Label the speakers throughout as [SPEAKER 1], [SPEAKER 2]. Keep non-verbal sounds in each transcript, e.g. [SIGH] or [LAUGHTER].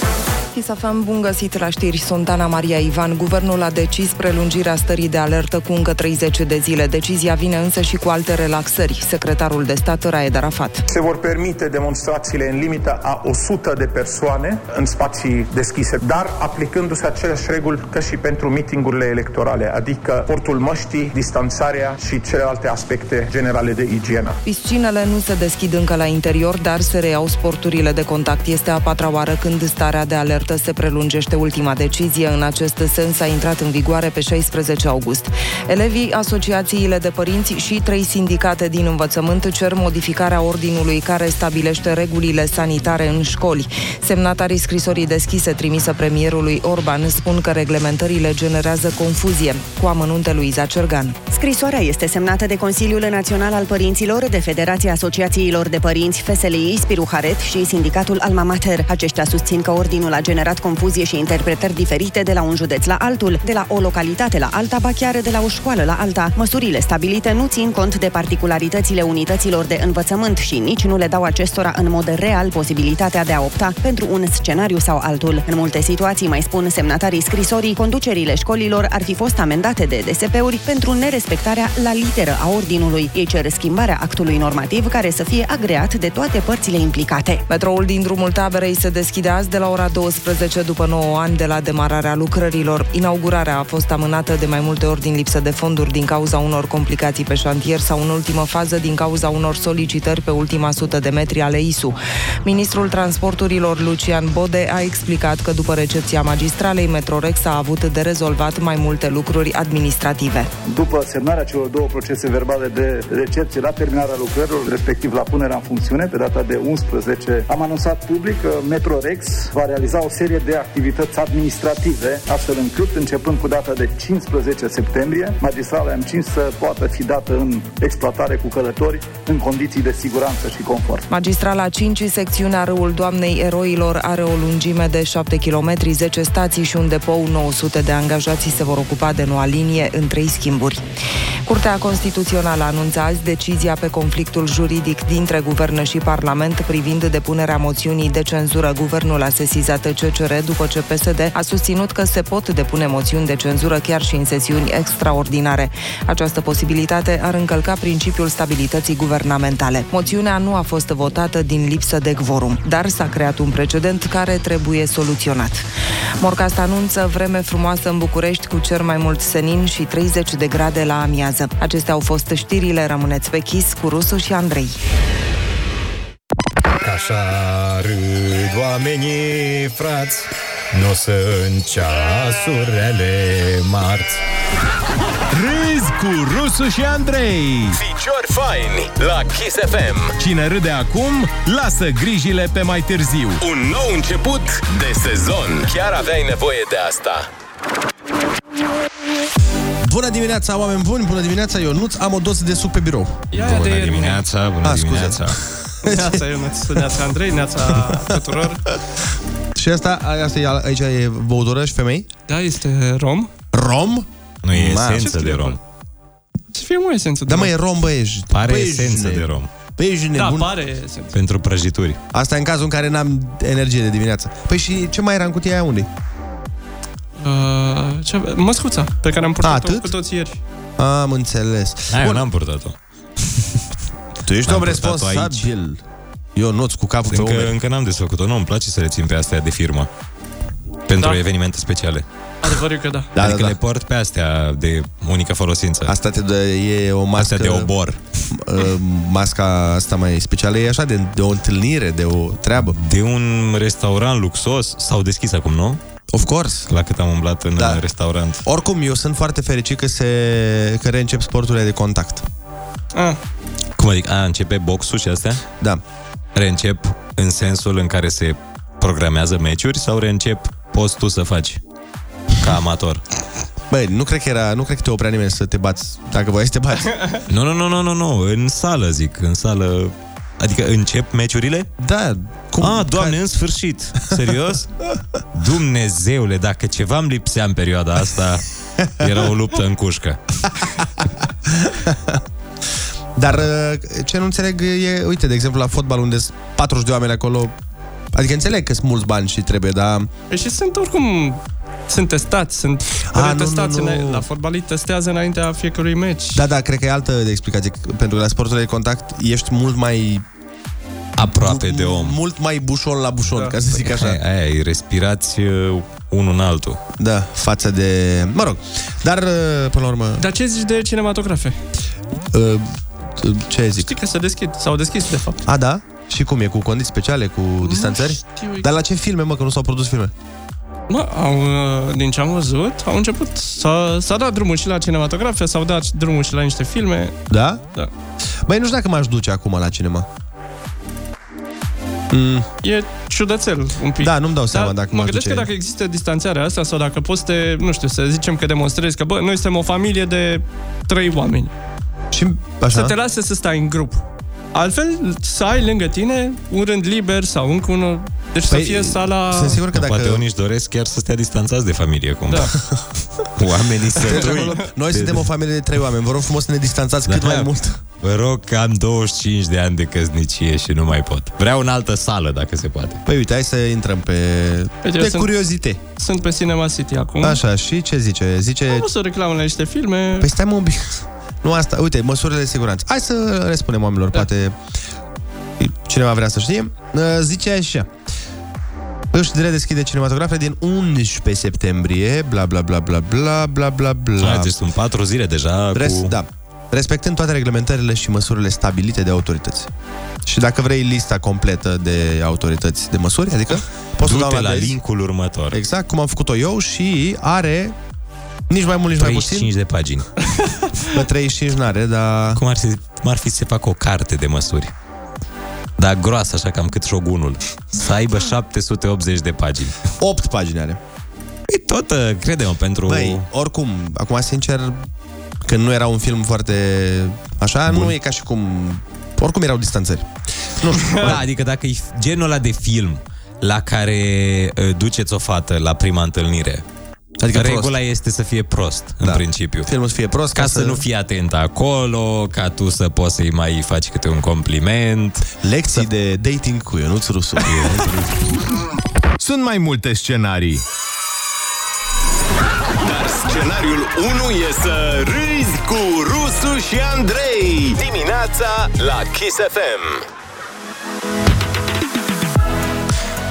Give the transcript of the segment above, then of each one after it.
[SPEAKER 1] Office FM, bun găsit la știri, sunt Ana Maria Ivan. Guvernul a decis prelungirea stării de alertă cu încă 30 de zile. Decizia vine însă și cu alte relaxări. Secretarul de stat Raed Arafat.
[SPEAKER 2] Se vor permite demonstrațiile în limita a 100 de persoane în spații deschise, dar aplicându-se aceleași reguli ca și pentru mitingurile electorale, adică portul măștii, distanțarea și celelalte aspecte generale de igienă.
[SPEAKER 1] Piscinele nu se deschid încă la interior, dar se reiau sporturile de contact. Este a patra oară când starea de alertă se prelungește. Ultima decizie în acest sens a intrat în vigoare pe 16 august. Elevii, asociațiile de părinți și trei sindicate din învățământ cer modificarea ordinului care stabilește regulile sanitare în școli. Semnatarii scrisorii deschise trimise premierului Orban spun că reglementările generează confuzie. Cu amănunte lui Zacergan.
[SPEAKER 3] Scrisoarea este semnată de Consiliul Național al Părinților, de Federația Asociațiilor de Părinți, FSLI, Spiru Haret și Sindicatul Alma Mater. Aceștia susțin că ordinul a generat confuzie și interpretări diferite de la un județ la altul, de la o localitate la alta, ba chiar de la o școală la alta. Măsurile stabilite nu țin cont de particularitățile unităților de învățământ și nici nu le dau acestora în mod real posibilitatea de a opta pentru un scenariu sau altul. În multe situații, mai spun semnatarii scrisorii, conducerile școlilor ar fi fost amendate de DSP-uri pentru nerespectarea la literă a ordinului. Ei cer schimbarea actului normativ care să fie agreat de toate părțile implicate.
[SPEAKER 1] Metroul din drumul [LAUGHS] taberei se deschide azi de la ora 12 după 9 ani de la demararea lucrărilor. Inaugurarea a fost amânată de mai multe ori din lipsă de fonduri din cauza unor complicații pe șantier sau în ultimă fază din cauza unor solicitări pe ultima sută de metri ale ISU. Ministrul Transporturilor Lucian Bode a explicat că după recepția magistralei Metrorex a avut de rezolvat mai multe lucruri administrative.
[SPEAKER 4] După semnarea celor două procese verbale de recepție la terminarea lucrărilor, respectiv la punerea în funcțiune, pe data de 11, am anunțat public că Metrorex va realiza o serie de activități administrative, astfel încât, începând cu data de 15 septembrie, magistrala M5 să poată fi dată în exploatare cu călători în condiții de siguranță și confort.
[SPEAKER 1] Magistrala 5, secțiunea Râul Doamnei Eroilor, are o lungime de 7 km, 10 stații și un depou 900 de angajații se vor ocupa de noua linie în trei schimburi. Curtea Constituțională anunță azi decizia pe conflictul juridic dintre guvern și Parlament privind depunerea moțiunii de cenzură. Guvernul a sesizat CCR după ce PSD a susținut că se pot depune moțiuni de cenzură chiar și în sesiuni extraordinare. Această posibilitate ar încălca principiul stabilității guvernamentale. Moțiunea nu a fost votată din lipsă de quorum, dar s-a creat un precedent care trebuie soluționat. Morcast anunță vreme frumoasă în București cu cer mai mult senin și 30 de grade la amiază. Acestea au fost știrile. Rămâneți pe chis cu Rusu și Andrei.
[SPEAKER 5] Ca așa râd oamenii, frați Nu sunt ceasurile marți
[SPEAKER 6] Râzi cu Rusu și Andrei
[SPEAKER 7] Picior faini la Kiss FM
[SPEAKER 6] Cine râde acum, lasă grijile pe mai târziu
[SPEAKER 7] Un nou început de sezon Chiar aveai nevoie de asta
[SPEAKER 8] Bună dimineața, oameni buni! Bună dimineața, Ionuț! Am o doză de suc pe birou.
[SPEAKER 9] [LAUGHS] Ia de dimineața, bună
[SPEAKER 8] Ah,
[SPEAKER 9] A,
[SPEAKER 8] scuze.
[SPEAKER 9] [LAUGHS] dimineața. Neața Ionuț, neața Andrei, neața tuturor.
[SPEAKER 8] Și asta, asta e, al- aici e băutură și femei?
[SPEAKER 9] Da, este rom.
[SPEAKER 8] Rom?
[SPEAKER 9] Nu e
[SPEAKER 8] Mamă.
[SPEAKER 9] esență de rom. Să fie mai esență de
[SPEAKER 8] Da,
[SPEAKER 9] rom.
[SPEAKER 8] mă, e rom, bă, ești...
[SPEAKER 5] Pare
[SPEAKER 8] bă, ești
[SPEAKER 5] esență
[SPEAKER 8] ne-
[SPEAKER 5] de rom
[SPEAKER 8] Bă, ești
[SPEAKER 9] Da,
[SPEAKER 8] nebun.
[SPEAKER 9] pare esență.
[SPEAKER 5] Pentru prăjituri
[SPEAKER 8] Asta e în cazul în care n-am energie de dimineață. Păi și ce mai era în cutia aia unde
[SPEAKER 9] Uh, ce ave- Măscuța, pe care am purtat-o
[SPEAKER 8] Atât?
[SPEAKER 9] cu toți ieri.
[SPEAKER 8] Am înțeles.
[SPEAKER 5] Hai, eu n-am purtat-o
[SPEAKER 8] Tu ești
[SPEAKER 5] N-am
[SPEAKER 8] om
[SPEAKER 5] purtat-o
[SPEAKER 8] responsabil. Eu nu cu capul pe
[SPEAKER 5] Încă,
[SPEAKER 8] umeri.
[SPEAKER 5] încă n-am desfăcut-o, nu, îmi place să le țin pe astea de firmă Pentru
[SPEAKER 9] Da.
[SPEAKER 5] evenimente speciale
[SPEAKER 9] Adevărul că da.
[SPEAKER 8] Da,
[SPEAKER 5] Adică
[SPEAKER 8] da, da.
[SPEAKER 5] le port pe astea de unică folosință
[SPEAKER 8] Asta te dă, e o mască...
[SPEAKER 5] Astea de obor
[SPEAKER 8] [LAUGHS] uh, Masca asta mai specială e așa, de, de o întâlnire, de o treabă.
[SPEAKER 5] De un restaurant luxos S-au deschis acum, nu?
[SPEAKER 8] Of course.
[SPEAKER 5] La cât am umblat în
[SPEAKER 8] Da.
[SPEAKER 5] da. restaurant
[SPEAKER 8] Oricum, eu sunt foarte fericit că se că reîncep sporturile de contact.
[SPEAKER 9] Ah,
[SPEAKER 5] Cum adică? A, începe boxul și astea?
[SPEAKER 8] Da.
[SPEAKER 5] Reîncep în sensul în care se programează meciuri sau reîncep poți tu să faci ca amator?
[SPEAKER 8] Băi, nu cred că era, nu cred că te oprea nimeni să te bați, dacă voiai să te bați.
[SPEAKER 5] [LAUGHS] Nu, nu, nu, nu, nu, nu, în sală zic, în sală... Adică încep meciurile?
[SPEAKER 8] Da. Cum,
[SPEAKER 5] A, doamne, în sfârșit!
[SPEAKER 8] [LAUGHS]
[SPEAKER 5] Serios? Dumnezeule, dacă ceva îmi lipsea în perioada asta, era o luptă în cușcă.
[SPEAKER 8] [LAUGHS] Dar uh, ce nu înțeleg e, uite, de exemplu, la fotbal unde sunt 40 de oameni acolo, Adică înțeleg că sunt mulți bani și trebuie, dar...
[SPEAKER 9] Păi Și sunt oricum sunt testați, sunt
[SPEAKER 8] da. A, nu,
[SPEAKER 9] A, testați.
[SPEAKER 8] nu, nu.
[SPEAKER 9] La fotbalii testează înaintea fiecărui meci.
[SPEAKER 8] Da, da, cred că e altă de explicație. Pentru că la sporturile de contact ești mult mai...
[SPEAKER 5] Aproape de om.
[SPEAKER 8] Mult mai bușon la bușon, da. ca să zic așa.
[SPEAKER 5] Aia, aia e, respirați uh, unul în altul.
[SPEAKER 8] Da, față de... Mă rog. Dar, uh, până la urmă,
[SPEAKER 9] Dar ce zici de cinematografe?
[SPEAKER 8] uh, ce zic?
[SPEAKER 9] Știi că se deschid, s-au deschis de fapt.
[SPEAKER 8] A, da? Și cum e? Cu condiții speciale? Cu distanțări?
[SPEAKER 9] știu.
[SPEAKER 8] Dar la ce filme, mă, că nu s-au produs filme?
[SPEAKER 9] Mă, au, uh, din ce am văzut, au început, s-a, s-a dat drumul și la cinematografe, s-au dat drumul și la niște filme.
[SPEAKER 8] Da?
[SPEAKER 9] Da.
[SPEAKER 8] Băi, nu știu dacă m-aș duce acum la cinema.
[SPEAKER 9] E ciudățel un pic.
[SPEAKER 8] mm. Da, nu-mi dau seama dacă
[SPEAKER 9] mă
[SPEAKER 8] m-aș
[SPEAKER 9] gândesc
[SPEAKER 8] duce.
[SPEAKER 9] că dacă există distanțarea asta sau dacă poți să te, nu știu, să zicem că demonstrezi că, bă, noi suntem o familie de trei oameni.
[SPEAKER 8] Și așa?
[SPEAKER 9] Să te lase să stai în grup. Altfel, să ai lângă tine un rând liber sau încă unul. Deci
[SPEAKER 8] Păi,
[SPEAKER 9] să fie sala...
[SPEAKER 8] Sunt sigur că
[SPEAKER 5] Dacă... Poate
[SPEAKER 8] dacă...
[SPEAKER 5] unii își doresc chiar să stea distanțați de familie cumva.
[SPEAKER 9] Da.
[SPEAKER 5] [LAUGHS] Oamenii se
[SPEAKER 8] Deci, Acolo, Noi suntem o familie de trei oameni. Vă rog frumos să ne distanțați cât mai mult.
[SPEAKER 5] Da. Vă rog că am 25 de ani de căsnicie și nu mai pot. Vreau în altă sală, dacă se poate.
[SPEAKER 8] Păi uite, hai să intrăm pe...
[SPEAKER 9] Uite, eu
[SPEAKER 8] pe
[SPEAKER 9] sunt-
[SPEAKER 8] curiozite.
[SPEAKER 9] Păi, Sunt pe Cinema City acum.
[SPEAKER 8] Așa, și ce zice? Zice...
[SPEAKER 9] Am văzut reclamă la niște filme.
[SPEAKER 8] Păi stai mă un pic. [LAUGHS] Nu asta. Uite, măsurile de siguranță. Hai să răspundem
[SPEAKER 5] Da.
[SPEAKER 8] oamenilor, poate cineva vrea să știe. Uh, Zice așa. Își redeschide cinematografe din 11 septembrie, bla bla bla bla bla bla bla bla.
[SPEAKER 5] Da. Deci sunt patru zile deja
[SPEAKER 8] Res-
[SPEAKER 5] cu...
[SPEAKER 8] da. Respectând toate reglementările și măsurile stabilite de autorități. Și dacă vrei lista completă de autorități de măsuri, adică poți să
[SPEAKER 5] Du-te la
[SPEAKER 8] downloadezi.
[SPEAKER 5] linkul următor.
[SPEAKER 8] Exact cum am făcut-o eu și are nici mai mult, nici mai puțin.
[SPEAKER 5] 35 de pagini.
[SPEAKER 8] [LAUGHS] Bă, 35 n-are, dar...
[SPEAKER 5] Cum ar fi, cum ar fi să se facă o carte de măsuri? Dar groasă, așa cam cât șogunul. Să aibă 780 de pagini.
[SPEAKER 8] 8 pagini are.
[SPEAKER 5] E tot, uh, credem, pentru...
[SPEAKER 8] Băi, oricum, acum sincer, când nu era un film foarte așa, Bun. nu e ca și cum... Oricum erau distanțări.
[SPEAKER 5] Nu
[SPEAKER 8] [LAUGHS]
[SPEAKER 5] știu. Da, adică dacă e genul ăla de film la care uh, duceți o fată la prima întâlnire,
[SPEAKER 8] Adică
[SPEAKER 5] regula
[SPEAKER 8] prost.
[SPEAKER 5] este să fie prost, da.
[SPEAKER 8] Da.
[SPEAKER 5] în principiu.
[SPEAKER 8] Filmul să fie prost
[SPEAKER 5] Ca să nu fie atent acolo, ca tu să poți să-i mai faci câte un compliment.
[SPEAKER 8] Lecții de dating cu Ionuț Rusu.
[SPEAKER 6] [LAUGHS] Sunt mai multe scenarii.
[SPEAKER 7] Scenariul 1 e să râzi cu Rusu și Andrei Dimineața la Kiss FM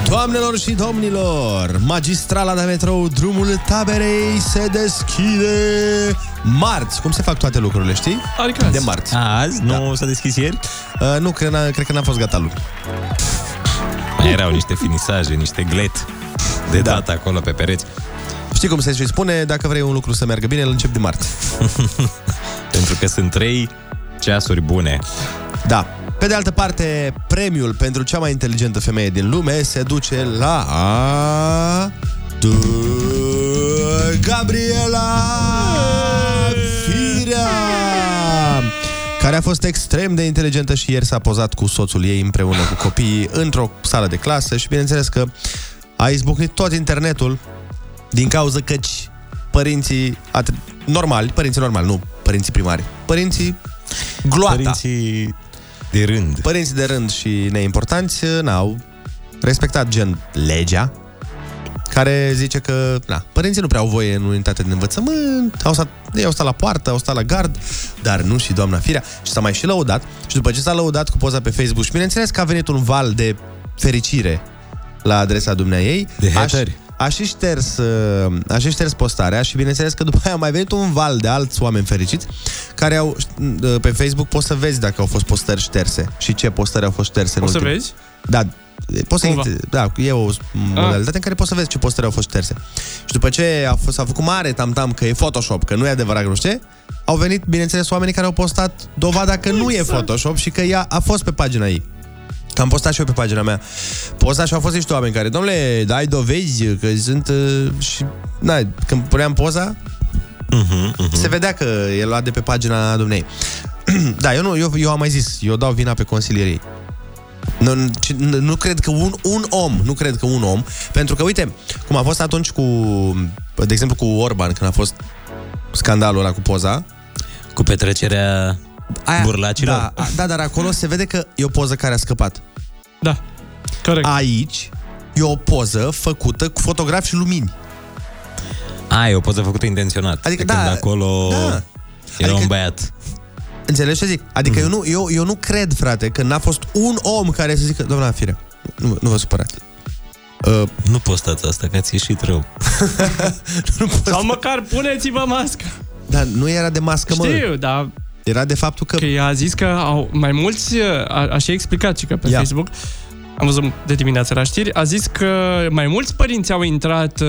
[SPEAKER 8] Doamnelor și domnilor, magistrala de metrou, drumul taberei se deschide marți. Cum se fac toate lucrurile, știi?
[SPEAKER 9] Adică azi.
[SPEAKER 8] De marți.
[SPEAKER 5] Azi? Da. Nu s-a deschis ieri?
[SPEAKER 8] Uh, nu, cred, n-a- cred că n-a fost gata lucru.
[SPEAKER 5] Mai erau niște finisaje, niște glet de
[SPEAKER 8] Da.
[SPEAKER 5] dat acolo pe pereți. [LAUGHS]
[SPEAKER 8] Știi cum se și spune, dacă vrei un lucru să meargă bine, îl începi de marți.
[SPEAKER 5] Pentru că sunt trei ceasuri bune.
[SPEAKER 8] Da. Pe de altă parte, premiul pentru cea mai inteligentă femeie din lume se duce la... Du... Gabriela Firea care a fost extrem de inteligentă și ieri s-a pozat cu soțul ei împreună cu copiii într-o sală de clasă și bineînțeles că a izbucnit tot internetul din cauza căci părinții atr- normali, părinții normali, nu părinții primari, părinții gloata.
[SPEAKER 5] Părinții de rând.
[SPEAKER 8] Părinții de rând și neimportanți n-au respectat gen legea care zice că na, părinții nu prea au voie în unitate de învățământ, au stat, ei au stat la poartă, au stat la gard, dar nu și doamna Firea. Și s-a mai și lăudat. Și după ce s-a lăudat cu poza pe Facebook și bineînțeles că a venit un val de fericire la adresa dumnea ei.
[SPEAKER 5] De hateri.
[SPEAKER 8] A, a, și șters, uh, a și șters postarea și bineînțeles că după aia a mai venit un val de alți oameni fericiți care au, uh, pe Facebook poți să vezi dacă au fost postări șterse și ce postări au fost șterse. în
[SPEAKER 9] O să
[SPEAKER 8] ultimul-
[SPEAKER 9] vezi?
[SPEAKER 8] da, poți să
[SPEAKER 9] Cumva. Ah.
[SPEAKER 8] intri, da, e o modalitate în care poți să vezi ce postări au fost șterse. Și după ce a fost, s-a făcut mare tamtam că e Photoshop, că nu e adevărat, că nu știu ce, au venit, bineînțeles, oamenii care au postat dovada că nu
[SPEAKER 9] Exact.
[SPEAKER 8] e Photoshop și că ea a fost pe pagina ei. Că am postat și eu pe pagina mea. Posta și au fost niște oameni care, domnule, dai dovezi că sunt... uh, și, na, când puneam poza, se vedea că e luat de pe pagina dumnei. [CLEARS THROAT] da, eu nu, eu, eu am mai zis, eu dau vina pe consilierii. Nu, nu- ci- nu, nu cred că un, un om, nu cred că un om, pentru că, uite, cum a fost atunci cu, de exemplu, cu Orban, când a fost scandalul ăla cu poza,
[SPEAKER 5] Cu petrecerea Aia, burlacilor.
[SPEAKER 8] da, a- da, dar acolo se vede că e o poză care a scăpat.
[SPEAKER 9] Da. Corect.
[SPEAKER 8] Aici e o poză făcută cu fotografi și lumini.
[SPEAKER 5] A, e o poză făcută intenționat.
[SPEAKER 8] Adică,
[SPEAKER 5] Adică, da,
[SPEAKER 8] da,
[SPEAKER 5] când acolo
[SPEAKER 8] da.
[SPEAKER 5] da. era
[SPEAKER 8] Adică-
[SPEAKER 5] un băiat.
[SPEAKER 8] Înțelegi ce zic? Adică mm-hmm. eu, nu, eu, eu nu cred, frate, că n-a fost un om care să zică, doamna Firea, nu, nu vă supărați. [LAUGHS] Uh,
[SPEAKER 5] Nu postați asta, că ați ieșit rău.
[SPEAKER 9] Sau măcar puneți-vă mască.
[SPEAKER 8] dar nu era de mască, mă.
[SPEAKER 9] Știu, dar
[SPEAKER 8] Era de faptul că...
[SPEAKER 9] că
[SPEAKER 8] Okay.
[SPEAKER 9] ea a zis că au mai mulți, a, a și explicat și că pe
[SPEAKER 8] Ia.
[SPEAKER 9] Ia. Facebook, am văzut de dimineață la știri, a zis că mai mulți părinți au intrat uh,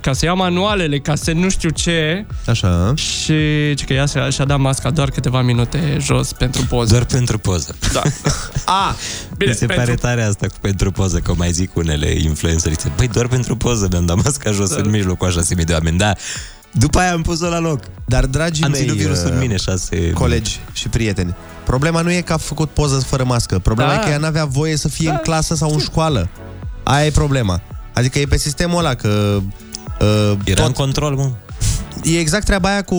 [SPEAKER 9] ca să ia manualele, ca să nu știu ce,
[SPEAKER 8] Așa.
[SPEAKER 9] și și că ea și-a, și-a dat masca doar câteva minute jos pentru poză.
[SPEAKER 5] Doar pentru poză.
[SPEAKER 9] Da.
[SPEAKER 8] [LAUGHS] A,
[SPEAKER 9] Bine,
[SPEAKER 5] Mi se
[SPEAKER 9] pentru...
[SPEAKER 5] pare tare asta cu pentru poză, că o mai zic unele influencerițe. Păi doar pentru poză mi-am dat masca jos
[SPEAKER 9] Da.
[SPEAKER 5] în mijlocul a 6.000 de oameni, da. După aia am pus-o la loc.
[SPEAKER 8] dar dragii
[SPEAKER 5] Am
[SPEAKER 8] mei,
[SPEAKER 5] ținut virusul
[SPEAKER 8] uh,
[SPEAKER 5] în mine șase...
[SPEAKER 8] colegi și prieteni, problema nu e că a făcut poză fără mască, problema da.
[SPEAKER 9] Da.
[SPEAKER 8] e că ea n-avea voie să fie da. în clasă sau în școală. Aia e problema. Adică e pe sistemul ăla că... Uh,
[SPEAKER 5] Era în
[SPEAKER 8] tot,
[SPEAKER 5] control, mă.
[SPEAKER 8] e exact treaba aia cu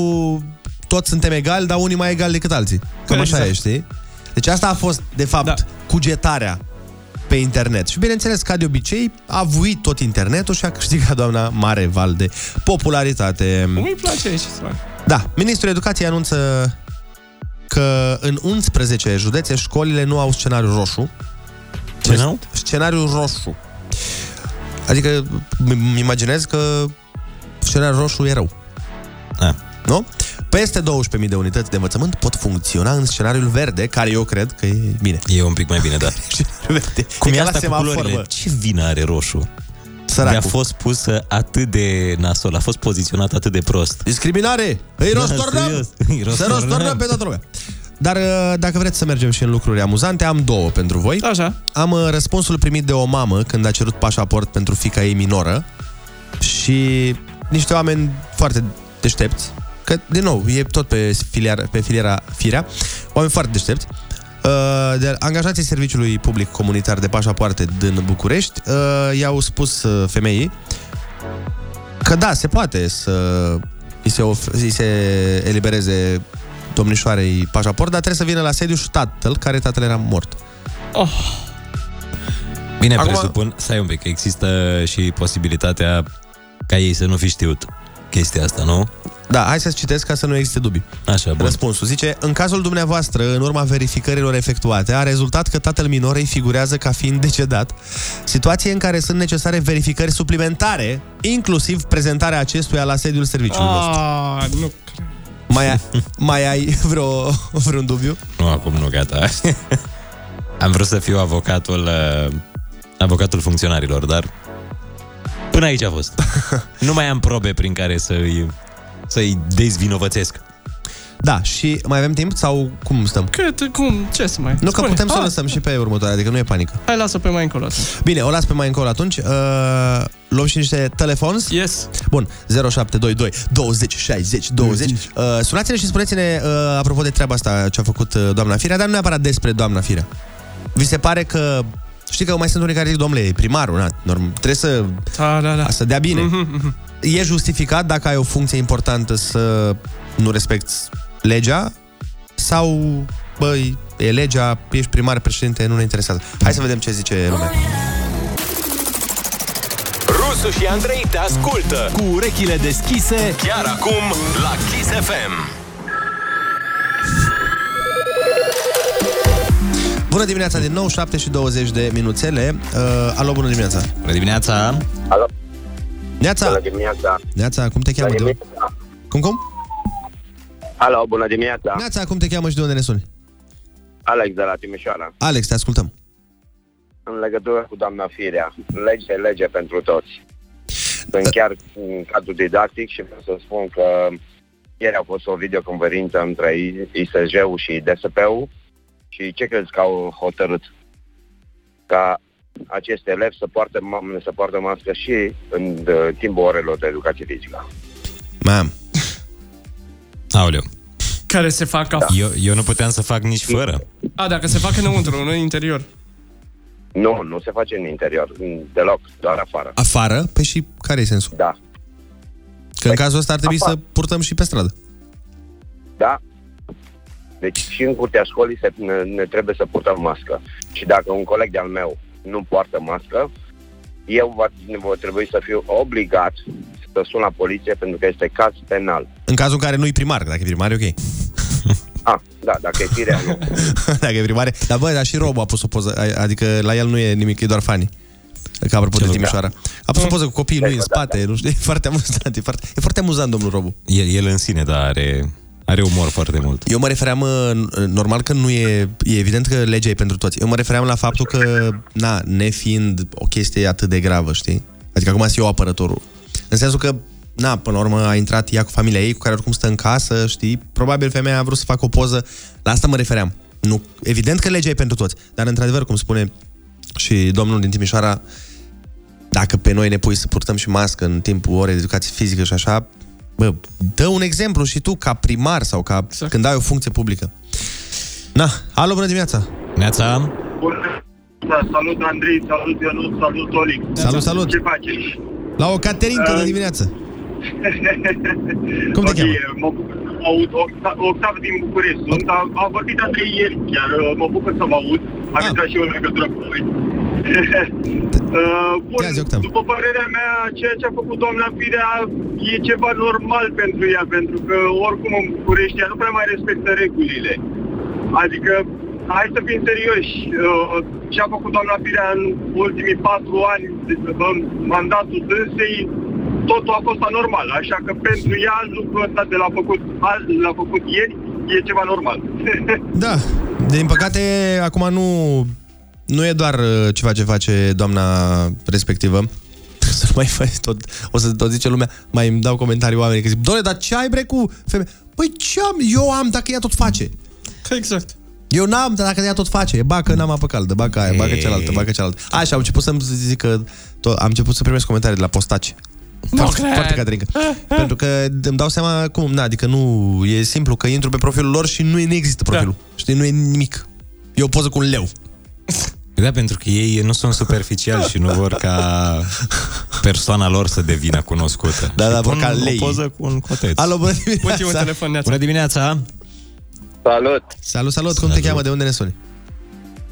[SPEAKER 8] toți suntem egali, dar unii mai egali decât alții. Cam
[SPEAKER 9] Exact.
[SPEAKER 8] așa e, știi? Deci asta a fost, de fapt, da.
[SPEAKER 9] Da.
[SPEAKER 8] cugetarea pe internet. Și bineînțeles, ca de obicei, a vuit tot internetul și a câștigat doamna mare val de popularitate.
[SPEAKER 9] Cum îi place și să fac.
[SPEAKER 8] Da, Ministrul Educației anunță că în 11 județe școlile nu au scenariu roșu.
[SPEAKER 5] Ce n-au?
[SPEAKER 8] Scenariu roșu. Adică m- îmi imaginez că scenariul roșu e rău,
[SPEAKER 5] A.
[SPEAKER 8] nu? Peste 12.000 de unități de învățământ pot funcționa în scenariul verde, care eu cred că e bine.
[SPEAKER 5] E un pic mai bine,
[SPEAKER 8] [LAUGHS]
[SPEAKER 5] da.
[SPEAKER 8] Scenariul verde.
[SPEAKER 5] Cum e
[SPEAKER 8] ca la
[SPEAKER 5] asta cu
[SPEAKER 8] semafor,
[SPEAKER 5] culorile?
[SPEAKER 8] bă.
[SPEAKER 5] Ce vină are roșu? De a
[SPEAKER 8] Săracul.
[SPEAKER 5] fost pusă atât de nasol, a fost poziționat atât de prost.
[SPEAKER 8] Discriminare! Îi
[SPEAKER 5] Da,
[SPEAKER 8] rostornăm!
[SPEAKER 5] serios, îi
[SPEAKER 8] Să
[SPEAKER 5] rostornăm.
[SPEAKER 8] rostornăm pe toată lumea! Dar uh, dacă vreți să mergem și în lucruri amuzante, am două pentru voi.
[SPEAKER 9] Așa.
[SPEAKER 8] Am uh, răspunsul primit de o mamă când a cerut pașaport pentru fica ei minoră și niște oameni foarte deștepți, că, din nou, e tot pe, filiar, pe filiera firea, oameni foarte deștepți, uh, de angajații Serviciului Public Comunitar de Pașapoarte din București uh, i-au spus uh, femeii că da, se poate să îi se, of- îi se elibereze domnișoarei pașaport, dar trebuie să vină la sediu și tatăl, care tatăl era mort.
[SPEAKER 9] Oh,
[SPEAKER 5] Bine,
[SPEAKER 8] Acum-
[SPEAKER 5] Acum... presupun, stai un pic, există și posibilitatea ca ei să nu fi știut chestia asta, nu?
[SPEAKER 8] Da, hai să-ți citesc ca să nu existe dubii.
[SPEAKER 5] Așa, bun.
[SPEAKER 8] Răspunsul zice, în cazul dumneavoastră, în urma verificărilor efectuate, a rezultat că tatăl minorei figurează ca fiind decedat, situație în care sunt necesare verificări suplimentare, inclusiv prezentarea acestuia la sediul serviciului nostru.
[SPEAKER 9] a, Ah, nu cred.
[SPEAKER 8] Mai ai, mai ai vreo, vreun dubiu?
[SPEAKER 5] Nu, acum nu, gata. [LAUGHS] Am vrut să fiu avocatul uh, avocatul funcționarilor, dar până aici a
[SPEAKER 8] [LAUGHS]
[SPEAKER 5] fost. nu mai am probe prin care să-i, să-i dezvinovățesc.
[SPEAKER 8] Da, și mai avem timp sau cum stăm?
[SPEAKER 9] Cât, cum, ce să mai...
[SPEAKER 8] Nu, că
[SPEAKER 9] Spune.
[SPEAKER 8] putem să o
[SPEAKER 9] Ah,
[SPEAKER 8] lăsăm și pe următoarea, adică nu e panică.
[SPEAKER 9] Hai, lasă pe mai încolo. atunci.
[SPEAKER 8] Bine, o las pe mai încolo atunci. Uh, luăm și niște telefons.
[SPEAKER 9] Yes.
[SPEAKER 8] Bun, 0722 20 60 20. Uh, sunați-ne și spuneți-ne, uh, apropo de treaba asta ce a făcut uh, doamna Firea, dar nu neapărat despre doamna Firea. Vi se pare că, știi că mai sunt unii care zic, domnule, e primarul, na, norm, trebuie să,
[SPEAKER 9] Da, da, mhm. da.
[SPEAKER 8] să dea bine. E justificat dacă ai o funcție importantă să nu respecti legea sau, băi, e legea, ești primar, președinte, nu ne interesează. Hai să vedem ce zice lumea.
[SPEAKER 7] Rusu și Andrei te ascultă cu urechile deschise chiar acum la Kiss FM.
[SPEAKER 8] Bună dimineața din nou, 7 și 20 de minuțele. Uh, alo, bună dimineața!
[SPEAKER 5] Bună dimineața!
[SPEAKER 10] Alo,
[SPEAKER 8] Neața!
[SPEAKER 10] bună dimineața.
[SPEAKER 8] Neața, cum te cheamă?
[SPEAKER 10] Bună
[SPEAKER 8] De...
[SPEAKER 10] dimineața.
[SPEAKER 8] Cum, cum?
[SPEAKER 10] Alo, bună dimineața.
[SPEAKER 8] Neața, cum te cheamă și de unde ne suni?
[SPEAKER 10] Alex de la Timișoara.
[SPEAKER 8] Alex, te ascultăm.
[SPEAKER 10] În legătură cu doamna Firea, lege, lege pentru toți.
[SPEAKER 8] Da.
[SPEAKER 10] Sunt chiar în cadrul didactic și vreau să spun că ieri a fost o videoconferință între I- ISJ-ul și DSP-ul și ce crezi că au hotărât? Ca aceste elevi să poartă, ma- să poartă mască și în uh, timpul orelor de educație fizică.
[SPEAKER 8] Mam.
[SPEAKER 5] Aoleu, Da.
[SPEAKER 9] Care se fac af-
[SPEAKER 5] eu, eu nu puteam să fac nici fără.
[SPEAKER 9] A, dacă se fac înăuntru, nu în interior.
[SPEAKER 10] Nu, nu se face în interior, în- deloc, doar afară.
[SPEAKER 8] Afară? Păi și care e sensul?
[SPEAKER 10] Da, Păi,
[SPEAKER 8] Că în cazul ăsta ar trebui
[SPEAKER 10] afară.
[SPEAKER 8] să purtăm și pe stradă.
[SPEAKER 10] Da? Deci și în curtea școlii se, ne, ne trebuie să purtăm mască. Și dacă un coleg de-al meu nu poartă mască, eu va, va trebui să fiu obligat să sun la poliție pentru că este caz penal.
[SPEAKER 8] În cazul în care nu-i primar, că dacă e primar, e ok. [LAUGHS]
[SPEAKER 10] Ah, da, dacă e firea, nu.
[SPEAKER 8] dacă e primare. Dar bă, dar și Robo a pus o poză, adică la el nu e nimic, e doar fani. Că apropo de Timișoara. A pus o poză cu copiii lui în spate,
[SPEAKER 10] da.
[SPEAKER 8] nu știu, e foarte amuzant, e foarte, e foarte amuzant domnul Robu.
[SPEAKER 5] El, el în sine, da, are, are umor foarte mult.
[SPEAKER 8] Eu mă refeream, uh, normal că nu e, e evident că legea e pentru toți. Eu mă refeream la faptul că, na, nefiind o chestie atât de gravă, știi? Adică acum sunt eu apărătorul. În sensul că, na, până la urmă a intrat ea cu familia ei, cu care oricum stă în casă, știi? Probabil femeia a vrut să facă o poză. La asta mă refeream. Nu, evident că legea e pentru toți. Dar, într-adevăr, cum spune și domnul din Timișoara, dacă pe noi ne pui să purtăm și mască în timpul orei de educație fizică și așa, bă, dă un exemplu și tu ca primar sau ca exact. când ai o funcție publică. Na, alo, bună dimineața!
[SPEAKER 5] Neața!
[SPEAKER 11] Da, salut Andrei, salut Ionut, salut Olic.
[SPEAKER 8] Salut, salut.
[SPEAKER 11] Ce faci?
[SPEAKER 8] La o caterincă de dimineață! [LAUGHS] Cum te
[SPEAKER 11] Ok, Mă bucur să vă aud. Octa- Octav din București sunt. A, a vorbit Andrei ieri chiar. Uh, Mă bucur să vă aud.
[SPEAKER 8] Ah.
[SPEAKER 11] Am intrat și eu în legătură cu voi. [LAUGHS] Uh, Bun, după părerea mea, ceea ce a făcut doamna Firea e ceva normal pentru ea, pentru că oricum în București ea nu prea mai respectă regulile. Adică, hai să fim serioși, uh, ce a făcut doamna Firea în ultimii patru ani, în mandatul dânsei, totul a fost anormal, așa că pentru ea lucrul ăsta de l-a făcut azi, l-a făcut ieri, e ceva normal. [LAUGHS]
[SPEAKER 8] Da, din păcate, acum nu, nu e doar uh, ceva ce face doamna respectivă. [LAUGHS] Să nu mai faci tot, o să tot zice lumea, mai îmi dau comentarii oamenii că zic, Doamne, dar ce ai bre cu femeie? Păi ce am, eu am dacă ea tot face.
[SPEAKER 9] Exact.
[SPEAKER 8] Eu n-am, dar dacă ea tot face, e bacă n-am apă caldă, bacă aia, bacă
[SPEAKER 5] Ei.
[SPEAKER 8] cealaltă, bacă cealaltă. Așa, am început să-mi zic că tot, am început să primesc comentarii de la postaci.
[SPEAKER 5] Nu
[SPEAKER 8] Foarte,
[SPEAKER 5] cred.
[SPEAKER 8] foarte caterincă. Pentru că îmi dau seama cum, na, adică nu, e simplu că intru pe profilul lor și nu, e- nu există profilul. Da. Știi, nu e nimic. E o poză cu un leu.
[SPEAKER 5] Da, pentru că ei nu sunt superficiali și nu vor
[SPEAKER 8] [LAUGHS]
[SPEAKER 5] ca persoana lor să devină cunoscută.
[SPEAKER 8] Da,
[SPEAKER 5] și
[SPEAKER 8] da, vor
[SPEAKER 5] pun
[SPEAKER 8] ca lei.
[SPEAKER 5] O poză cu un coteț.
[SPEAKER 9] [LAUGHS]
[SPEAKER 8] Alo, bună dimineața.
[SPEAKER 5] Uite, un telefon,
[SPEAKER 8] neața.
[SPEAKER 5] Bună dimineața!
[SPEAKER 12] Salut!
[SPEAKER 8] Salut, salut, cum te cheamă, de unde ne suni?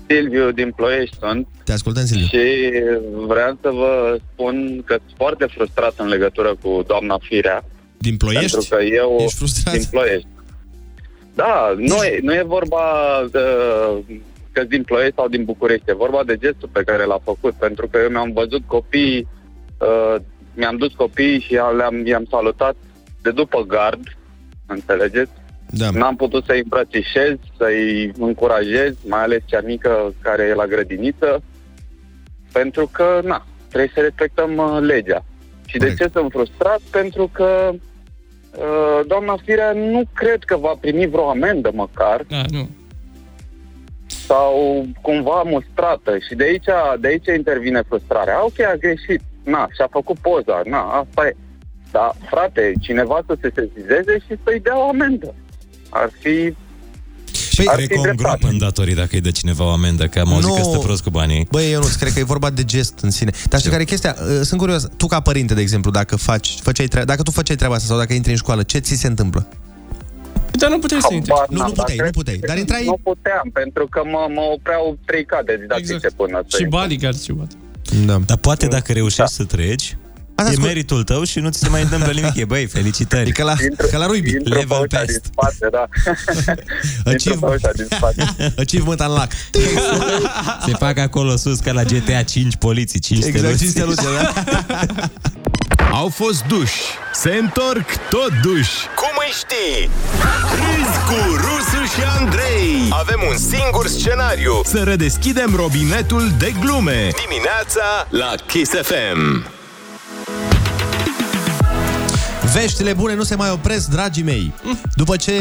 [SPEAKER 12] Silviu din Ploiești sunt
[SPEAKER 8] Te ascultăm, Silviu.
[SPEAKER 12] și vreau să vă spun că sunt foarte frustrat în legătură cu doamna Firea.
[SPEAKER 8] Din Ploiești?
[SPEAKER 12] Pentru că eu...
[SPEAKER 8] Ești frustrat?
[SPEAKER 12] Din Ploiești. Da, nu e, nu e vorba de, că din Ploiești sau din București, e vorba de gestul pe care l-a făcut, pentru că eu mi-am văzut copiii, uh, mi-am dus copiii și le-am, i-am salutat de după gard, înțelegeți?
[SPEAKER 8] Da.
[SPEAKER 12] N-am putut să-i îmbrățișez, să-i încurajez, mai ales cea mică care e la grădiniță, pentru că, na, trebuie să respectăm uh, legea. Și de ce sunt frustrat? Pentru că uh, doamna Firea nu cred că va primi vreo amendă măcar
[SPEAKER 9] Da, nu.
[SPEAKER 12] sau cumva mustrată și de aici, de aici intervine frustrarea. Ok, a greșit, na, și-a făcut poza, na, asta e. Dar, frate, cineva să se sesizeze și să-i dea o amendă. Ar fi...
[SPEAKER 5] Și cred că o îngroapă Păi, în datorii dacă îi dă cineva o amendă, că am auzit
[SPEAKER 8] Nu.
[SPEAKER 5] că stă prost cu banii.
[SPEAKER 8] Băi, eu nu cred că e vorba de gest în sine. Dar știi care e chestia? Uh, Sunt curios. Tu ca părinte, de exemplu, dacă faci, făceai tre- dacă tu făceai treaba asta sau dacă intri în școală, ce ți se întâmplă?
[SPEAKER 9] Dar nu puteai
[SPEAKER 8] să intri. Nu, nu
[SPEAKER 12] n-am,
[SPEAKER 8] puteai,
[SPEAKER 12] dar
[SPEAKER 8] nu
[SPEAKER 12] cred-
[SPEAKER 8] puteai. Dar intrai...
[SPEAKER 12] Nu puteam, pentru că mă, mă opreau trei cadre didactice exact. până să
[SPEAKER 9] Și
[SPEAKER 12] intru.
[SPEAKER 9] bodyguard și what.
[SPEAKER 8] Da.
[SPEAKER 5] Dar poate dacă reușești să treci,
[SPEAKER 12] Asta
[SPEAKER 5] e
[SPEAKER 12] ascult.
[SPEAKER 5] meritul tău și nu ți se mai
[SPEAKER 8] [LAUGHS]
[SPEAKER 5] întâmplă nimic. E, băi, felicitări. E
[SPEAKER 8] ca la,
[SPEAKER 12] Intră-
[SPEAKER 8] ca la rugby.
[SPEAKER 12] intră pe
[SPEAKER 5] Level
[SPEAKER 12] ușa
[SPEAKER 5] pest.
[SPEAKER 12] Din spate,
[SPEAKER 5] [LAUGHS]
[SPEAKER 12] da. Intră pe ușa din spate.
[SPEAKER 8] Achievement unlock. [LAUGHS]
[SPEAKER 5] Se fac acolo sus ca la GTA 5 poliții, 5
[SPEAKER 6] Exact, cinci
[SPEAKER 5] steluțe.
[SPEAKER 6] steluțe,
[SPEAKER 5] [LAUGHS]
[SPEAKER 6] da. Au fost duși. Se întorc tot duși.
[SPEAKER 7] Cum îi știi? Râzi cu Rusu și Andrei. Avem un singur scenariu.
[SPEAKER 6] Să redeschidem robinetul de glume.
[SPEAKER 7] Dimineața la Kiss FM.
[SPEAKER 8] Veștile bune nu se mai opresc, dragii mei. După ce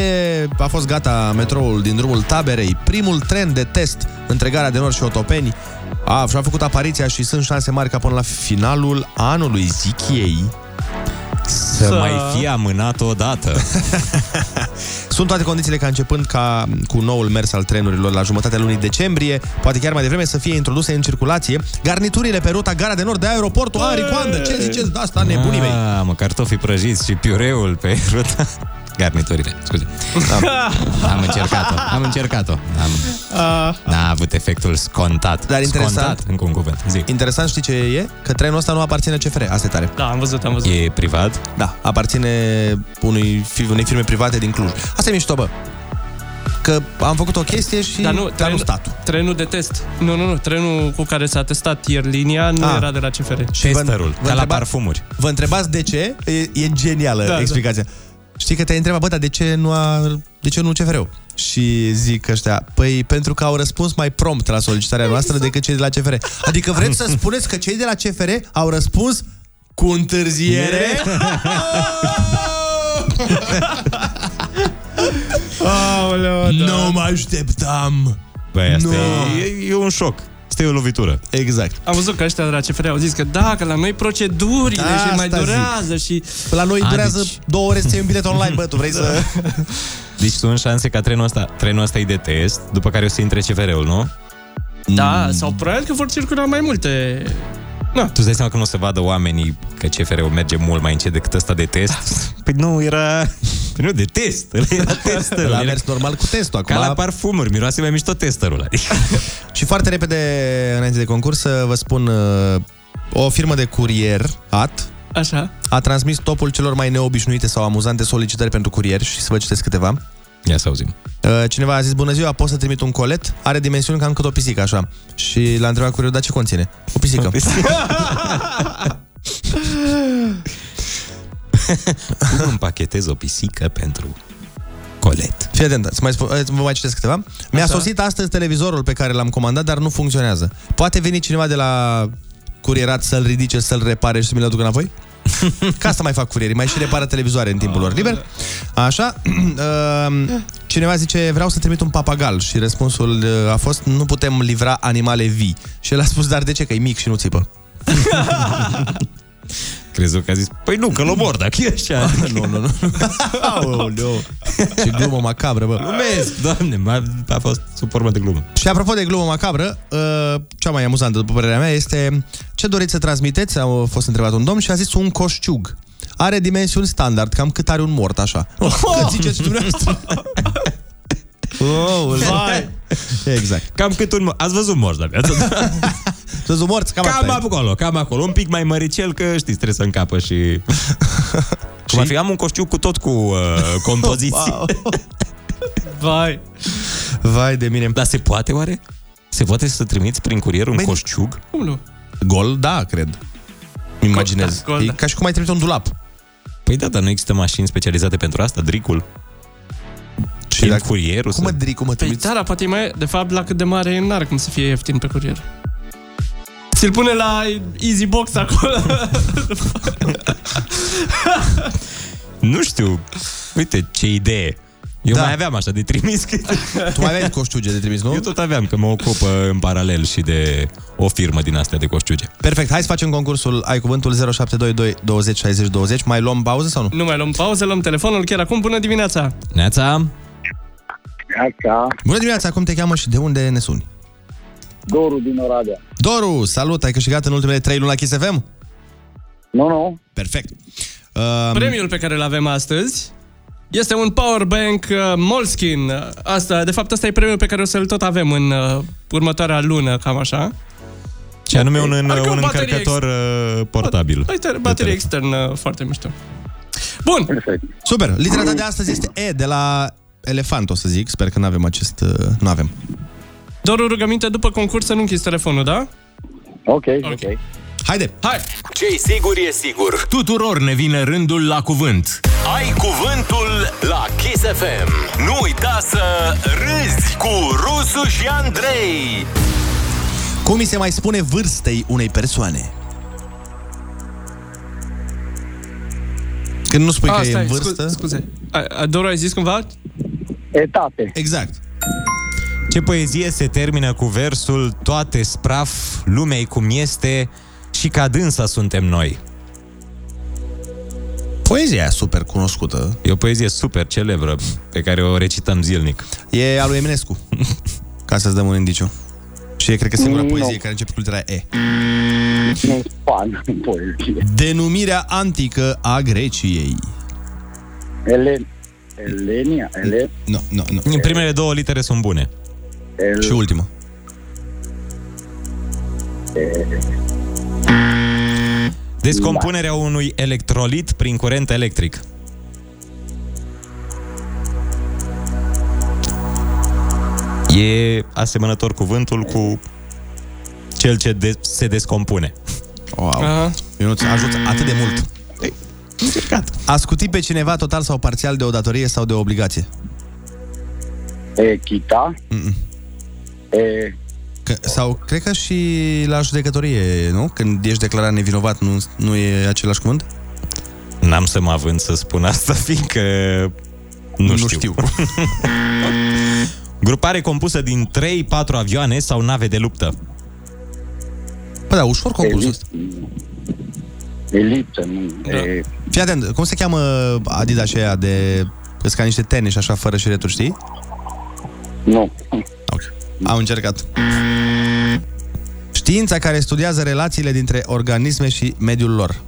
[SPEAKER 8] a fost gata metroul din drumul Taberei, primul tren de test între Gara de Nord și Otopeni a, și-a făcut apariția și sunt șanse mari ca până la finalul anului, zic ei,
[SPEAKER 5] Să mai fie amânat o dată.
[SPEAKER 8] Sunt toate condițiile ca începând ca cu noul mers al trenurilor la jumătatea lunii decembrie, poate chiar mai devreme să fie introduse în circulație garniturile pe ruta Gara de Nord de aeroportul Aricoandă. Ce ziceți de asta, nebunii mei?
[SPEAKER 5] Ah, mă, cartofii prăjiți și piureul pe ruta. Garniturile, scuze. Am, am încercat-o, am încercat-o. Am,
[SPEAKER 9] Uh,
[SPEAKER 5] n-a avut efectul scontat.
[SPEAKER 8] Dar interesant.
[SPEAKER 5] Scontat, încă un cuvânt. Zi.
[SPEAKER 8] Interesant știi ce e? Că trenul ăsta nu aparține CFR, asta e tare.
[SPEAKER 9] Da, am văzut, am văzut.
[SPEAKER 5] E privat?
[SPEAKER 8] Da, aparține unui, fi- unei firme private din Cluj. Asta e mișto, bă. Că am făcut o chestie și
[SPEAKER 9] dar nu,
[SPEAKER 8] dar nu stat.
[SPEAKER 9] trenul de test. Nu, nu, nu. Trenul cu care s-a testat ieri linia nu
[SPEAKER 8] Ah.
[SPEAKER 9] era de la CFR.
[SPEAKER 5] parfumuri.
[SPEAKER 8] Vă întrebați de ce? E, e genială
[SPEAKER 9] Da,
[SPEAKER 8] da,
[SPEAKER 9] da.
[SPEAKER 8] explicația. Da. Știi că te-ai întrebat, bă, dar de ce nu, a, de ce nu CFR-ul? Și zic ăștia, păi pentru că au răspuns mai prompt la solicitarea noastră decât cei de la CFR. Adică vreți să spuneți că cei de la CFR au răspuns cu întârziere?
[SPEAKER 7] [LAUGHS]
[SPEAKER 8] [LAUGHS]
[SPEAKER 9] Aoleo,
[SPEAKER 8] da. Nu mă așteptam!
[SPEAKER 5] Băi, Păi asta
[SPEAKER 8] Nu.
[SPEAKER 5] e, e, e un șoc. Asta e o lovitură.
[SPEAKER 8] Exact.
[SPEAKER 9] Am văzut că ăștia de la CFR au zis că da, că la noi procedurile
[SPEAKER 8] Da, Asta
[SPEAKER 9] și mai
[SPEAKER 8] zic.
[SPEAKER 9] durează și...
[SPEAKER 8] La noi
[SPEAKER 5] A,
[SPEAKER 8] durează
[SPEAKER 5] deci-
[SPEAKER 8] două ore să iei un bilet online, bă, tu vrei
[SPEAKER 9] [LAUGHS]
[SPEAKER 8] să...
[SPEAKER 5] Deci sunt șanse ca trenul ăsta, trenul ăsta e de test, după care o să intre CFR-ul, nu?
[SPEAKER 9] Da, sau probabil că vor circula mai multe.
[SPEAKER 5] Da. Tu îți dai seama că nu o să vadă oamenii că CFR-ul merge mult mai încet decât ăsta de
[SPEAKER 8] [LAUGHS]
[SPEAKER 5] test? Păi nu, era... Păi nu, de test. Ăla Era test.
[SPEAKER 8] Ăla a mers normal cu testul.
[SPEAKER 5] Ca
[SPEAKER 8] Acum-
[SPEAKER 5] la parfumuri, miroase mai mișto [LAUGHS] testerul. Adică.
[SPEAKER 8] Și foarte repede, înainte de concurs, să vă spun uh, o firmă de curier, AT,
[SPEAKER 9] Așa.
[SPEAKER 8] a transmis topul celor mai neobișnuite sau amuzante solicitări pentru curier și să vă citesc câteva.
[SPEAKER 5] Ia să auzim.
[SPEAKER 8] Uh, Cineva a zis, bună ziua, pot să trimit un colet? Are dimensiuni cam cât o pisică, așa. Și l-a întrebat curier, dar ce conține? O pisică. [LAUGHS]
[SPEAKER 5] [LAUGHS] Cum împachetez o pisică pentru colet?
[SPEAKER 8] Fii atent, îți mai spun, îți- vă mai citesc câteva. Mi-a sosit astăzi televizorul pe care l-am comandat, dar nu funcționează. Poate veni cineva de la curierat să-l ridice, să-l repare și să mi-l
[SPEAKER 5] [LAUGHS]
[SPEAKER 8] aducă înapoi? Ca asta mai fac curierii, mai și repară televizoare în timpul lor
[SPEAKER 5] Ah.
[SPEAKER 8] liber. Așa, [CLEARS THROAT] uh, cineva zice, vreau să trimit un papagal și răspunsul uh, a fost, nu putem livra animale vii. Și el a spus, dar de ce, că e mic și nu țipă.
[SPEAKER 5] Crezut că a zis, păi nu, că l omor, dacă e așa.
[SPEAKER 8] Ah,
[SPEAKER 5] adică-
[SPEAKER 8] nu,
[SPEAKER 5] [LAUGHS]
[SPEAKER 8] nu, nu. Aoleu, ce glumă macabră, bă.
[SPEAKER 5] Glumesc, doamne, m-a- a fost sub formă de glumă.
[SPEAKER 8] Și apropo de glumă macabră, uh, cea mai amuzantă, după părerea mea, este ce doriți să transmiteți? A fost întrebat un domn și a zis un coșciug. Are dimensiuni standard, cam cât are un mort, așa. Cât ziceți dumneavoastră? Oh, [LAUGHS]
[SPEAKER 5] Vai.
[SPEAKER 8] Exact.
[SPEAKER 5] Cam cât un... Ați văzut morți de viață? da?
[SPEAKER 8] [LAUGHS] Sunt morți, cam,
[SPEAKER 5] Cam,
[SPEAKER 8] asta e.
[SPEAKER 5] acolo, cam acolo. Un pic mai măricel, că știți, trebuie să încapă
[SPEAKER 8] [LAUGHS]
[SPEAKER 5] și... Cum ar fi, am un coșciu cu tot cu uh, compoziții.
[SPEAKER 9] [LAUGHS] Vai.
[SPEAKER 8] Vai de mine.
[SPEAKER 5] Dar se poate oare? Se poate să trimiți prin curier un
[SPEAKER 8] Băi,
[SPEAKER 5] coșciug?
[SPEAKER 9] Cum nu?
[SPEAKER 8] Gol, da, cred. Îmi
[SPEAKER 9] Gol,
[SPEAKER 8] Imaginez.
[SPEAKER 9] da, gol,
[SPEAKER 8] e
[SPEAKER 9] da.
[SPEAKER 8] ca și cum ai trimite un dulap.
[SPEAKER 5] Păi da, dar nu există mașini specializate pentru asta, dricul.
[SPEAKER 8] Și
[SPEAKER 5] Prin
[SPEAKER 8] Păi dacă-
[SPEAKER 5] curierul
[SPEAKER 8] Cum
[SPEAKER 5] să...
[SPEAKER 8] mă dric, cum mă
[SPEAKER 9] Păi
[SPEAKER 8] trimiți?
[SPEAKER 9] da, dar poate e mai... De fapt, la cât de mare e, n-ar cum să fie ieftin pe curier. Ți-l pune la Easybox acolo. [LAUGHS]
[SPEAKER 5] [LAUGHS] Nu știu. Uite, ce idee. Eu
[SPEAKER 8] Da.
[SPEAKER 5] mai aveam așa de trimis. Că...
[SPEAKER 8] [LAUGHS] Tu mai aveai coșciuge de trimis, nu?
[SPEAKER 5] Eu tot aveam, că mă ocup uh, în paralel și de o firmă din astea de coșciuge.
[SPEAKER 8] Perfect, hai să facem concursul Ai cuvântul 0722 20 60 20 Mai luăm pauză sau nu?
[SPEAKER 9] nu mai luăm pauză, luăm telefonul chiar acum. Bună dimineața!
[SPEAKER 5] Neața,
[SPEAKER 10] Asta,
[SPEAKER 8] Bună dimineața, cum te cheamă și de unde ne suni?
[SPEAKER 10] dorul din Oradea.
[SPEAKER 8] Doru, salut! Ai câștigat în ultimele 3 luni la Kiss FM?
[SPEAKER 10] Nu, nu,
[SPEAKER 8] Perfect. Um,
[SPEAKER 9] Premiul pe care îl avem astăzi este un powerbank uh, Moleskin. Asta, de fapt, asta e premiul pe care o să-l tot avem în uh, următoarea lună, cam așa.
[SPEAKER 5] și anume un, un,
[SPEAKER 9] Adică o
[SPEAKER 5] un
[SPEAKER 9] baterie
[SPEAKER 5] încărcător uh, portabil.
[SPEAKER 9] Hai, te-
[SPEAKER 5] de telefon.
[SPEAKER 9] baterie externă uh, foarte mișto. Bun,
[SPEAKER 10] perfect.
[SPEAKER 8] super, litera ta de astăzi este E de la elefant, o să zic. Sper că nu avem acest... uh, Nu avem.
[SPEAKER 9] doar o rugăminte după concurs să nu închizi telefonul, da?
[SPEAKER 10] Ok,
[SPEAKER 9] Ok.
[SPEAKER 10] ok.
[SPEAKER 8] Haide!
[SPEAKER 9] Hai!
[SPEAKER 7] Ce-i sigur e sigur.
[SPEAKER 6] Tuturor ne vine rândul la cuvânt.
[SPEAKER 7] Ai cuvântul la Kiss FM. Nu uita să râzi cu Rusu și Andrei.
[SPEAKER 8] Cum mi se mai spune vârstei unei persoane? Când nu spui
[SPEAKER 9] Ah,
[SPEAKER 8] că e în vârstă...
[SPEAKER 9] scu- scuze. A- a- Doru, ai zis cumva?
[SPEAKER 10] Etape.
[SPEAKER 8] Exact.
[SPEAKER 5] Ce poezie se termină cu versul Toate spraf, lumea cum este și ca dânsa suntem noi.
[SPEAKER 8] Poezia aia super cunoscută.
[SPEAKER 5] E o poezie super celebră pe care o recităm zilnic.
[SPEAKER 8] E a lui Eminescu. [LAUGHS] Ca să-ți dăm un indiciu. Și e, cred că, singura
[SPEAKER 10] Nu.
[SPEAKER 8] poezie care începe cu litera E.
[SPEAKER 10] Nu fan în poezie.
[SPEAKER 8] Denumirea antică a Greciei.
[SPEAKER 10] Elen.
[SPEAKER 13] Elenia, Ele...
[SPEAKER 5] Nu, nu, nu. Primele două litere sunt bune.
[SPEAKER 13] El-
[SPEAKER 5] Și ultima. Descompunerea unui electrolit prin curent electric. E asemănător cuvântul cu cel ce de- se descompune.
[SPEAKER 8] Wow.
[SPEAKER 5] Eu nu-ți ajut atât de mult.
[SPEAKER 8] A scuti pe cineva total sau parțial de o datorie sau de o obligație.
[SPEAKER 13] Echita. E...
[SPEAKER 8] Că, sau cred că și la judecătorie, nu? Când ești declarat nevinovat, nu, nu e același cuvânt?
[SPEAKER 5] N-am să mă având să spun asta, [LAUGHS] fiindcă nu, nu știu. știu. [LAUGHS] Grupare compusă din 3-4 avioane sau nave de luptă.
[SPEAKER 8] Păi da, ușor concursul ăsta.
[SPEAKER 13] Eliptă, nu.
[SPEAKER 8] Da. Fii atent, cum se cheamă Adidas și aia de... Că ca niște tenis și așa, fără șireturi, știi?
[SPEAKER 13] Nu.
[SPEAKER 8] Am încercat. Știința care studiază relațiile dintre organisme și mediul lor.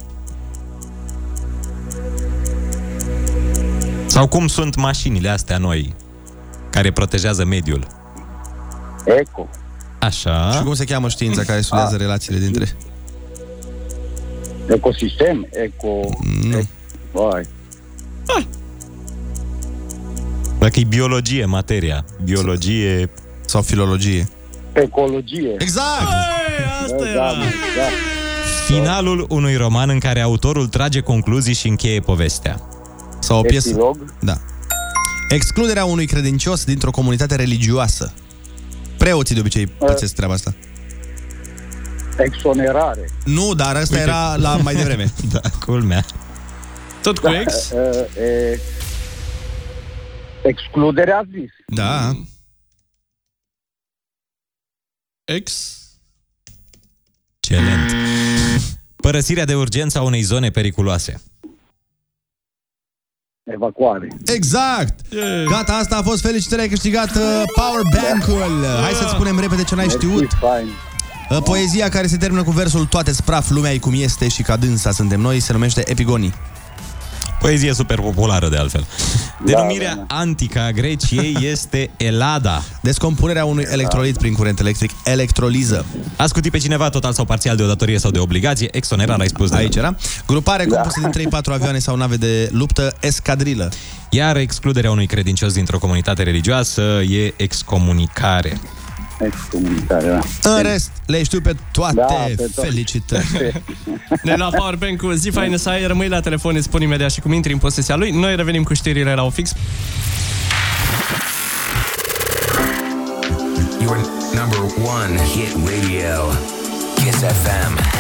[SPEAKER 5] Sau cum sunt mașinile astea noi care protejează mediul.
[SPEAKER 13] Eco.
[SPEAKER 5] Așa.
[SPEAKER 8] Și cum se cheamă știința care studiază relațiile dintre...
[SPEAKER 13] Ecosistem, eco...
[SPEAKER 8] Nu.
[SPEAKER 13] Vai.
[SPEAKER 5] Dacă e biologie materia, biologie...
[SPEAKER 8] Sau filologie.
[SPEAKER 13] Ecologie.
[SPEAKER 8] Exact!
[SPEAKER 13] asta da, da, da.
[SPEAKER 5] Finalul unui roman în care autorul trage concluzii și încheie povestea.
[SPEAKER 8] Sau o piesă. Da. Excluderea unui credincios dintr-o comunitate religioasă. Preoții de obicei pățesc treaba asta.
[SPEAKER 13] Exonerare.
[SPEAKER 8] Nu, dar asta
[SPEAKER 13] Uite.
[SPEAKER 8] era la mai devreme.
[SPEAKER 5] [LAUGHS] da, culmea. Tot cu
[SPEAKER 13] Da,
[SPEAKER 5] ex?
[SPEAKER 14] uh,
[SPEAKER 13] e, e, Excluderea a zis.
[SPEAKER 8] Da.
[SPEAKER 9] Ex?
[SPEAKER 5] Excelent. Părăsirea de urgență a unei zone periculoase.
[SPEAKER 13] Evacuare.
[SPEAKER 8] Exact! Gata, asta a fost. Felicitări, ai câștigat uh, power bank-ul. Hai să-ți spunem repede ce n-ai știut. Uh, Poezia care se termină cu versul Toate spraf, lumea e cum este și ca dânsa suntem noi se numește Epigonii.
[SPEAKER 5] Poezie super populară, de altfel. Denumirea da, da, da. antică a
[SPEAKER 8] [LAUGHS]
[SPEAKER 5] Greciei este Elada.
[SPEAKER 8] Descompunerea unui
[SPEAKER 9] Da.
[SPEAKER 8] electrolit prin curent electric, electroliză.
[SPEAKER 5] A scutit pe cineva total sau parțial de o datorie sau de obligație, exonerare ai spus. da.
[SPEAKER 8] Aici era. Grupare
[SPEAKER 9] Da.
[SPEAKER 8] compusă din 3-4 avioane sau nave de luptă, escadrilă.
[SPEAKER 5] Iar excluderea unui credincios dintr-o comunitate religioasă e excomunicare.
[SPEAKER 13] Excomunicare, da.
[SPEAKER 8] În rest, le știu pe toate.
[SPEAKER 9] Da, pe toate.
[SPEAKER 8] Felicitări.
[SPEAKER 9] [LAUGHS] De la Powerbank cu zi faină să ai, rămâi la telefon, îți spun imediat și cum intri în posesia lui. Noi revenim cu știrile la Ofix.
[SPEAKER 15] Your number one hit radio, Kiss FM.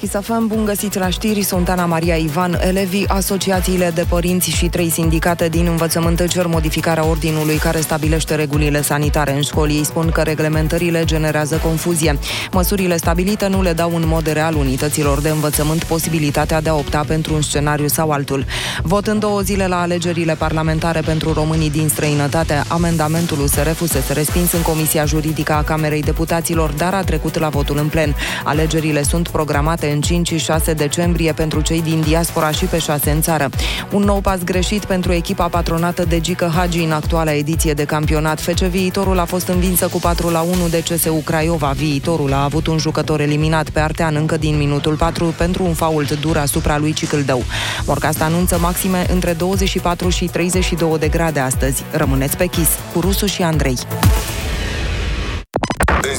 [SPEAKER 1] Chisafem, bun găsit la știri, sunt Ana Maria Ivan. Elevii, asociațiile de părinți și trei sindicate din învățământ cer modificarea ordinului care stabilește regulile sanitare în școli. Ei spun că reglementările generează confuzie. Măsurile stabilite nu le dau în mod real unităților de învățământ posibilitatea de a opta pentru un scenariu sau altul. Vot în două zile la alegerile parlamentare pentru românii din străinătate. Amendamentul USR fusese respins în Comisia Juridică a Camerei Deputaților, dar a trecut la votul în plen. Alegerile sunt programate în 5 și 6 decembrie pentru cei din diaspora și pe 6 în țară. Un nou pas greșit pentru echipa patronată de Gică Hagi în actuala ediție de campionat. FC Viitorul a fost învinsă cu 4 la 1 de CSU Craiova. Viitorul a avut un jucător eliminat pe Artean încă din minutul 4 pentru un fault dur asupra lui Cicâldău. Morcast anunță maxime între 24 și 32 de grade astăzi. Rămâneți pe chis cu Rusu și Andrei.
[SPEAKER 7] În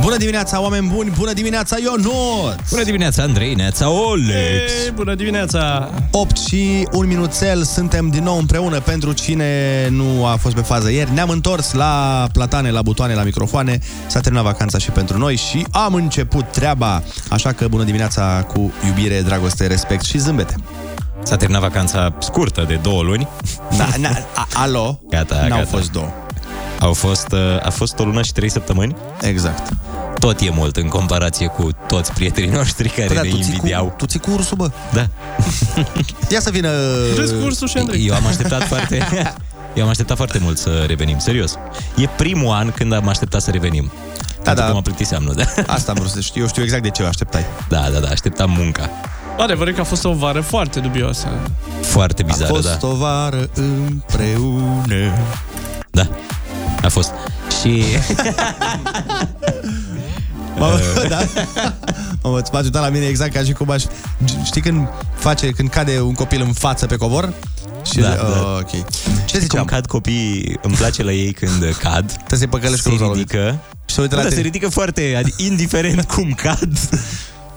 [SPEAKER 8] Bună dimineața, oameni buni! Bună dimineața, Ionut!
[SPEAKER 5] Bună dimineața, Andrei, neața, Olex!
[SPEAKER 9] Ei, bună dimineața!
[SPEAKER 8] 8 și 1 minuțel, suntem din nou împreună pentru cine nu a fost pe fază ieri. Ne-am întors la platane, la butoane, la microfoane. S-a terminat vacanța și pentru noi și am început treaba. Așa că bună dimineața cu iubire, dragoste, respect și zâmbete.
[SPEAKER 5] S-a terminat vacanța scurtă de două luni.
[SPEAKER 8] Da, na, a, alo,
[SPEAKER 5] gata,
[SPEAKER 8] n-au
[SPEAKER 5] gata.
[SPEAKER 8] fost două.
[SPEAKER 5] Au fost, uh, a fost o lună și trei săptămâni?
[SPEAKER 8] Exact.
[SPEAKER 5] Tot e mult în comparație cu toți prietenii noștri care
[SPEAKER 8] Păi da,
[SPEAKER 5] ne
[SPEAKER 8] tu ții cu-
[SPEAKER 5] invidiau.
[SPEAKER 8] Tu ții cu ursul, bă.
[SPEAKER 5] Da.
[SPEAKER 8] Ia să vină...
[SPEAKER 5] uh, Eu am așteptat foarte... Eu am așteptat foarte mult să revenim, serios. E primul an când am așteptat să revenim. Da, da. Că mă plictiseam, nu? Da.
[SPEAKER 8] Asta am vrut să știu. Eu știu exact de ce așteptai.
[SPEAKER 5] Da, da, da, așteptam munca.
[SPEAKER 9] Adevărul e că a fost o vară foarte dubioasă.
[SPEAKER 5] Foarte bizară,
[SPEAKER 8] A fost
[SPEAKER 5] da.
[SPEAKER 8] o vară împreună.
[SPEAKER 5] Da, a fost. Și...
[SPEAKER 8] Mamă,
[SPEAKER 5] Ehm.
[SPEAKER 8] da? Mamă, ți-a ajutat la mine exact ca și cum aș... Știi când face, când cade un copil în față pe covor? Și,
[SPEAKER 5] Da,
[SPEAKER 8] uh,
[SPEAKER 5] da.
[SPEAKER 8] ok. Ce ziceam?
[SPEAKER 5] Cum cad copiii, îmi place la ei când cad. Trebuie
[SPEAKER 8] să-i păcălești
[SPEAKER 5] se
[SPEAKER 8] că nu s-au
[SPEAKER 5] ridică.
[SPEAKER 8] Și se uită la
[SPEAKER 5] da,
[SPEAKER 8] tine.
[SPEAKER 5] se ridică foarte, adică, indiferent [LAUGHS] cum cad,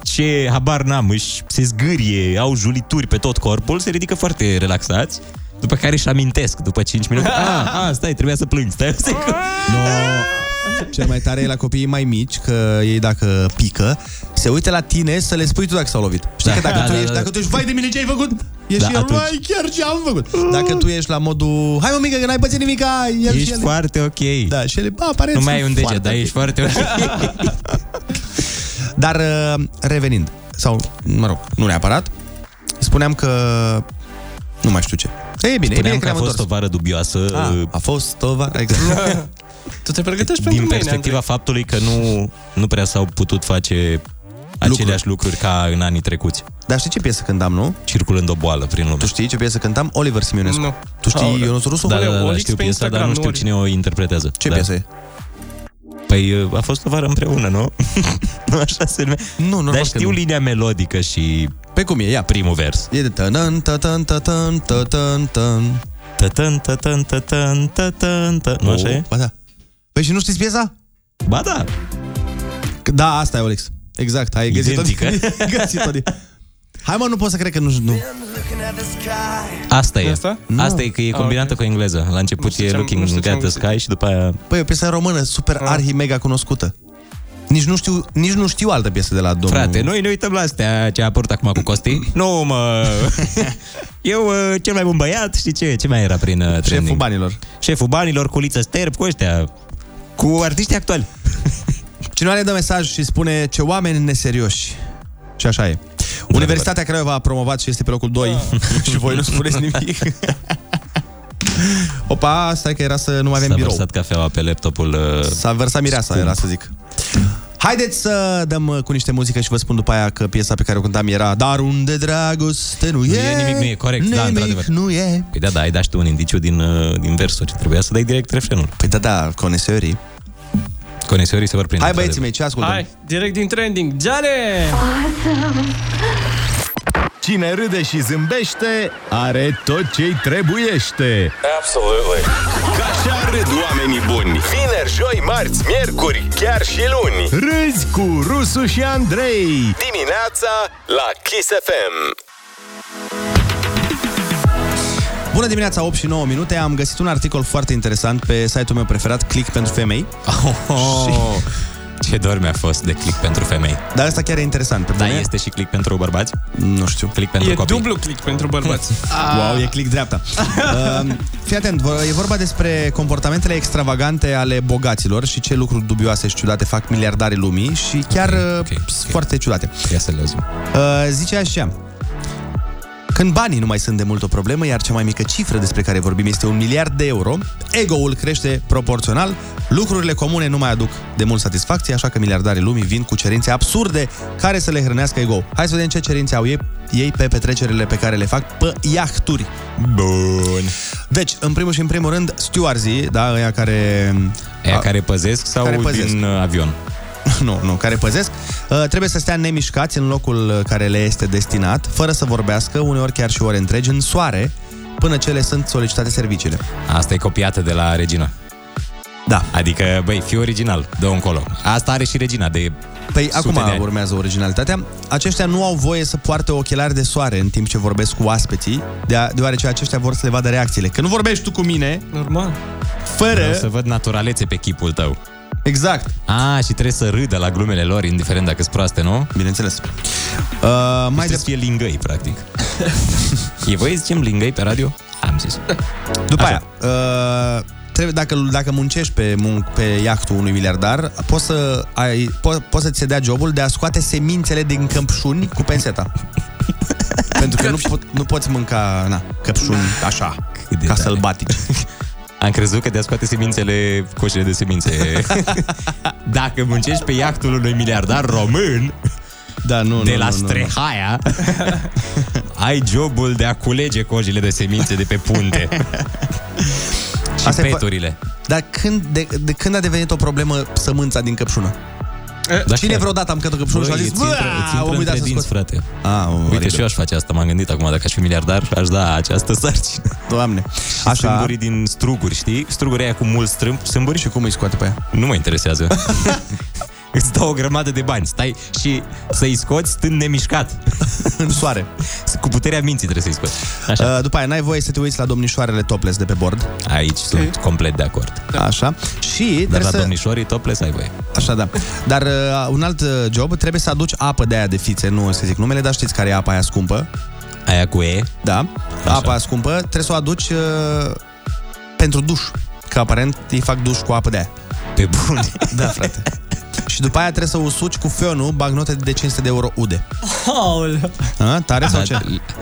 [SPEAKER 5] ce habar n-am, își se zgârie, au julituri pe tot corpul, se ridică foarte relaxați. După care își amintesc după 5 minute.
[SPEAKER 8] Ah,
[SPEAKER 5] A, a, Ah, stai, trebuia să plângi, stai o secundă.
[SPEAKER 8] No. Cel mai tare e la copiii mai mici, că ei dacă pică, se uită la tine să le spui tu dacă s-au lovit. Știi
[SPEAKER 5] Da,
[SPEAKER 8] că dacă,
[SPEAKER 5] da,
[SPEAKER 8] tu
[SPEAKER 5] da,
[SPEAKER 8] ești,
[SPEAKER 5] da.
[SPEAKER 8] dacă tu ești, vai de mine ce ai făcut, ești
[SPEAKER 5] Da,
[SPEAKER 8] și el,
[SPEAKER 5] atunci.
[SPEAKER 8] vai chiar ce am făcut. Dacă tu ești la modul, hai mă mică că n-ai pățit nimic, ai, el și
[SPEAKER 5] Ești
[SPEAKER 8] el.
[SPEAKER 5] foarte ok.
[SPEAKER 8] Da, și ele, ba, pare
[SPEAKER 5] Nu mai ai un deget, dar ești foarte ok.
[SPEAKER 8] [LAUGHS] Dar uh, revenind, sau, mă rog, nu neapărat, spuneam că nu mai știu ce. E bine, e
[SPEAKER 5] Spuneam
[SPEAKER 8] bine
[SPEAKER 5] că a
[SPEAKER 8] ne-am
[SPEAKER 5] fost o
[SPEAKER 8] întors. Ah,
[SPEAKER 5] vară dubioasă. uh,
[SPEAKER 8] A, a fost o
[SPEAKER 5] [LAUGHS]
[SPEAKER 8] vară, exact.
[SPEAKER 9] [LAUGHS] tu te pregătești
[SPEAKER 5] Din perspectiva faptului că nu, nu prea s-au putut face aceleași lucruri ca în anii trecuți.
[SPEAKER 8] Dar știi ce piesă cântam, nu?
[SPEAKER 5] Circulând o boală prin lume.
[SPEAKER 8] Tu știi ce piesă cântam? Oliver Simionescu.
[SPEAKER 5] Nu.
[SPEAKER 8] Tu știi Aolea. Ionuț Rusu?
[SPEAKER 5] Da, da, da, da știu piesa, dar nu știu cine o interpretează.
[SPEAKER 8] Ce
[SPEAKER 5] da.
[SPEAKER 8] piesă e?
[SPEAKER 5] Păi a fost o vară împreună, nu? [LAUGHS] nu așa se numește.
[SPEAKER 8] Nu, normal
[SPEAKER 5] Dar
[SPEAKER 8] că
[SPEAKER 5] știu
[SPEAKER 8] nu.
[SPEAKER 5] linia melodică și...
[SPEAKER 8] Pe cum e? Ia.
[SPEAKER 5] Primul vers.
[SPEAKER 8] E de tătăn, tătăn, tătăn, tătăn, tătăn.
[SPEAKER 5] Tătăn, tătăn, tătăn, tătăn, tătăn. Nu așa e?
[SPEAKER 8] Ba da. Păi și nu știți piesa?
[SPEAKER 5] Ba da.
[SPEAKER 8] C- Da, asta e, Olex. Exact, ai [LAUGHS] găsit-o.
[SPEAKER 5] Identică.
[SPEAKER 8] găsit-o. Hai mă, nu pot să cred că nu, nu.
[SPEAKER 5] Asta e.
[SPEAKER 8] Asta?
[SPEAKER 5] Asta,
[SPEAKER 8] Nu.
[SPEAKER 5] asta e că e
[SPEAKER 8] Ah,
[SPEAKER 5] combinată cu engleză. La început e Looking at the Sky și după aia...
[SPEAKER 8] Păi e o piesă română, super
[SPEAKER 5] Ah.
[SPEAKER 8] arhi mega cunoscută. Nici nu, știu, nici nu știu altă piesă de la domnul.
[SPEAKER 5] Frate, noi ne uităm la astea ce a apărut acum cu
[SPEAKER 8] [LAUGHS]
[SPEAKER 5] Costi. nu, mă... Eu, uh, cel mai bun băiat, știi ce? Ce mai era prin uh, Șeful trending?
[SPEAKER 8] banilor.
[SPEAKER 5] Șeful banilor, culiță sterb, cu ăștia. Cu artiștii actuali.
[SPEAKER 8] Cineva ne dă mesaj și spune ce oameni neserioși. Și așa e. Universitatea Craiova a promovat și este pe locul 2
[SPEAKER 5] Ah.
[SPEAKER 8] [LAUGHS] și voi nu spuneți
[SPEAKER 5] [LAUGHS]
[SPEAKER 8] nimic. Opa, stai că era să nu mai avem
[SPEAKER 5] S-a
[SPEAKER 8] birou.
[SPEAKER 5] vărsat cafeaua pe laptopul... Uh,
[SPEAKER 8] S-a vărsat mireasa,
[SPEAKER 5] scump.
[SPEAKER 8] era să zic. Haideți să dăm uh, cu niște muzică și vă spun după aia că piesa pe care o cântam era Dar unde dragoste nu e,
[SPEAKER 5] Nu e nimic, nu e corect, da,
[SPEAKER 8] nimic
[SPEAKER 5] într-adevăr.
[SPEAKER 8] nu e.
[SPEAKER 5] Păi da, da, ai dat și tu un indiciu din, uh, din versuri. Trebuia să dai direct refrenul.
[SPEAKER 8] Păi da, da, conesorii.
[SPEAKER 5] Conesorii se vor prinde.
[SPEAKER 8] Hai băieții mei, ce ascultăm?
[SPEAKER 9] Hai, direct din trending. Giane!
[SPEAKER 15] Cine râde și zâmbește are tot ce-i trebuiește.
[SPEAKER 7] Absolutely. Ca așa râd oamenii buni. Vineri, joi, marți, miercuri, chiar și luni.
[SPEAKER 15] Râzi cu Rusu și Andrei.
[SPEAKER 7] Dimineața la Kiss FM.
[SPEAKER 8] Bună dimineața, 8 și 9 minute. Am găsit un articol foarte interesant pe site-ul meu preferat, Click pentru femei. [LAUGHS]
[SPEAKER 5] Oh, ce dor mi-a fost de click pentru femei.
[SPEAKER 8] Dar asta chiar e interesant. Pe
[SPEAKER 5] Da,
[SPEAKER 8] bune.
[SPEAKER 5] este și click pentru bărbați?
[SPEAKER 8] Nu știu. Ah.
[SPEAKER 5] Click pentru
[SPEAKER 9] e
[SPEAKER 5] copii.
[SPEAKER 9] dublu click pentru
[SPEAKER 5] [LAUGHS]
[SPEAKER 9] bărbați.
[SPEAKER 8] Wow, e click dreapta. Uh, fii atent, vor- e vorba despre comportamentele extravagante ale bogaților și ce lucruri dubioase și ciudate fac miliardarii lumii și chiar okay, okay, foarte ciudate.
[SPEAKER 5] Ia să le auzim.
[SPEAKER 8] Uh, zice așa. Când banii nu mai sunt de mult o problemă, iar cea mai mică cifră despre care vorbim este un miliard de euro, ego-ul crește proporțional, lucrurile comune nu mai aduc de mult satisfacție, așa că miliardarii lumii vin cu cerințe absurde care să le hrănească ego. Hai să vedem ce cerințe au ei, ei pe petrecerile pe care le fac pe iahturi.
[SPEAKER 5] Bun.
[SPEAKER 8] Deci, în primul și în primul rând, stewardii, da, ăia care...
[SPEAKER 5] Aia care păzesc sau
[SPEAKER 8] Ah. Care păzesc.
[SPEAKER 5] din uh, avion?
[SPEAKER 8] [LAUGHS] nu, nu, care păzesc, uh, trebuie să stea nemișcați în locul uh, care le este destinat, fără să vorbească, uneori chiar și ore întregi, în soare, până ce le sunt solicitate serviciile.
[SPEAKER 5] Asta e copiată de la Regina.
[SPEAKER 8] Da.
[SPEAKER 5] Adică, băi, fi original, dă un colo. Asta are și Regina de
[SPEAKER 8] Păi
[SPEAKER 5] sute
[SPEAKER 8] acum
[SPEAKER 5] de ani.
[SPEAKER 8] urmează originalitatea. Aceștia nu au voie să poarte ochelari de soare în timp ce vorbesc cu aspeții, de- deoarece aceștia vor să le vadă reacțiile. Că nu vorbești tu cu mine,
[SPEAKER 9] Normal.
[SPEAKER 8] fără...
[SPEAKER 5] Vreau să văd naturalețe pe chipul tău.
[SPEAKER 8] Exact.
[SPEAKER 5] A, și trebuie să râdă la glumele lor, indiferent dacă sunt proaste, nu?
[SPEAKER 8] Bineînțeles. Uh, mai [LAUGHS]
[SPEAKER 5] trebuie să fie lingăi, practic. E voi zicem lingăi pe radio? Am zis.
[SPEAKER 8] După Așa. aia, uh, trebuie, dacă, dacă muncești pe, mun- pe iahtul unui miliardar, poți, să ai, po, poți să-ți se dea jobul de a scoate semințele din căpșuni cu penseta. [LAUGHS] Pentru că nu, pot, nu poți mânca na, căpșuni așa, ca sălbatici.
[SPEAKER 5] [LAUGHS] Am crezut că de-a scoate semințele, coșele de
[SPEAKER 8] [LAUGHS]
[SPEAKER 5] semințe. Dacă muncești pe iahtul unui miliardar român,
[SPEAKER 8] da, nu,
[SPEAKER 5] de
[SPEAKER 8] nu,
[SPEAKER 5] la
[SPEAKER 8] nu, nu, nu. [LAUGHS]
[SPEAKER 5] Strehaia, ai jobul de a culege cojile de semințe de pe
[SPEAKER 8] [LAUGHS]
[SPEAKER 5] punte. Și
[SPEAKER 8] Asta e fa-
[SPEAKER 5] peturile.
[SPEAKER 8] Dar când, de, de când a devenit o problemă sămânța din căpșună?
[SPEAKER 5] Dar
[SPEAKER 8] Cine
[SPEAKER 5] chiar.
[SPEAKER 8] vreodată am cătut căpșunul și a
[SPEAKER 5] Băi,
[SPEAKER 8] zis,
[SPEAKER 5] îți intră-
[SPEAKER 8] "Bă,
[SPEAKER 5] îți intră
[SPEAKER 8] omul,
[SPEAKER 5] între
[SPEAKER 8] uita să
[SPEAKER 5] dinți,
[SPEAKER 8] scot."
[SPEAKER 5] frate.
[SPEAKER 8] A,
[SPEAKER 5] Uite,
[SPEAKER 8] oribil.
[SPEAKER 5] și eu aș face asta, m-am gândit acum, dacă aș fi miliardar, aș da această [LAUGHS] sarcină.
[SPEAKER 8] Doamne.
[SPEAKER 5] Așa. Sâmburii din struguri, știi? Struguri aia cu mult strâmb, sâmburi.
[SPEAKER 8] Și cum îi scoate pe aia?
[SPEAKER 5] Nu mă
[SPEAKER 8] [LAUGHS]
[SPEAKER 5] interesează. Îți dau o grămadă de bani, stai și să-i scoți stând nemișcat.
[SPEAKER 8] În soare.
[SPEAKER 5] Cu puterea minții trebuie să-i scoți.
[SPEAKER 8] Așa. Uh, După aia n-ai voie să te uiți la domnișoarele topless de pe bord.
[SPEAKER 5] Aici sunt complet de acord.
[SPEAKER 8] Așa. Și
[SPEAKER 5] Dar
[SPEAKER 8] trebuie
[SPEAKER 5] la
[SPEAKER 8] să...
[SPEAKER 5] domnișorii topless ai voie.
[SPEAKER 8] Așa, da. Dar uh, un alt uh, job, trebuie să aduci apă de aia de fițe, nu o să zic numele, dar știți care e apa aia scumpă.
[SPEAKER 5] Aia cu E?
[SPEAKER 8] Da. Așa. Apa aia scumpă, trebuie să o aduci uh, pentru duș. Că aparent îi fac duș cu apă de aia.
[SPEAKER 5] Pe bune.
[SPEAKER 8] [LAUGHS] Da, frate. Și după aia trebuie să usuci cu fionul bagnote de 500 de euro ude.
[SPEAKER 9] Aoleu.
[SPEAKER 8] A, tare sau ce?
[SPEAKER 5] Ah,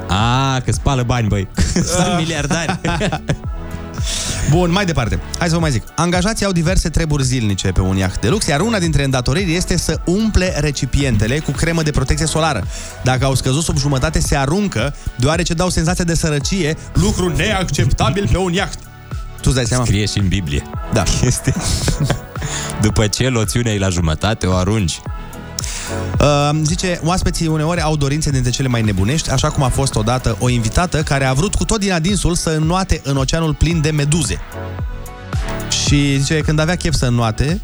[SPEAKER 5] da. A, că spală bani, băi. [LAUGHS] Sunt miliardari.
[SPEAKER 8] [LAUGHS] Bun, mai departe. Hai să vă mai zic. Angajații au diverse treburi zilnice pe un iaht de lux, iar una dintre îndatoriri este să umple recipientele cu cremă de protecție solară. Dacă au scăzut sub jumătate, se aruncă, deoarece dau senzația de sărăcie, lucru neacceptabil pe un iaht. Tu îți dai seama?
[SPEAKER 5] Scrie și în Biblie.
[SPEAKER 8] Da. [LAUGHS]
[SPEAKER 5] Este... După ce loțiunea e la jumătate, o arunci.
[SPEAKER 8] Uh, zice, oaspeții uneori au dorințe dintre cele mai nebunești, așa cum a fost odată o invitată care a vrut cu tot din adinsul să înnoate în oceanul plin de meduze. Și zice, când avea chef să înnoate,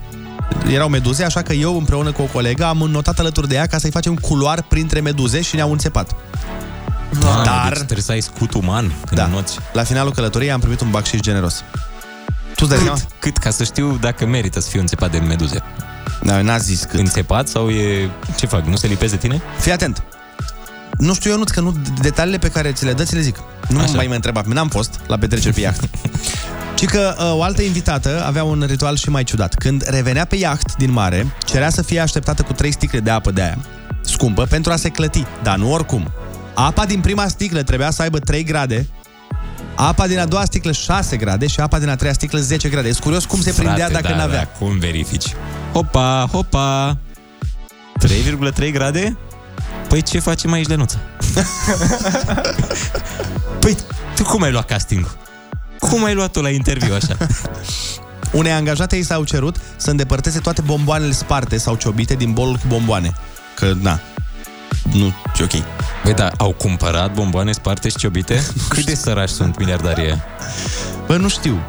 [SPEAKER 8] erau meduze, așa că eu împreună cu o colegă am înnotat alături de ea ca să-i facem culoar printre meduze și ne-au înțepat.
[SPEAKER 5] Mamă,
[SPEAKER 8] Dar-
[SPEAKER 5] Deci trebuie să ai scut uman când da. noți.
[SPEAKER 8] La finalul călătoriei am primit un bacșiș generos. Tu dai seama?
[SPEAKER 5] Cât, cât, ca să știu dacă merită să fiu înțepat de meduze.
[SPEAKER 8] Da, n-a zis cât.
[SPEAKER 5] Înțepat sau e... Ce fac? Nu se lipesc de tine?
[SPEAKER 8] Fii atent. Nu știu eu, nu că nu detaliile pe care ți le dă, ți le zic. Nu
[SPEAKER 5] Așa.
[SPEAKER 8] Așa. mai mă întreba, n-am fost la petreceri pe
[SPEAKER 5] [LAUGHS]
[SPEAKER 8] iaht. Ci că uh, o altă invitată avea un ritual și mai ciudat. Când revenea pe iaht din mare, cerea să fie așteptată cu trei sticle de apă de aia, scumpă, pentru a se clăti, dar nu oricum. Apa din prima sticlă trebuia să aibă 3 grade, apa din a doua sticlă 6 grade și apa din a treia sticlă 10 grade. Ești curios cum se prindea dacă
[SPEAKER 5] da,
[SPEAKER 8] n-avea.
[SPEAKER 5] Da, cum verifici? Hopa, hopa! 3,3 grade? Păi ce facem aici,
[SPEAKER 8] [LAUGHS]
[SPEAKER 5] Lenuța? păi tu cum ai luat castingul? Cum ai luat-o la interviu așa?
[SPEAKER 8] [LAUGHS] Unei angajate i s-au cerut să îndepărteze toate bomboanele sparte sau ciobite din bolul cu bomboane. Că, na, nu e ok.
[SPEAKER 5] Păi da, au cumpărat bomboane sparte și
[SPEAKER 8] [LAUGHS]
[SPEAKER 5] ciobite? Cât de sărași sunt miliardarii
[SPEAKER 8] Bă, nu știu.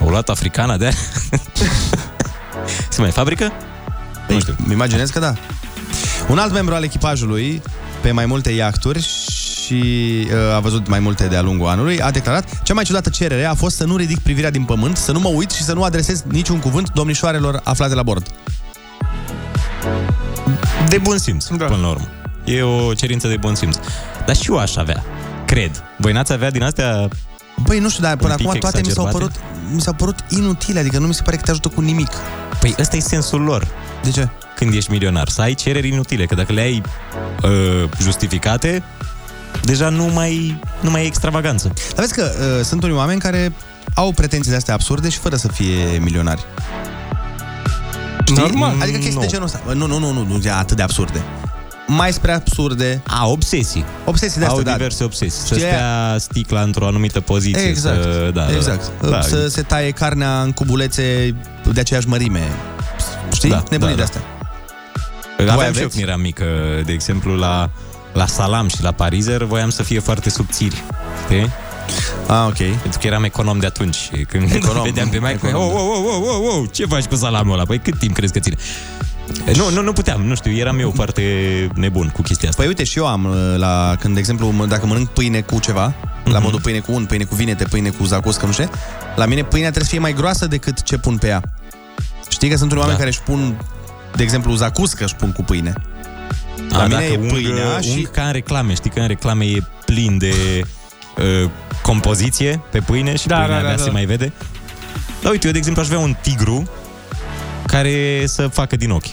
[SPEAKER 5] Au luat africana
[SPEAKER 8] [LAUGHS]
[SPEAKER 5] de Se mai fabrică?
[SPEAKER 8] Nu știu. Îmi imaginez că da. Un alt membru al echipajului pe mai multe iahturi și uh, a văzut mai multe de-a lungul anului, a declarat cea mai ciudată cerere a fost să nu ridic privirea din pământ, să nu mă uit și să nu adresez niciun cuvânt domnișoarelor aflate la bord.
[SPEAKER 5] De bun simț, da. până la urmă. E o cerință de bun simț. Dar și eu aș avea, cred. Voi n-ați avea din astea...
[SPEAKER 8] Băi, nu știu, dar
[SPEAKER 5] un
[SPEAKER 8] până
[SPEAKER 5] pic
[SPEAKER 8] acum toate mi s-au, părut,
[SPEAKER 5] exagerate?
[SPEAKER 8] mi s-au părut inutile, adică nu mi se pare că te ajută cu nimic.
[SPEAKER 5] Păi ăsta e sensul lor.
[SPEAKER 8] De ce?
[SPEAKER 5] Când ești milionar, să ai cereri inutile, că dacă le ai uh, justificate, deja nu mai, nu mai e extravaganță.
[SPEAKER 8] Dar vezi că uh, sunt unii oameni care au pretenții de astea absurde și fără să fie milionari. Știi?
[SPEAKER 5] Normal.
[SPEAKER 8] Adică chestii
[SPEAKER 5] Nu.
[SPEAKER 8] de genul ăsta. Nu, nu, nu, nu, nu, e atât de absurde. Mai spre absurde.
[SPEAKER 5] A, obsesii.
[SPEAKER 8] Obsesii de
[SPEAKER 5] Au
[SPEAKER 8] astea, da.
[SPEAKER 5] diverse obsesii. Să
[SPEAKER 8] Știi,
[SPEAKER 5] stea sticla într-o anumită poziție.
[SPEAKER 8] Exact.
[SPEAKER 5] Să, da,
[SPEAKER 8] exact.
[SPEAKER 5] Da, da.
[SPEAKER 8] Să se taie carnea în cubulețe de aceeași mărime. Știi?
[SPEAKER 5] Da,
[SPEAKER 8] Nebunii
[SPEAKER 5] da,
[SPEAKER 8] de
[SPEAKER 5] da.
[SPEAKER 8] astea.
[SPEAKER 5] Îl aveam
[SPEAKER 8] aveți?
[SPEAKER 5] și eu când eram mică, de exemplu, la, la salam și la parizer, voiam să fie foarte subțiri. Știi?
[SPEAKER 8] Ah, ok.
[SPEAKER 5] Pentru că eram econom de atunci. și Când
[SPEAKER 8] Econom,
[SPEAKER 5] econom, [LAUGHS] vedeam pe maică,
[SPEAKER 8] econom, da.
[SPEAKER 5] oh, oh, oh, oh, oh, oh, ce faci cu salamul ăla? Păi cât timp crezi că ține? Nu, nu, nu puteam, nu știu, eram eu foarte nebun cu chestia asta.
[SPEAKER 8] Păi uite, și eu am uh, la, când, de exemplu, mă- dacă mănânc pâine cu ceva,
[SPEAKER 5] Mhm.
[SPEAKER 8] la modul pâine cu un, pâine cu vinete, pâine cu zacuscă, nu știu, la mine pâinea trebuie să fie mai groasă decât ce pun pe ea. Știi că sunt unii oameni
[SPEAKER 5] Da.
[SPEAKER 8] care își pun, de exemplu, zacuscă își pun cu pâine.
[SPEAKER 5] La
[SPEAKER 8] mine
[SPEAKER 5] Da, dacă
[SPEAKER 8] e
[SPEAKER 5] ung,
[SPEAKER 8] pâinea
[SPEAKER 5] ung
[SPEAKER 8] și-
[SPEAKER 5] ca în reclame, știi că în reclame e plin de uh, compoziție pe pâine și da, pâinea da, da, da. se mai vede. Dar uite, eu de exemplu aș vrea un tigru care să facă din ochi.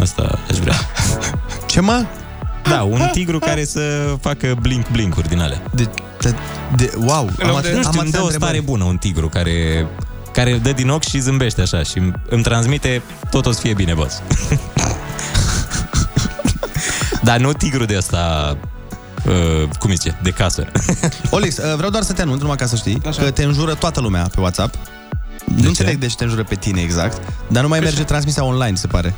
[SPEAKER 5] Asta aș vrea.
[SPEAKER 8] Ce mă?
[SPEAKER 5] Da, un tigru care să facă blink-blinkuri din alea.
[SPEAKER 8] De, de, de wow,
[SPEAKER 5] Am
[SPEAKER 8] am
[SPEAKER 5] nu
[SPEAKER 8] atât-
[SPEAKER 5] știu,
[SPEAKER 8] am atâtea
[SPEAKER 5] îmi dă o
[SPEAKER 8] întrebări.
[SPEAKER 5] stare bună un tigru care, care dă din ochi și zâmbește așa și îmi- îmi transmite tot o să fie bine, boss. [LAUGHS] Dar nu tigru de asta Uh, cum zice, de casă.
[SPEAKER 8] [LAUGHS] Olix, uh, vreau doar să te anunț, numai ca să știi, Așa. că te înjură toată lumea pe WhatsApp. nu înțeleg de ce te înjură pe tine exact, dar
[SPEAKER 5] Păi
[SPEAKER 8] nu mai merge transmisia online, se pare.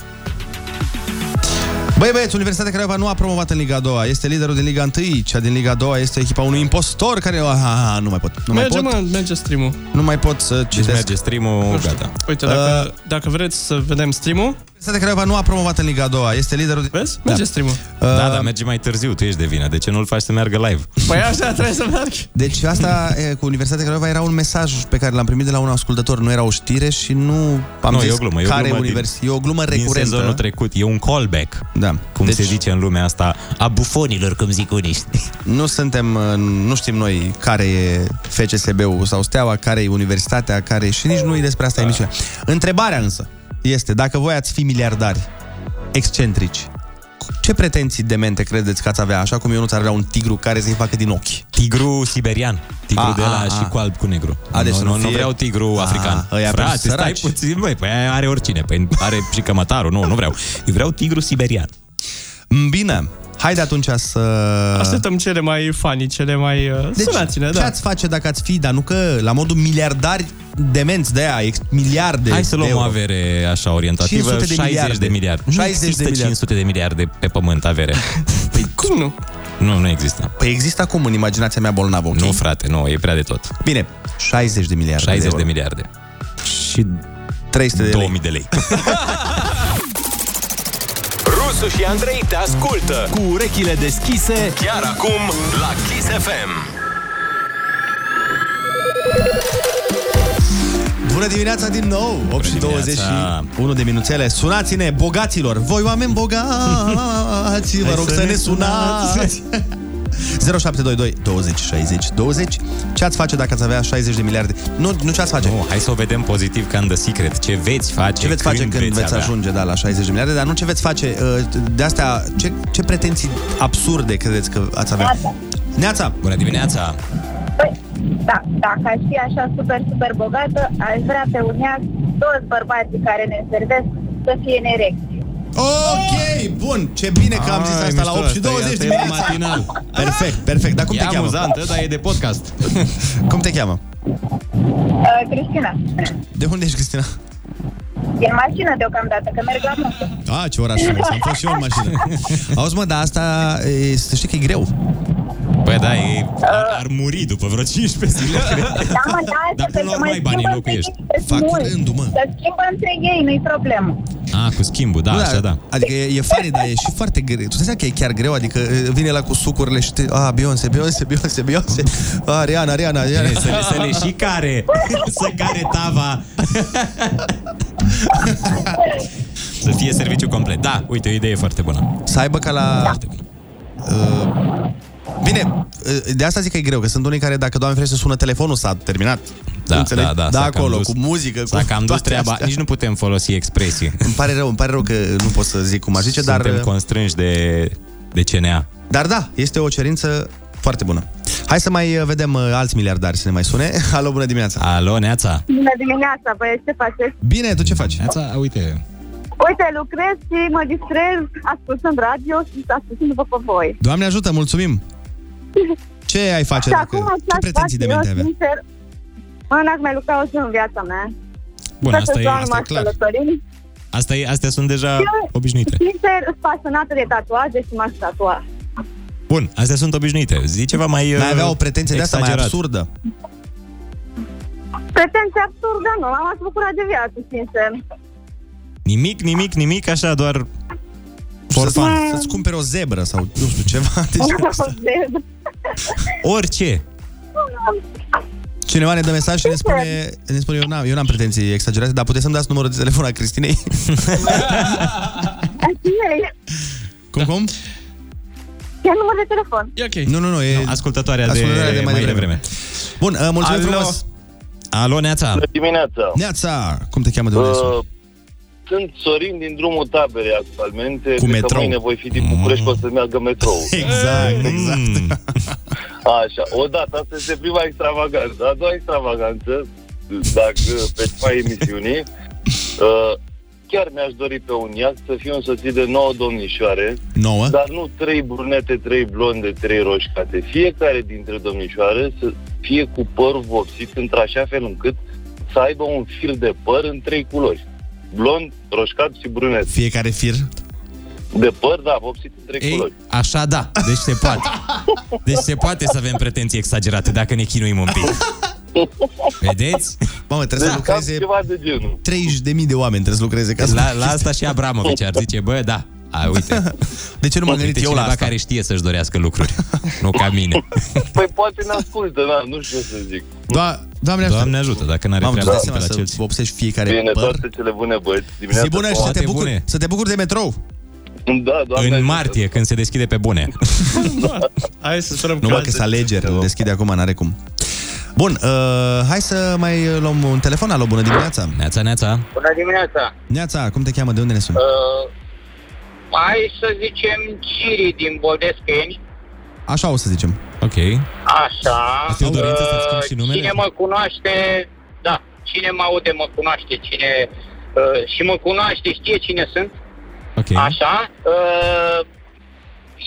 [SPEAKER 8] Băi băieți, Universitatea Craiova nu a promovat în Liga a doua. Este liderul din Liga 1, cea din Liga a doua este echipa unui impostor care... Aha, nu mai pot. Nu
[SPEAKER 9] merge,
[SPEAKER 8] mai pot.
[SPEAKER 9] mă, merge stream-ul.
[SPEAKER 8] Nu mai pot să citesc.
[SPEAKER 5] Deci merge stream-ul, gata.
[SPEAKER 9] Uite, dacă, uh, dacă vreți să vedem stream-ul...
[SPEAKER 8] Universitatea Craiova nu a promovat în Liga a doua. Este liderul...
[SPEAKER 9] Vezi? Merge
[SPEAKER 5] Da.
[SPEAKER 9] stream-ul.
[SPEAKER 8] Uh,
[SPEAKER 5] Da, dar merge mai târziu, tu ești de vină. De ce nu-l faci să meargă live?
[SPEAKER 9] Păi așa trebuie să mergi.
[SPEAKER 8] Deci asta e, cu Universitatea Craiova era un mesaj pe care l-am primit de la un ascultător. Nu era o știre și nu am
[SPEAKER 5] [LAUGHS] nu,
[SPEAKER 8] zis
[SPEAKER 5] e o glumă, e o
[SPEAKER 8] care
[SPEAKER 5] glumă
[SPEAKER 8] univers.
[SPEAKER 5] Din,
[SPEAKER 8] e o glumă recurentă.
[SPEAKER 5] Din sezonul trecut, e un callback.
[SPEAKER 8] Da.
[SPEAKER 5] Cum deci... se zice în lumea asta, a bufonilor, cum zic unii.
[SPEAKER 8] Nu suntem, uh, nu știm noi care e FCSB-ul sau Steaua, care e universitatea, care și nici nu e despre
[SPEAKER 5] Da.
[SPEAKER 8] asta emisiunea. Întrebarea însă este, dacă voi ați fi miliardari, excentrici, cu ce pretenții demente credeți că ați avea, așa cum eu nu ți-ar avea un tigru care să-i facă din ochi? Ah,
[SPEAKER 5] Tigru siberian. Tigru
[SPEAKER 8] A,
[SPEAKER 5] de
[SPEAKER 8] a,
[SPEAKER 5] la
[SPEAKER 8] a.
[SPEAKER 5] și cu alb cu negru.
[SPEAKER 8] A, deci
[SPEAKER 5] nu,
[SPEAKER 8] să
[SPEAKER 5] nu,
[SPEAKER 8] nu
[SPEAKER 5] nu
[SPEAKER 8] fie-
[SPEAKER 5] vreau tigru
[SPEAKER 8] A,
[SPEAKER 5] african.
[SPEAKER 8] ăia pentru
[SPEAKER 5] Frate, stai
[SPEAKER 8] săraci.
[SPEAKER 5] puțin, băi, păi aia are oricine. Păi are și cămătarul, nu, nu vreau. Eu vreau tigru siberian.
[SPEAKER 8] Mm, Bine, haide atunci să...
[SPEAKER 9] Așteptăm cele mai funny, cele mai... Uh,
[SPEAKER 8] Deci,
[SPEAKER 9] sunați-ne,
[SPEAKER 8] ce
[SPEAKER 9] da.
[SPEAKER 8] ați face dacă ați fi, dar nu că la modul miliardari demenți de aia, ex- miliarde
[SPEAKER 5] Hai să
[SPEAKER 8] Deci, de
[SPEAKER 5] luăm o
[SPEAKER 8] euro.
[SPEAKER 5] avere așa orientativă.
[SPEAKER 8] 500 de
[SPEAKER 5] 60
[SPEAKER 8] miliarde.
[SPEAKER 5] de miliarde.
[SPEAKER 8] 60 de
[SPEAKER 5] nu există
[SPEAKER 8] miliarde.
[SPEAKER 5] 500 de miliarde pe pământ
[SPEAKER 8] [LAUGHS]
[SPEAKER 5] avere.
[SPEAKER 9] Păi cum nu?
[SPEAKER 5] Nu, nu există.
[SPEAKER 8] Păi există acum în imaginația mea bolnavă, ok?
[SPEAKER 5] Nu, frate, nu, e prea de tot.
[SPEAKER 8] Bine, 60 de miliarde
[SPEAKER 5] 60
[SPEAKER 8] de,
[SPEAKER 5] de
[SPEAKER 8] euro.
[SPEAKER 5] miliarde. Și
[SPEAKER 8] 300 de
[SPEAKER 5] 2000 de
[SPEAKER 8] [LAUGHS]
[SPEAKER 5] lei.
[SPEAKER 7] Rusu și Andrei te ascultă cu urechile deschise chiar acum la Kiss FM.
[SPEAKER 8] Bună dimineața din nou! 8 și 21 de minuțele. Sunați-ne, bogaților! Voi oameni bogați, vă
[SPEAKER 6] Hai
[SPEAKER 8] rog
[SPEAKER 6] să
[SPEAKER 8] să,
[SPEAKER 6] ne
[SPEAKER 8] ne sunați! 0722 20 60 20 Ce ați face dacă ați avea 60 de miliarde? Nu, nu ce ați face?
[SPEAKER 5] Nu, hai să o vedem pozitiv ca în The Secret. Ce veți face
[SPEAKER 8] Ce veți face când, când veți
[SPEAKER 5] avea?
[SPEAKER 8] ajunge da, la 60 de miliarde, dar nu ce veți face uh, de astea, ce, ce pretenții absurde credeți că ați avea?
[SPEAKER 16] Neața.
[SPEAKER 8] Neața!
[SPEAKER 5] Bună dimineața!
[SPEAKER 16] Păi, da, dacă aș fi așa super, super bogată, aș vrea pe un ea toți bărbații care ne servesc să fie în erecție.
[SPEAKER 8] Ok, bun, ce bine că am zis
[SPEAKER 5] Ai,
[SPEAKER 8] asta la
[SPEAKER 5] mișto,
[SPEAKER 8] 8
[SPEAKER 5] asta
[SPEAKER 8] și
[SPEAKER 5] e,
[SPEAKER 8] 20
[SPEAKER 5] asta e
[SPEAKER 8] dimineața.
[SPEAKER 5] matinal.
[SPEAKER 8] Perfect, perfect. Dar cum
[SPEAKER 5] E
[SPEAKER 8] te cheamă?
[SPEAKER 5] amuzantă, dar e de podcast.
[SPEAKER 8] [LAUGHS] cum te cheamă?
[SPEAKER 16] Uh, Cristina,
[SPEAKER 8] De unde ești, Cristina?
[SPEAKER 16] e în mașină deocamdată, că merg la muncă.
[SPEAKER 8] A, ce oraș frumos, am fost și eu în mașină. Auzi, mă, dar asta, e, să știi că e greu.
[SPEAKER 5] Păi da, e, ar, ar muri după vreo 15 zile.
[SPEAKER 16] Da, mă, da,
[SPEAKER 5] Dar până la urmă ai banii, înlocuiești.
[SPEAKER 16] Fac rândul, mă. Să schimbă între ei, nu-i problemă.
[SPEAKER 5] Ah, cu schimbul, da,
[SPEAKER 8] Nu,
[SPEAKER 5] așa, da.
[SPEAKER 8] Adică e, e funny, dar e și foarte greu. Tu știi că e chiar greu, adică e, vine la cu sucurile și te, a, Beyoncé, Beyoncé, Beyoncé,
[SPEAKER 5] [LAUGHS]
[SPEAKER 8] Beyoncé, a, Rihanna, Rihanna, Rihanna.
[SPEAKER 5] Bine, să le, să le și
[SPEAKER 8] [LAUGHS]
[SPEAKER 5] care, să care tava. să fie serviciu complet. Da, uite, o idee foarte bună.
[SPEAKER 8] Să aibă ca la... Da. Uh, bine, uh, de asta zic că e greu, că sunt unii care dacă doamne ferește sună telefonul s-a terminat.
[SPEAKER 5] Da,
[SPEAKER 8] Înțelegi?
[SPEAKER 5] da, da.
[SPEAKER 8] da
[SPEAKER 5] s-a cam
[SPEAKER 8] acolo,
[SPEAKER 5] dus.
[SPEAKER 8] cu muzică,
[SPEAKER 5] S-a
[SPEAKER 8] cu
[SPEAKER 5] cam dus
[SPEAKER 8] toate
[SPEAKER 5] treaba.
[SPEAKER 8] astea.
[SPEAKER 5] Nici nu putem folosi expresii.
[SPEAKER 8] Îmi pare rău, îmi pare rău că nu pot să zic [LAUGHS] cum aș zice,
[SPEAKER 5] Suntem
[SPEAKER 8] dar... uh,
[SPEAKER 5] constrânși de, de CNA.
[SPEAKER 8] Dar da, este o cerință foarte bună. Hai să mai uh, vedem uh, alți miliardari să ne mai sune. [LAUGHS] Alo, bună dimineața!
[SPEAKER 5] Alo, Neața!
[SPEAKER 16] Bună dimineața, băieți, ce faceți?
[SPEAKER 8] Bine, tu ce faci?
[SPEAKER 5] Neața, uite,
[SPEAKER 16] Uite, lucrez și mă distrez ascultând radio și ascultând-vă pe voi.
[SPEAKER 8] Doamne ajută, mulțumim! Ce ai face?
[SPEAKER 16] și
[SPEAKER 8] Dacă,
[SPEAKER 16] acum aș
[SPEAKER 8] ce pretenții de mente avea?
[SPEAKER 16] sincer, mă, n-aș mai lucra o zi în viața mea.
[SPEAKER 5] Bun,
[SPEAKER 16] Toată
[SPEAKER 5] asta e-
[SPEAKER 16] ziua
[SPEAKER 5] asta e
[SPEAKER 16] numai
[SPEAKER 5] clar.
[SPEAKER 16] călătorim.
[SPEAKER 5] asta e, astea sunt deja obișnuite.
[SPEAKER 16] Sincer, sunt pasionată de tatuaje și m-aș tatua.
[SPEAKER 5] Bun, astea sunt obișnuite. Zi ceva mai uh,
[SPEAKER 8] Mai avea o pretenție de asta mai absurdă.
[SPEAKER 16] Pretenția absurdă, nu, am ați bucurat de viață, sincer.
[SPEAKER 5] Nimic, nimic, nimic, așa doar...
[SPEAKER 8] For fun. Să-ți cumperi o zebră sau nu știu
[SPEAKER 5] [LAUGHS]
[SPEAKER 8] ceva.
[SPEAKER 16] [LAUGHS]
[SPEAKER 8] Deci,
[SPEAKER 5] Orice.
[SPEAKER 8] cineva ne dă mesaj și ne spune, ne spune eu, n-am, eu n-am pretenții exagerate,
[SPEAKER 5] [LAUGHS]
[SPEAKER 8] dar puteți să-mi dați numărul de telefon a Cristinei?
[SPEAKER 16] Cine e?
[SPEAKER 5] Cum, cum?
[SPEAKER 16] Ce număr de telefon?
[SPEAKER 9] E ok.
[SPEAKER 5] Nu, nu, nu, e... Ascultătoarea,
[SPEAKER 8] Ascultătoarea
[SPEAKER 5] de, de mai, mai devreme.
[SPEAKER 8] Bun, uh, mulțumim
[SPEAKER 5] Alo.
[SPEAKER 8] frumos.
[SPEAKER 5] Alo, Neața.
[SPEAKER 17] Bună dimineața!
[SPEAKER 8] Neața, cum te cheamă de unde uh,
[SPEAKER 17] Uh, Sunt Sorin din drumul taberei actualmente. Cred Că
[SPEAKER 8] metrou.
[SPEAKER 17] mâine voi fi din București, mm. o să meargă metrou.
[SPEAKER 8] [LAUGHS] Exact, exact.
[SPEAKER 17] Așa, odată, asta este prima extravaganță. A doua extravaganță, dacă pe mai emisiunii,
[SPEAKER 8] [LAUGHS]
[SPEAKER 17] uh, chiar mi-aș dori pe un iaht să fiu însoțit de 9 domnișoare,
[SPEAKER 8] Nouă?
[SPEAKER 17] dar nu trei brunete, trei blonde, trei roșcate. Fiecare dintre domnișoare să fie cu părul vopsit într-așa fel încât să aibă un fir de păr în trei culori. Blond, roșcat și brunet.
[SPEAKER 8] Fiecare fir?
[SPEAKER 17] De păr, da, vopsit în trei culori.
[SPEAKER 5] Așa da, deci se poate. Deci se poate să avem pretenții exagerate dacă ne chinuim un pic. Vedeți? Da.
[SPEAKER 8] Mamă, trebuie
[SPEAKER 17] Deci
[SPEAKER 8] să lucreze 30.000 de oameni trebuie să lucreze ca să
[SPEAKER 5] La, la asta și Abramovici ar zice, bă, da, a, uite.
[SPEAKER 8] De ce nu m-am gândit
[SPEAKER 5] Uite deci
[SPEAKER 8] eu la
[SPEAKER 5] cineva
[SPEAKER 8] asta?
[SPEAKER 5] care știe să-și dorească lucruri, nu ca mine.
[SPEAKER 17] Păi poate ne ascultă, da, nu știu ce să zic.
[SPEAKER 8] Da, doamne ajută.
[SPEAKER 5] Doamne ajută, dacă n-are
[SPEAKER 8] Mamă,
[SPEAKER 5] treabă
[SPEAKER 8] tu
[SPEAKER 5] să
[SPEAKER 8] dai seama
[SPEAKER 5] pe la
[SPEAKER 8] să
[SPEAKER 5] Chelsea.
[SPEAKER 8] vopsești fiecare
[SPEAKER 17] Bine,
[SPEAKER 8] păr.
[SPEAKER 17] toate cele bune, băieți.
[SPEAKER 8] Zi
[SPEAKER 17] Dimineața
[SPEAKER 8] bună și să te, bucuri, să te bucuri de metrou.
[SPEAKER 17] Da,
[SPEAKER 5] doamne În martie, când se deschide pe bune.
[SPEAKER 9] Da. Hai să sperăm
[SPEAKER 8] Numai că sunt alegeri, îl deschide acum, n-are cum. Bun, uh, hai să mai luăm un telefon. Alo, bună dimineața.
[SPEAKER 5] Neața, neața.
[SPEAKER 18] Bună dimineața!
[SPEAKER 8] Neața, cum te cheamă? De unde ne suni?
[SPEAKER 18] Uh, hai să zicem Ciri din Bodescheni,
[SPEAKER 8] Așa o să zicem.
[SPEAKER 5] Ok.
[SPEAKER 18] așa.
[SPEAKER 5] Este o dorință să-ți schimbi
[SPEAKER 18] Uh,
[SPEAKER 5] și numele?
[SPEAKER 18] Cine mă cunoaște, da, cine mă aude mă cunoaște, cine uh, și mă cunoaște știe cine sunt,
[SPEAKER 5] Ok.
[SPEAKER 18] așa. Uh,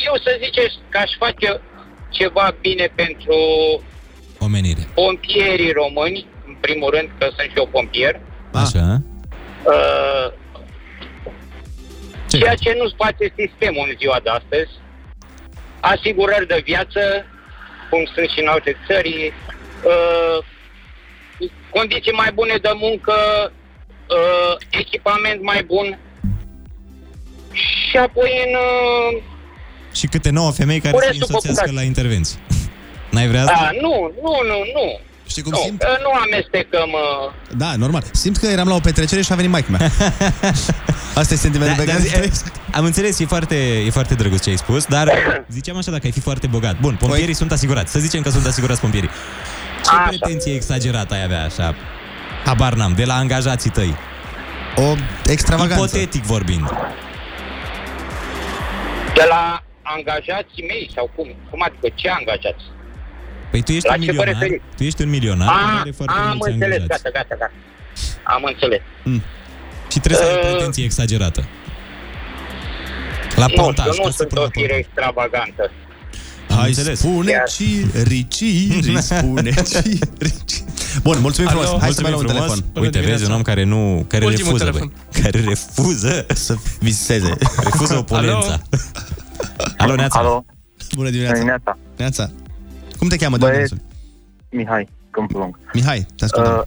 [SPEAKER 18] eu să zicem că aș face ceva bine pentru
[SPEAKER 5] Omenire.
[SPEAKER 18] pompierii români, în primul rând că sunt și eu pompier.
[SPEAKER 5] Așa.
[SPEAKER 18] Uh, ceea ce nu-ți face sistemul în ziua de astăzi, asigurări de viață, cum sunt și în alte țări, uh, condiții mai bune de muncă, uh, echipament mai bun și apoi în... Uh,
[SPEAKER 5] Și câte nouă femei care să
[SPEAKER 18] Puneți
[SPEAKER 5] îi
[SPEAKER 18] după
[SPEAKER 5] însoțească
[SPEAKER 18] bucăți.
[SPEAKER 5] la intervenții. [LAUGHS] N-ai vrea
[SPEAKER 18] da,
[SPEAKER 5] asta?
[SPEAKER 18] nu, nu, nu, nu.
[SPEAKER 8] Știi cum
[SPEAKER 18] nu,
[SPEAKER 8] simt?
[SPEAKER 18] uh, Nu amestecăm... Uh,
[SPEAKER 8] Da, normal. Simt că eram la o petrecere și a venit
[SPEAKER 5] [LAUGHS]
[SPEAKER 8] maică mea. Asta e sentimentul pe
[SPEAKER 5] Da,
[SPEAKER 8] care
[SPEAKER 5] dar-
[SPEAKER 8] îl trăiesc.
[SPEAKER 5] Am înțeles, e foarte, e foarte drăguț ce ai spus,
[SPEAKER 18] [COUGHS]
[SPEAKER 5] dar ziceam așa dacă ai fi foarte bogat. Bun, pompierii sunt asigurați. Să zicem că sunt asigurați pompierii. Ce pretenție exagerată ai avea așa? Habar n-am, de la angajații tăi.
[SPEAKER 8] O extravaganță.
[SPEAKER 5] Ipotetic vorbind.
[SPEAKER 18] de la angajații mei sau cum? Cum adică ce angajați?
[SPEAKER 5] Păi tu ești
[SPEAKER 18] La
[SPEAKER 5] un
[SPEAKER 18] ce Ah. vă
[SPEAKER 5] milionar,
[SPEAKER 18] referiți?
[SPEAKER 5] tu ești un milionar care
[SPEAKER 18] A,
[SPEAKER 5] are foarte
[SPEAKER 18] am
[SPEAKER 5] mulți
[SPEAKER 18] înțeles,
[SPEAKER 5] angajați.
[SPEAKER 18] gata, gata, gata. Am înțeles.
[SPEAKER 5] Mm. Și trebuie să
[SPEAKER 18] Uh.
[SPEAKER 5] ai pretenție exagerată. La
[SPEAKER 18] nu,
[SPEAKER 5] pontaj,
[SPEAKER 18] eu nu
[SPEAKER 5] ca să
[SPEAKER 18] sunt o fire extravagantă.
[SPEAKER 8] Hai, spune ciri,
[SPEAKER 5] [LAUGHS]
[SPEAKER 8] ciri, spune ciri. Bun, mulțumim frumos. Hai să mai luăm un telefon.
[SPEAKER 5] Uite, vezi un om care nu care
[SPEAKER 8] Ultimul
[SPEAKER 5] refuză,
[SPEAKER 8] telefon.
[SPEAKER 5] băi. care refuză
[SPEAKER 8] să viseze.
[SPEAKER 5] Refuză oponența. Alo, Neața. Alo.
[SPEAKER 8] Bună dimineața.
[SPEAKER 14] Neața.
[SPEAKER 8] Neața. Cum te cheamă? De unde ne
[SPEAKER 14] Băi-
[SPEAKER 8] suni?
[SPEAKER 14] Mihai, Câmpul Lung.
[SPEAKER 8] Mihai, te ascultăm.
[SPEAKER 14] Uh,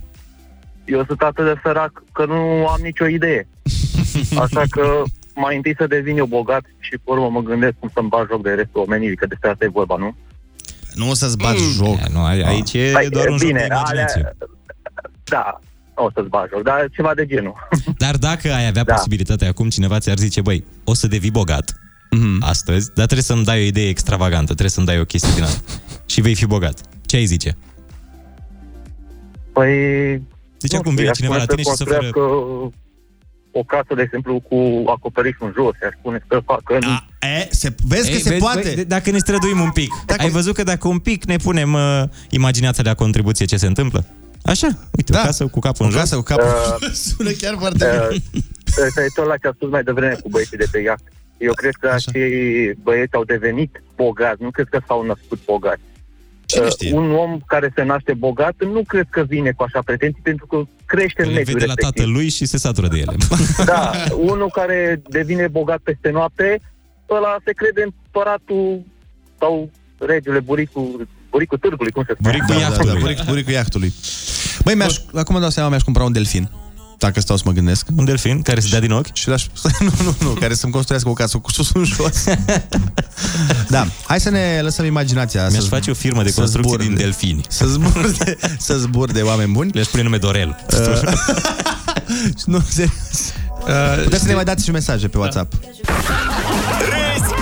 [SPEAKER 14] eu sunt atât de sărac că nu am nicio idee.
[SPEAKER 5] [LAUGHS]
[SPEAKER 14] Așa că mai întâi să devin eu bogat și pe urmă mă gândesc cum să-mi bag joc de restul omenirii, că despre asta e vorba, nu?
[SPEAKER 8] Nu o să-ți
[SPEAKER 5] Mm.
[SPEAKER 8] bagi joc.
[SPEAKER 5] Nu, aici e
[SPEAKER 14] Păi,
[SPEAKER 5] doar un joc de
[SPEAKER 14] bine,
[SPEAKER 5] imaginație.
[SPEAKER 14] Da, nu o să-ți bag joc, dar ceva de genul.
[SPEAKER 5] Dar dacă ai avea da. posibilitatea acum, cineva ți-ar zice, băi, o să devii bogat mm-hmm. astăzi, dar trebuie să-mi dai o idee extravagantă, trebuie să-mi dai o chestie [LAUGHS] din asta și vei fi bogat. Ce ai zice?
[SPEAKER 14] Păi...
[SPEAKER 5] Deci
[SPEAKER 14] nu știu,
[SPEAKER 5] acum vine
[SPEAKER 14] i-aș
[SPEAKER 5] cineva
[SPEAKER 14] spune
[SPEAKER 5] la tine
[SPEAKER 14] să
[SPEAKER 5] și să oferă-
[SPEAKER 14] construiască o casă, de exemplu, cu acoperiș în jos, i-aș spune să facă în...
[SPEAKER 5] Da.
[SPEAKER 8] E, se, vezi
[SPEAKER 5] Ei, băi, de- dacă ne străduim un pic. Dacă... Ai văzut că dacă un pic ne punem uh, imaginația la contribuție, ce se întâmplă? Așa, uite, da. o casă cu capul în jos.
[SPEAKER 8] casă cu
[SPEAKER 5] [LAUGHS]
[SPEAKER 14] capul-
[SPEAKER 8] Sună chiar foarte
[SPEAKER 14] bine. Referitor la ce a spus mai devreme cu băieții de pe iaht. Eu cred că acei băieți au devenit bogați, nu cred că s-au născut bogați.
[SPEAKER 8] Cine
[SPEAKER 14] știe? Un om care se naște bogat nu cred că vine cu așa pretenții pentru că crește în
[SPEAKER 5] le
[SPEAKER 14] mediul
[SPEAKER 5] vede la
[SPEAKER 14] respectiv.
[SPEAKER 5] tatălui și se satură de ele.
[SPEAKER 14] Da, unul care devine bogat peste noapte, ăla se crede împăratul sau regele, buricul, buricul târgului, cum se spune.
[SPEAKER 8] Buricul, buricul iahtului. Băi, mi-aș, acum dau seama, mi-aș cumpăra un delfin. Dacă stau să mă gândesc.
[SPEAKER 5] Un delfin care se dea din ochi?
[SPEAKER 8] Și l-aș... [LAUGHS] [LAUGHS] Nu, nu, nu, care să-mi construiască o casă cu sus în jos. da, hai să ne lăsăm imaginația.
[SPEAKER 5] Mi-aș
[SPEAKER 8] să-
[SPEAKER 5] face o firmă de
[SPEAKER 8] să
[SPEAKER 5] construcții
[SPEAKER 8] zbor
[SPEAKER 5] din
[SPEAKER 8] de-
[SPEAKER 5] delfini.
[SPEAKER 8] Să zbor de, să zbor de oameni buni.
[SPEAKER 5] Le-aș pune nume Dorel.
[SPEAKER 8] nu, serios. Puteți să ne mai dați și mesaje pe WhatsApp.
[SPEAKER 7] Râzi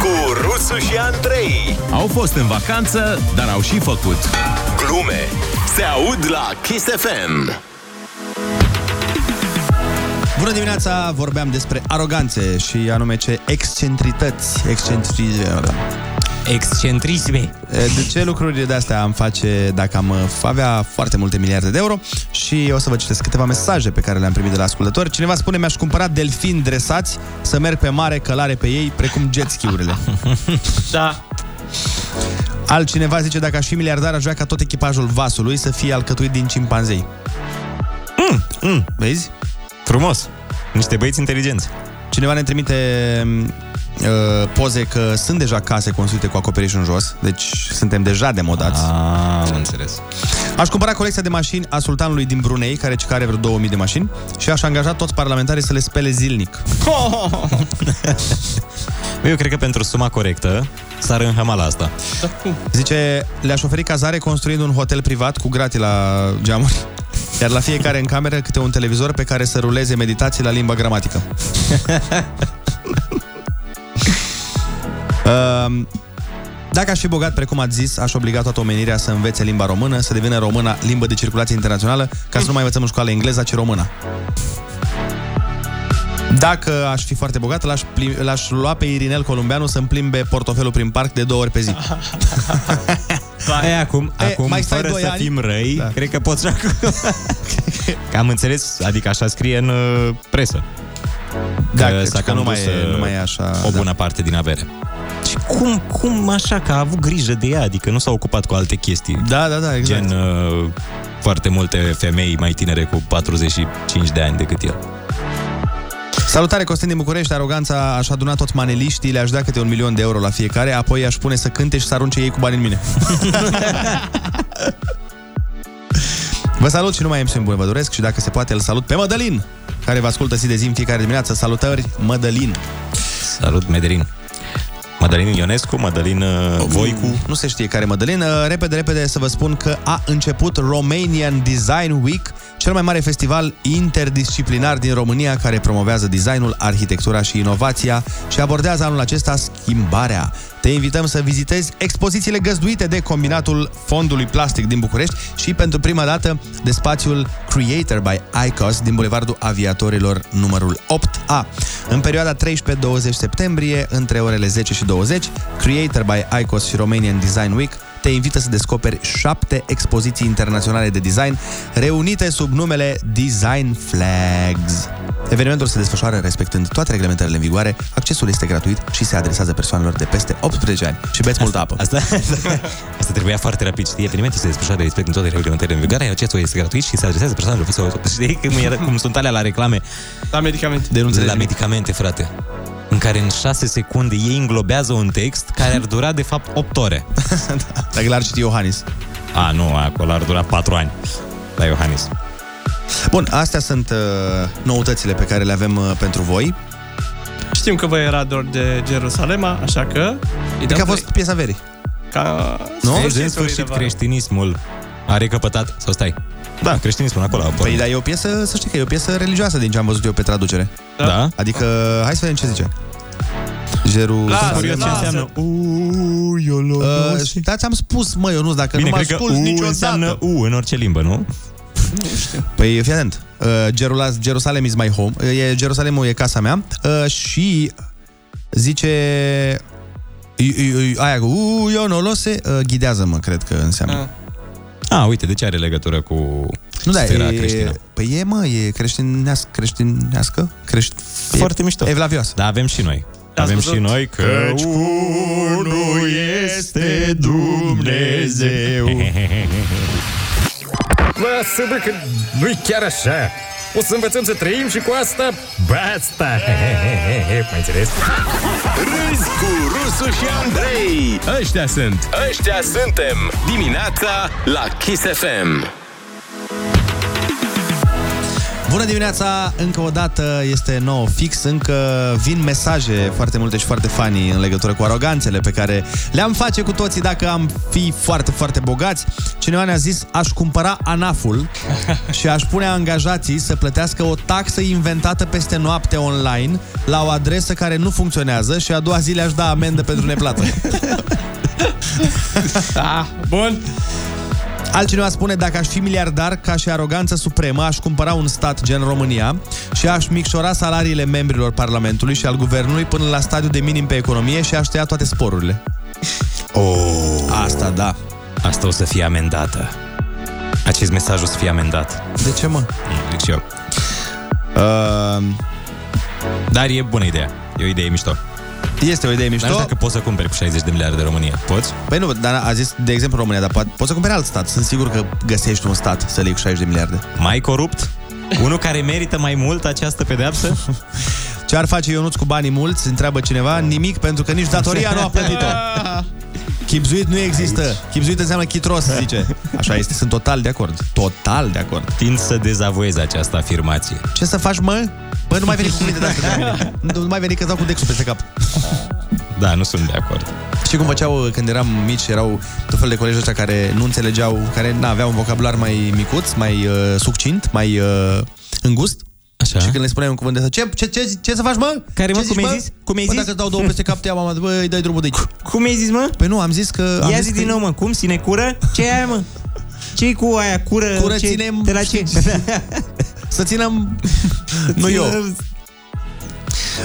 [SPEAKER 7] Rusu și Andrei.
[SPEAKER 15] Au fost în vacanță, dar au și făcut.
[SPEAKER 7] Glume se aud la Kiss FM.
[SPEAKER 8] Bună dimineața, vorbeam despre aroganțe și anume ce excentrități, excentrisme.
[SPEAKER 5] Excentrisme.
[SPEAKER 8] De ce lucruri de astea am face dacă am uh, avea foarte multe miliarde de euro? Și o să vă citesc câteva mesaje pe care le-am primit de la ascultători. Cineva spune, mi-aș cumpăra delfini dresați să merg pe mare călare pe ei, precum jet ski-urile.
[SPEAKER 9] Da.
[SPEAKER 8] Altcineva zice, dacă aș fi miliardar, aș vrea ca tot echipajul vasului să fie alcătuit din cimpanzei. Mm, mm. Vezi?
[SPEAKER 5] Frumos. Niște băieți inteligenți.
[SPEAKER 8] Cineva ne trimite mm, uh, poze că sunt deja case construite cu acoperiș în jos, deci suntem deja demodați.
[SPEAKER 5] Ah, Am înțeles.
[SPEAKER 8] Aș cumpăra colecția de mașini a sultanului din Brunei, care care are vreo 2000 de mașini, și aș angaja toți parlamentarii să le spele zilnic. Uh.
[SPEAKER 5] Eu cred că pentru suma corectă s-ar înhăma la asta.
[SPEAKER 8] Da, Zice, le-aș oferi cazare construind un hotel privat cu gratii la geamuri. Iar la fiecare în cameră câte un televizor pe care să ruleze meditații la limba gramatică. Um, Dacă aș fi bogat, precum ați zis, aș obliga toată omenirea să învețe limba română, să devină româna limbă de circulație internațională, ca să nu mai învățăm în școală engleza, ci româna. Dacă aș fi foarte bogat, l-aș, plim- l-aș lua pe Irinel Columbeanu să-mi plimbe portofelul prin parc de două ori pe zi.
[SPEAKER 5] Da. E, acum, e, acum mai fără
[SPEAKER 8] doi
[SPEAKER 5] să ani?
[SPEAKER 8] ani?
[SPEAKER 5] fim răi, da. cred că poți
[SPEAKER 8] [LAUGHS]
[SPEAKER 5] să... că am înțeles, adică așa scrie în uh, presă.
[SPEAKER 8] Da, cred că nu mai
[SPEAKER 5] dus,
[SPEAKER 8] e-
[SPEAKER 5] uh,
[SPEAKER 8] nu mai e așa,
[SPEAKER 5] O
[SPEAKER 8] da.
[SPEAKER 5] bună da. parte din avere. Și cum, cum așa că a avut grijă de ea, adică nu s-a ocupat cu alte chestii.
[SPEAKER 8] Da, da, da,
[SPEAKER 5] exact. Gen uh, foarte multe femei mai tinere cu 45 de ani decât el.
[SPEAKER 8] Salutare, Costin din București, aroganța aș aduna toți maneliștii, le-aș da câte un milion de euro la fiecare, apoi i-aș pune să cânte și să arunce ei cu bani în mine. Vă salut și numai emisiuni bune vă doresc și dacă se poate îl salut pe Mădălin, care vă ascultă zi de zi în fiecare dimineață. Salutări, Mădălin!
[SPEAKER 5] Salut, Mederin. Madalin Ionescu, Madalin uh, Voicu.
[SPEAKER 8] Nu se știe care Mădălin. Uh, Repede, repede să vă spun că a început Romanian Design Week, cel mai mare festival interdisciplinar din România care promovează designul, arhitectura și inovația și abordează anul acesta schimbarea. Te invităm să vizitezi expozițiile găzduite de combinatul Fondului Plastic din București și pentru prima dată de spațiul Creator by ICOS din Bulevardul Aviatorilor numărul 8A. În perioada 13-20 septembrie, între orele 10 și 20, Creator by ICOS și Romanian Design Week te invită să descoperi șapte expoziții internaționale de design reunite sub numele Design Flags. Evenimentul se desfășoară respectând toate reglementările în vigoare, accesul este gratuit și se adresează persoanelor de peste 18 ani și beți multă apă. [LAUGHS]
[SPEAKER 5] Asta, asta trebuia foarte rapid. Știi, evenimentul se desfășoară respect în toate reglementările în vigoare, accesul este gratuit și se adresează persoanelor peste 18. Știi cum,
[SPEAKER 8] [LAUGHS]
[SPEAKER 5] era, cum sunt alea la reclame?
[SPEAKER 9] La medicamente.
[SPEAKER 8] De
[SPEAKER 5] la medicamente, frate. În care în 6 secunde ei înglobează un text care ar dura de fapt 8 ore.
[SPEAKER 8] [LAUGHS] Dacă l-ar citi Iohannis.
[SPEAKER 5] A, nu, acolo ar dura 4 ani. La Iohannis.
[SPEAKER 8] Bun, astea sunt uh, noutățile pe care le avem uh, pentru voi.
[SPEAKER 9] Știm că vă era dor de Gerusalema, așa că...
[SPEAKER 5] Deci
[SPEAKER 9] Deci
[SPEAKER 8] Adică a fost piesa verii.
[SPEAKER 9] Ca...
[SPEAKER 5] Nu? Deci, în sfârșit, creștinismul a recăpătat, sau stai,
[SPEAKER 8] da,
[SPEAKER 5] creștinismul acolo a
[SPEAKER 8] Păi, dar e o piesă, să știi că e o piesă religioasă din ce am văzut eu pe traducere.
[SPEAKER 5] Da.
[SPEAKER 8] Adică, hai să vedem ce zice. Gerul...
[SPEAKER 5] Lasă, Curios ce lasă. înseamnă.
[SPEAKER 8] Uh, da, ți-am spus, mă, Ionuț, dacă
[SPEAKER 5] Bine,
[SPEAKER 8] nu mă
[SPEAKER 5] cred că
[SPEAKER 8] ascult
[SPEAKER 5] U
[SPEAKER 8] niciodată.
[SPEAKER 5] înseamnă U în orice limbă, nu?
[SPEAKER 8] Păi fii atent. Uh, Gerula- Jerusalem is my home. Uh, e, Jerusalemul e casa mea. Uh, și zice... i- i- i- Aia cu "U, eu nu o lose, uh, ghidează-mă, cred că înseamnă.
[SPEAKER 5] A, uite, de ce are legătură cu
[SPEAKER 8] Nu, da,
[SPEAKER 5] sfera
[SPEAKER 8] e,
[SPEAKER 5] creștină?
[SPEAKER 8] Păi e, mă, e creștinească, creștinească? Crești...
[SPEAKER 5] Foarte mișto.
[SPEAKER 8] Evlavioasă.
[SPEAKER 5] Da, avem și noi.
[SPEAKER 8] Ați
[SPEAKER 5] Avem
[SPEAKER 8] văzut?
[SPEAKER 5] și noi că...
[SPEAKER 8] Căci
[SPEAKER 5] unul este Dumnezeu.
[SPEAKER 19] Lasă-mă că nu-i chiar așa. O să învățăm să trăim și cu asta basta. [LAUGHS] Mai înțeles?
[SPEAKER 7] Râzi cu Rusu și Andrei.
[SPEAKER 15] Ăștia sunt.
[SPEAKER 7] Ăștia suntem. Dimineața la Kiss FM.
[SPEAKER 8] Bună dimineața! Încă o dată este nou fix, încă vin mesaje foarte multe și foarte funny în legătură cu aroganțele pe care le-am face cu toții dacă am fi foarte, foarte bogați. Cineva ne-a zis, aș cumpăra [LAUGHS] anaful și aș pune angajații să plătească o taxă inventată peste noapte online la o adresă care nu funcționează și a doua zi le-aș da amendă pentru neplată. [LAUGHS] da, bun. Altcineva spune, dacă aș fi miliardar, ca și aroganță supremă, aș cumpăra un stat gen România și aș micșora salariile membrilor Parlamentului și al Guvernului până la stadiu de minim pe economie și aș tăia toate sporurile.
[SPEAKER 5] Oh. Asta da. Asta o să fie amendată. Acest mesaj o să fie amendat.
[SPEAKER 8] De ce, mă?
[SPEAKER 5] Zic și eu. Uh... Dar e bună ideea. E o idee mișto.
[SPEAKER 8] Este o idee mișto.
[SPEAKER 5] Dar nu știu dacă poți să cumperi cu 60 de miliarde de România. Poți?
[SPEAKER 8] Păi nu, dar a zis, de exemplu, România, dar poate, poți să cumperi alt stat. Sunt sigur că găsești un stat să le iei cu 60 de miliarde.
[SPEAKER 5] Mai corupt? Unul care merită mai mult această
[SPEAKER 8] [LAUGHS]
[SPEAKER 5] pedeapsă?
[SPEAKER 8] Ce ar face Ionuț cu banii mulți? Întreabă
[SPEAKER 5] Oh.
[SPEAKER 8] cineva. Nimic, pentru că nici datoria nu a
[SPEAKER 5] [LAUGHS]
[SPEAKER 8] plătit-o. Chipzuit nu există. Aici. Chipzuit înseamnă chitros, zice. Așa este, sunt total de acord. Total de acord.
[SPEAKER 5] Tind să dezavoiezi această afirmație.
[SPEAKER 8] Ce să faci, mă? Bă, nu mai veni cu cuvinte de astea de la mine. Nu nu mai veni că îți dau cu dexul peste cap.
[SPEAKER 5] Da, nu sunt de acord.
[SPEAKER 8] Și cum făceau uh, când eram mici, erau tot fel de colegi ăștia care nu înțelegeau, care na, aveau un vocabular mai micuț, mai uh, succint, mai uh, îngust. Așa. Și când le spuneam un cuvânt de asta, ce, ce, ce, ce să faci, mă?
[SPEAKER 5] Care, mă,
[SPEAKER 8] ce
[SPEAKER 5] cum ai zis? Cum ai
[SPEAKER 8] Bă,
[SPEAKER 5] zis?
[SPEAKER 8] dacă îți dau două peste cap, te ia mama, bă, îi dai drumul de aici.
[SPEAKER 5] Cum ai zis, mă?
[SPEAKER 8] Păi nu, am zis că... am
[SPEAKER 5] Ia
[SPEAKER 8] zis
[SPEAKER 5] zi
[SPEAKER 8] că-
[SPEAKER 5] din nou, mă, cum? Sinecură? Ce e aia, mă? ce cu aia? Cură?
[SPEAKER 8] Cură,
[SPEAKER 5] ce,
[SPEAKER 8] ținem-
[SPEAKER 5] De la ce?
[SPEAKER 8] [LAUGHS] Să
[SPEAKER 5] [LAUGHS]
[SPEAKER 8] ținem... nu eu.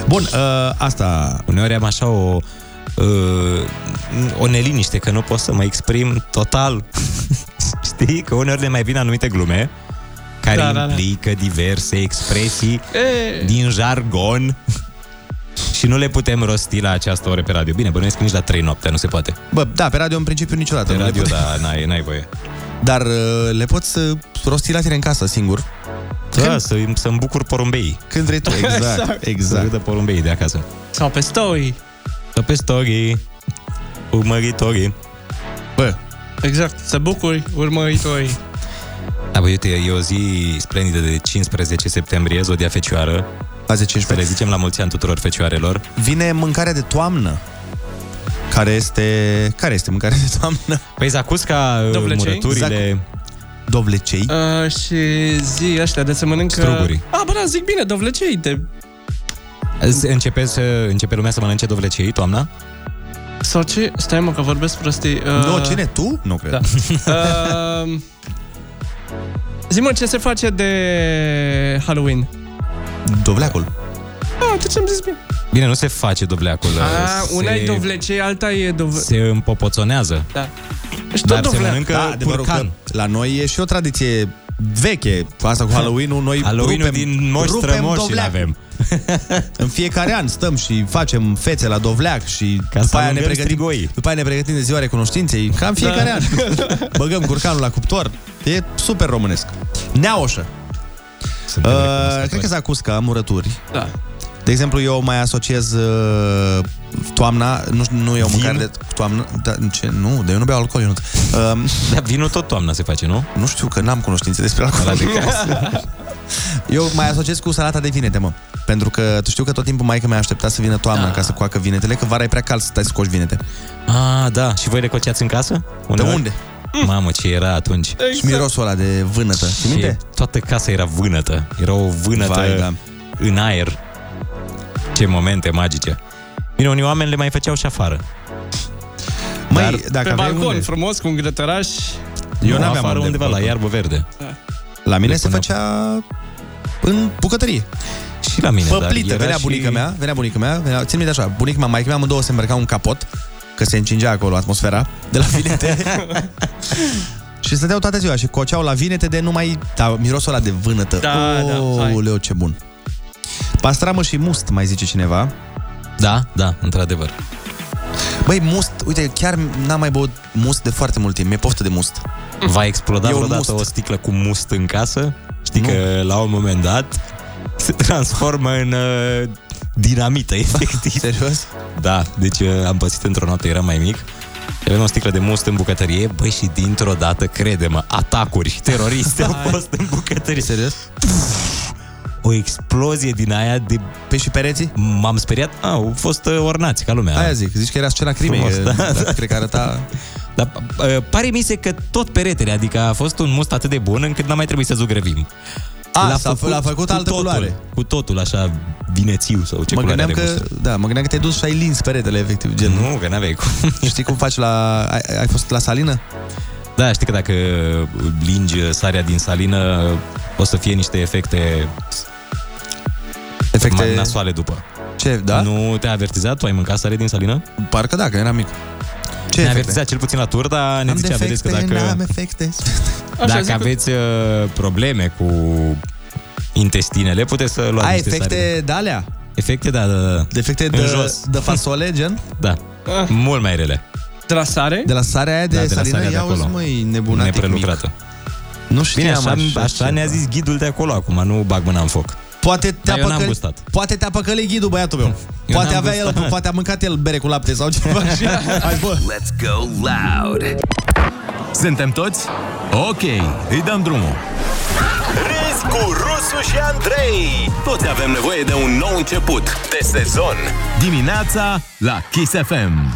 [SPEAKER 8] Bun, uh, asta...
[SPEAKER 5] Uneori am așa o... Uh, o neliniște, că nu pot să mă exprim
[SPEAKER 8] [LAUGHS]
[SPEAKER 5] total. Știi? Că uneori ne mai vin anumite glume care
[SPEAKER 9] Da,
[SPEAKER 5] da,
[SPEAKER 9] da, da.
[SPEAKER 5] implică da, da. diverse expresii
[SPEAKER 9] E.
[SPEAKER 5] din jargon și nu le putem rosti la această oră pe radio. Bine, bănuiesc că nici la 3 noaptea nu se poate.
[SPEAKER 8] Bă, da, pe radio în principiu niciodată.
[SPEAKER 5] Pe
[SPEAKER 8] nu le
[SPEAKER 5] radio,
[SPEAKER 8] putem-
[SPEAKER 5] da, n-ai, n-ai voie.
[SPEAKER 8] Dar uh, le poți uh, rosti la tine în casă, singur.
[SPEAKER 5] Da, să, să-mi bucur porumbeii.
[SPEAKER 8] Când vrei
[SPEAKER 5] [LAUGHS]
[SPEAKER 8] tu, exact,
[SPEAKER 5] Exact.
[SPEAKER 8] exact.
[SPEAKER 5] Să porumbeii de acasă.
[SPEAKER 9] Sau pe story.
[SPEAKER 5] Sau pe story. Urmăritorii.
[SPEAKER 8] Bă.
[SPEAKER 9] Exact, să bucuri urmăritorii.
[SPEAKER 5] Da, bă, uite, e o zi splendidă de 15 septembrie, Zodia Fecioară.
[SPEAKER 8] Azi 15.
[SPEAKER 5] Să le zicem la mulți ani tuturor fecioarelor.
[SPEAKER 8] Vine mâncarea de toamnă. Care este... Care este mâncarea de toamnă?
[SPEAKER 5] Păi zacusca,
[SPEAKER 9] Dovlecei?
[SPEAKER 5] murăturile...
[SPEAKER 8] Dovlecei?
[SPEAKER 9] Uh, și zi ăștia de se mănâncă...
[SPEAKER 5] Struguri.
[SPEAKER 9] A, bă, da, zic bine, dovlecei de...
[SPEAKER 5] Îți Începe, să, începe lumea să mănânce dovlecei, toamna?
[SPEAKER 9] Sau ce? Stai mă, că vorbesc prostii. Uh...
[SPEAKER 5] Nu, cine? Tu?
[SPEAKER 8] Nu cred.
[SPEAKER 9] Da.
[SPEAKER 5] [LAUGHS]
[SPEAKER 9] uh... Zi-mă, ce se face de Halloween?
[SPEAKER 8] Dovleacul.
[SPEAKER 9] Ah, tu ce-mi zis bine?
[SPEAKER 5] Bine, nu se face dovleacul.
[SPEAKER 9] A,
[SPEAKER 5] se,
[SPEAKER 9] una e dovlecei, alta e dovlecei.
[SPEAKER 5] Se împopoțonează.
[SPEAKER 9] Da. Și tot
[SPEAKER 5] Dar se
[SPEAKER 9] dovleac.
[SPEAKER 5] mănâncă
[SPEAKER 8] Da, adevărul că
[SPEAKER 5] curcan.
[SPEAKER 8] la noi e și o tradiție veche cu asta cu Halloween-ul. Noi
[SPEAKER 5] [LAUGHS] Halloween-ul
[SPEAKER 8] rupem,
[SPEAKER 5] din moși
[SPEAKER 8] rupem
[SPEAKER 5] strămoși îl
[SPEAKER 8] dovleacul.
[SPEAKER 5] avem.
[SPEAKER 8] [LAUGHS] În fiecare an stăm și facem fețe la dovleac și Ca
[SPEAKER 5] să
[SPEAKER 8] după, aia ne
[SPEAKER 5] alungăm
[SPEAKER 8] pregătim, după aia ne pregătim de ziua recunoștinței, ca în fiecare
[SPEAKER 5] Da.
[SPEAKER 8] an. Băgăm curcanul la cuptor. E super românesc. Neaoșă.
[SPEAKER 5] Suntem
[SPEAKER 8] Uh, cred că zacusca, murături.
[SPEAKER 9] Da.
[SPEAKER 8] De exemplu, eu mai asociez uh, toamna, nu, știu, nu e o mâncare de toamnă, da, ce, nu, dar eu nu beau alcool, eu nu. Uh,
[SPEAKER 5] [LAUGHS] Dar vinul tot toamna se face, nu?
[SPEAKER 8] Nu știu, că n-am cunoștințe despre alcool. [LAUGHS] Eu mai asociez cu salata de vinete, mă. Pentru că tu știu că tot timpul maica mi-a așteptat să vină toamna
[SPEAKER 5] Da.
[SPEAKER 8] ca să coacă vinetele, că vara e prea cald să stai să coci vinete.
[SPEAKER 5] A, da. Și voi le coceați în casă?
[SPEAKER 8] De unde?
[SPEAKER 5] Mm. Mamă, ce era atunci. Exact.
[SPEAKER 8] Și mirosul ăla de vânătă. Ți minte?
[SPEAKER 5] toată casa era vânătă. Era o vânătă
[SPEAKER 8] Vai,
[SPEAKER 5] Vai,
[SPEAKER 8] da.
[SPEAKER 5] da. în aer. Ce momente magice. Bine, unii oameni le mai făceau și afară.
[SPEAKER 8] Măi,
[SPEAKER 9] Dacă pe
[SPEAKER 5] aveai
[SPEAKER 9] balcon, unde? frumos, cu un grătăraș. Nu,
[SPEAKER 5] Eu n-aveam Da.
[SPEAKER 9] afară
[SPEAKER 5] afară undeva la iarbă verde.
[SPEAKER 8] La mine
[SPEAKER 5] De
[SPEAKER 8] se
[SPEAKER 5] până-
[SPEAKER 8] făcea în bucătărie.
[SPEAKER 5] Și la mine,
[SPEAKER 8] Bă,
[SPEAKER 5] dar
[SPEAKER 8] plită,
[SPEAKER 5] era
[SPEAKER 8] venea
[SPEAKER 5] și-
[SPEAKER 8] bunica mea, venea bunica mea, venea, țin minte așa, bunica mea, maica mea, amândouă se îmbrăcau un capot, că se încingea acolo atmosfera de la
[SPEAKER 5] [LAUGHS]
[SPEAKER 8] vinete. [LAUGHS] și stăteau toată ziua și coceau la vinete de numai da, mirosul ăla de vânătă.
[SPEAKER 9] Da, da, hai.
[SPEAKER 8] Oleu, ce bun. Pastramă și must, mai zice cineva.
[SPEAKER 5] Da, da, într-adevăr.
[SPEAKER 8] Băi, must, uite, chiar n-am mai băut must de foarte mult timp, mi-e poftă de must.
[SPEAKER 5] Va exploda
[SPEAKER 8] E un
[SPEAKER 5] vreodată o
[SPEAKER 8] must.
[SPEAKER 5] sticlă cu must în casă? Știi nu. că la un moment dat se transformă în uh, dinamită, [LAUGHS] efectiv.
[SPEAKER 8] Serios?
[SPEAKER 5] Da, deci uh, am pățit într-o noapte, eram mai mic. și Aveam o sticlă de must în bucătărie, băi, și dintr-o dată, crede-mă, atacuri teroriste au fost în bucătărie.
[SPEAKER 8] Serios?
[SPEAKER 5] o explozie din aia de...
[SPEAKER 8] Pe și pereții?
[SPEAKER 5] M-am speriat. Au fost uh, ornați, ca lumea.
[SPEAKER 8] Aia zic, zici că era scena crimei,
[SPEAKER 5] Frumos,
[SPEAKER 8] da,
[SPEAKER 5] da, da.
[SPEAKER 8] Cred că arăta...
[SPEAKER 5] [LAUGHS] Dar uh, pare mi se că tot peretele, adică a fost un must atât de bun încât n-a mai trebuit să zugrăvim.
[SPEAKER 8] A, s-a fă- l-a făcut
[SPEAKER 5] cu
[SPEAKER 8] altă
[SPEAKER 5] totul,
[SPEAKER 8] culoare.
[SPEAKER 5] Cu totul, așa, vinețiu sau ce
[SPEAKER 8] mă
[SPEAKER 5] culoare
[SPEAKER 8] gândeam
[SPEAKER 5] are
[SPEAKER 8] că,
[SPEAKER 5] mustăț.
[SPEAKER 8] da, mă gândeam că te-ai dus și ai lins peretele, efectiv, gen.
[SPEAKER 5] Nu, că n-aveai cum.
[SPEAKER 8] [LAUGHS] Știi cum faci la... Ai, ai fost la salină?
[SPEAKER 5] Da, știi că dacă lingi sarea din salină, o să fie niște efecte
[SPEAKER 8] Efecte-
[SPEAKER 5] mai nasoale după.
[SPEAKER 8] Ce, da?
[SPEAKER 5] Nu te-a avertizat? Tu ai mâncat sare din salină?
[SPEAKER 8] Parcă da, că eram mic.
[SPEAKER 5] Ce ne-a avertizat cel puțin la tur, dar ne
[SPEAKER 8] Am
[SPEAKER 5] zicea, vedeți că
[SPEAKER 8] defecte,
[SPEAKER 5] dacă...
[SPEAKER 8] n-am efecte.
[SPEAKER 5] Dacă aveți uh, probleme cu intestinele, puteți să luați
[SPEAKER 8] Ai
[SPEAKER 5] niște sarine.
[SPEAKER 8] efecte de alea?
[SPEAKER 5] Efecte, da, da, da.
[SPEAKER 8] Efecte
[SPEAKER 5] În
[SPEAKER 8] de,
[SPEAKER 5] jos.
[SPEAKER 8] de fasole, gen?
[SPEAKER 5] Da. Mult mai rele.
[SPEAKER 9] Ah. De la sare?
[SPEAKER 8] De la sarea aia de,
[SPEAKER 5] Da, de la
[SPEAKER 8] salină?
[SPEAKER 5] sarea de
[SPEAKER 8] Ia uzi,
[SPEAKER 5] acolo.
[SPEAKER 8] măi, nebunatic
[SPEAKER 5] Neprelucrată.
[SPEAKER 8] Nu
[SPEAKER 5] Bine,
[SPEAKER 8] știam
[SPEAKER 5] așa,
[SPEAKER 8] așa
[SPEAKER 5] așa, ne-a
[SPEAKER 8] ceva.
[SPEAKER 5] zis ghidul de acolo acum, nu bag mâna în foc.
[SPEAKER 8] Poate te-a
[SPEAKER 5] Dar eu n-am
[SPEAKER 8] păcălit-
[SPEAKER 5] gustat.
[SPEAKER 8] Poate te-a păcălit ghidul, băiatul meu.
[SPEAKER 5] [LAUGHS] Eu
[SPEAKER 8] Poate
[SPEAKER 5] n-am
[SPEAKER 8] avea el,
[SPEAKER 5] gustat.
[SPEAKER 8] poate a mâncat el bere cu lapte sau
[SPEAKER 5] [LAUGHS]
[SPEAKER 8] ceva și... Hai, bă.
[SPEAKER 15] Let's go loud! Suntem toți? Ok, îi dăm drumul.
[SPEAKER 7] Râzi cu Rusu și Andrei. Toți avem nevoie de un nou început de
[SPEAKER 5] [LAUGHS]
[SPEAKER 7] sezon.
[SPEAKER 15] Dimineața la Kiss FM.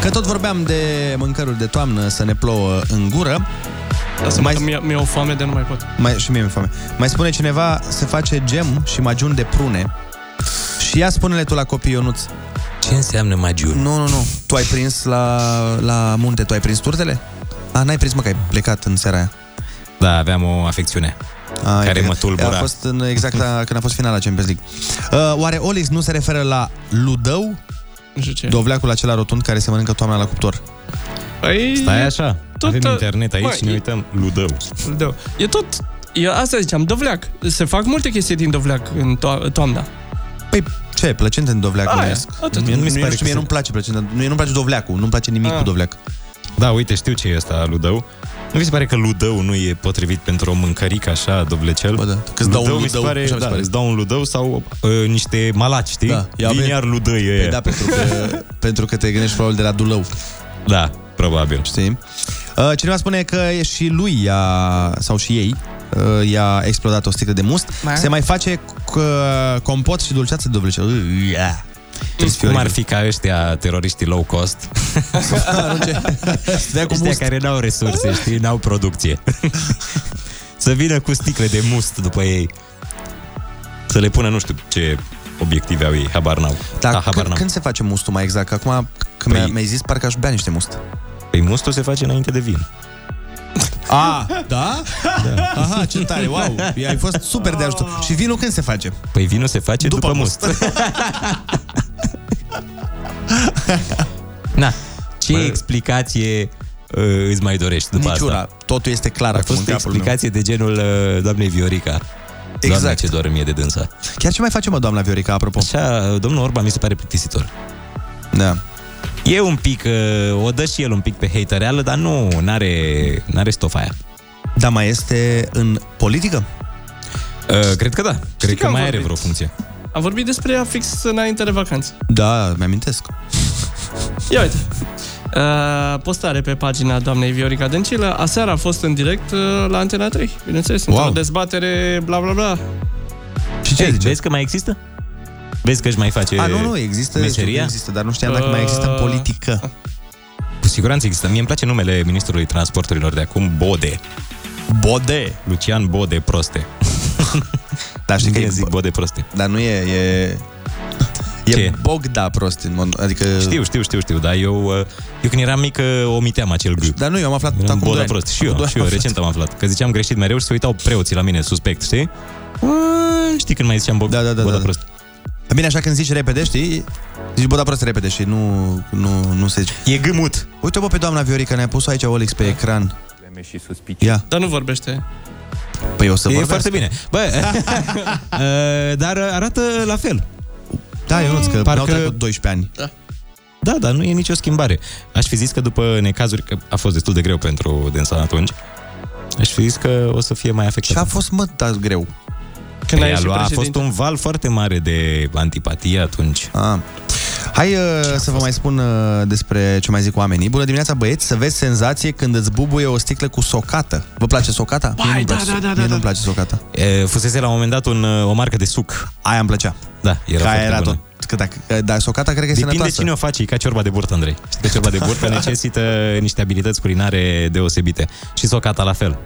[SPEAKER 8] Că tot vorbeam de mâncăruri de toamnă să ne plouă în gură.
[SPEAKER 9] Lasă-mă mai... că mi-e, mi-e o foame de nu mai pot.
[SPEAKER 8] Mai, și mie mi-e foame. Mai spune cineva, se face gem și magiun de prune. Și ia spune-le tu la copii, Ionuț.
[SPEAKER 5] Ce înseamnă magiun?
[SPEAKER 8] Nu, nu, nu. Tu ai prins la, la munte, tu ai prins turtele? A, n-ai prins, mă, că ai plecat în seara aia.
[SPEAKER 5] Da, aveam o afecțiune
[SPEAKER 8] A, ai
[SPEAKER 5] care
[SPEAKER 8] plecat.
[SPEAKER 5] mă tulbura.
[SPEAKER 8] A fost în, exact la, când a fost finala Champions League. Uh, oare Olix nu se referă la Ludău?
[SPEAKER 9] Nu știu ce.
[SPEAKER 8] Dovleacul acela rotund care se mănâncă toamna la cuptor.
[SPEAKER 9] Păi,
[SPEAKER 5] Stai așa,
[SPEAKER 9] tot,
[SPEAKER 5] avem
[SPEAKER 9] uh,
[SPEAKER 5] internet aici
[SPEAKER 9] mă,
[SPEAKER 5] și ne
[SPEAKER 9] e-
[SPEAKER 5] uităm. Ludău.
[SPEAKER 9] Dău. E tot... Eu asta ziceam, dovleac. Se fac multe chestii din dovleac în to- toamna.
[SPEAKER 8] Păi ce, plăcinte în dovleac
[SPEAKER 9] Aia,
[SPEAKER 8] numesc?
[SPEAKER 9] atât.
[SPEAKER 8] Mie, nu mi se
[SPEAKER 9] Mie nu
[SPEAKER 8] pare că mie
[SPEAKER 9] știu.
[SPEAKER 8] nu-mi place plăcinte, mie nu-mi place dovleacul, nu-mi place nimic
[SPEAKER 9] Ah.
[SPEAKER 8] cu dovleac.
[SPEAKER 5] Da, uite, știu ce e asta, ludău. Nu vi se pare că ludău nu e potrivit pentru o mâncărică așa, dovlecel? Bă, da.
[SPEAKER 8] îți dau un
[SPEAKER 5] mi se
[SPEAKER 8] ludău,
[SPEAKER 5] pare,
[SPEAKER 8] așa mi se
[SPEAKER 5] da,
[SPEAKER 8] pare.
[SPEAKER 5] îți dau un ludău sau uh, niște malaci, știi?
[SPEAKER 8] Da. Ia
[SPEAKER 5] Vin
[SPEAKER 8] pe-
[SPEAKER 5] iar ludăi
[SPEAKER 8] Păi
[SPEAKER 5] ăia.
[SPEAKER 8] da, pentru
[SPEAKER 5] [LAUGHS]
[SPEAKER 8] că, pentru că te gândești probabil de la Dulău.
[SPEAKER 5] Da, probabil.
[SPEAKER 8] Știi? Uh, Cineva spune că e și lui i-a, sau și ei uh, i-a explodat o sticlă de must.
[SPEAKER 5] Ma?
[SPEAKER 8] Se mai face c- uh, compot și dulceață de dovlecel. Uh, yeah.
[SPEAKER 5] Cum ar fi ca ăștia teroriștii low cost? [LAUGHS] Ah,
[SPEAKER 8] Dea cu
[SPEAKER 5] ăștia care n-au resurse, știi, n-au [LAUGHS] producție. să vină cu sticle de must după ei. Să le pună nu știu ce obiective au ei, habar n-au.
[SPEAKER 8] Dar
[SPEAKER 5] ah, habar
[SPEAKER 8] când,
[SPEAKER 5] n-am.
[SPEAKER 8] când se face mustul mai exact? Că Acum când păi... mi-ai zis, parcă aș bea niște must.
[SPEAKER 5] Păi mustul se face înainte de vin.
[SPEAKER 8] [LAUGHS] A, da? da? Aha, ce tare, wow, ai fost super de ajutor. Și vinul când se face?
[SPEAKER 5] Păi vinul se face după, după must. [LAUGHS] Na, ce Bă. explicație uh, îți mai dorești după
[SPEAKER 8] Niciuna.
[SPEAKER 5] asta?
[SPEAKER 8] Totul este clar
[SPEAKER 5] A
[SPEAKER 8] acum în
[SPEAKER 5] fost o
[SPEAKER 8] capul meu.
[SPEAKER 5] explicație de genul uh, doamnei Viorica. Doamne,
[SPEAKER 8] Exact.
[SPEAKER 5] ce doar mie de dânsa.
[SPEAKER 8] Chiar ce mai face, mă, doamna Viorica, apropo?
[SPEAKER 5] Așa, domnul Orban mi se pare plictisitor.
[SPEAKER 8] Da.
[SPEAKER 5] E un pic, uh, o dă și el un pic pe hatereală, dar nu, n-are, n-are stofa aia.
[SPEAKER 8] Dar mai este în politică?
[SPEAKER 5] Uh, cred că da. Cred că,
[SPEAKER 9] că am
[SPEAKER 5] mai are
[SPEAKER 9] vorbit.
[SPEAKER 5] vreo funcție.
[SPEAKER 9] Am vorbit despre ea fix înainte de vacanță.
[SPEAKER 8] Da, mi-amintesc.
[SPEAKER 9] Ia uite. Uh, postare pe pagina doamnei Viorica Dăncilă. Aseară a fost în direct uh, la Antena 3. Bineînțeles, wow. într-o dezbatere bla bla bla.
[SPEAKER 8] Și ce
[SPEAKER 5] Ei, Vezi că mai există? Vezi că își mai face
[SPEAKER 8] A, nu, nu, există, știu
[SPEAKER 5] meseria? Uh.
[SPEAKER 8] că există, dar nu știam dacă mai există în politică.
[SPEAKER 5] Cu siguranță există. Mie îmi place numele ministrului transporturilor de acum, Bode.
[SPEAKER 8] Bode?
[SPEAKER 5] Lucian Bode proste.
[SPEAKER 8] [LAUGHS] Dar știi că
[SPEAKER 5] Bine
[SPEAKER 8] e-
[SPEAKER 5] zic Bode proste.
[SPEAKER 8] Dar nu e, e... E Ce? Bogda prost, în mod, adică...
[SPEAKER 5] Știu, știu, știu, știu, dar eu, uh, eu când eram mic uh, omiteam acel gât.
[SPEAKER 8] Dar nu, eu am aflat
[SPEAKER 5] Eram
[SPEAKER 8] acum doi
[SPEAKER 5] Bode
[SPEAKER 8] ani.
[SPEAKER 5] prost. Și
[SPEAKER 8] Acum
[SPEAKER 5] eu,
[SPEAKER 8] doi
[SPEAKER 5] și
[SPEAKER 8] ani
[SPEAKER 5] eu
[SPEAKER 8] am aflat.
[SPEAKER 5] recent am aflat. Că ziceam greșit mereu și se uitau preoții la mine, suspect, știi? Mm, Știi când mai ziceam Bog, da, da, da, Bode da. prost.
[SPEAKER 8] Dar Bine, așa când zici repede, [LAUGHS] știi? Zici Boda prost repede și nu, nu, nu se zice.
[SPEAKER 5] E gâmut. Da.
[SPEAKER 8] Uite-o bă, pe doamna Viorica, ne-a pus aici Olix pe ecran.
[SPEAKER 9] Și suspiciune.
[SPEAKER 8] Ia,
[SPEAKER 9] Dar nu vorbește.
[SPEAKER 8] păi o să
[SPEAKER 5] e
[SPEAKER 8] vorbească.
[SPEAKER 5] foarte bine. Bă,
[SPEAKER 8] [LAUGHS]
[SPEAKER 5] uh, dar arată la fel. Mm,
[SPEAKER 8] Da, eu că
[SPEAKER 5] Parcă-
[SPEAKER 8] Parcă... au trecut 12 ani.
[SPEAKER 5] Da, dar nu e nicio schimbare. Aș fi zis că după necazuri, că a fost destul de greu pentru Densa atunci, aș fi zis că o să fie mai afectat.
[SPEAKER 8] Și a fost, mă, da, greu.
[SPEAKER 9] Când a
[SPEAKER 5] Când a,
[SPEAKER 9] ieșit
[SPEAKER 5] luat, a fost
[SPEAKER 9] președinte.
[SPEAKER 5] un val foarte mare de antipatie atunci.
[SPEAKER 8] A. Hai uh, să vă mai spun uh, despre ce mai zic oamenii. Bună dimineața, băieți, să vezi senzație când îți bubuie o sticlă cu socată. Vă place socata? Mie nu-mi
[SPEAKER 5] da,
[SPEAKER 8] place,
[SPEAKER 5] da, da,
[SPEAKER 8] mie
[SPEAKER 5] da,
[SPEAKER 8] nu-mi
[SPEAKER 5] da.
[SPEAKER 8] place socata.
[SPEAKER 5] E, fusese la un moment dat un, uh, o marcă de suc.
[SPEAKER 8] Aia îmi plăcea.
[SPEAKER 5] Da, era
[SPEAKER 8] Că aia
[SPEAKER 5] foarte
[SPEAKER 8] era
[SPEAKER 5] bună.
[SPEAKER 8] tot. Că dacă, că- dar socata cred că e
[SPEAKER 5] Depinde
[SPEAKER 8] sănătoasă.
[SPEAKER 5] cine o face, e ca ciorba de burtă, Andrei. Știi că ciorba de
[SPEAKER 8] [LAUGHS]
[SPEAKER 5] burtă necesită niște abilități culinare deosebite. Și socata la fel.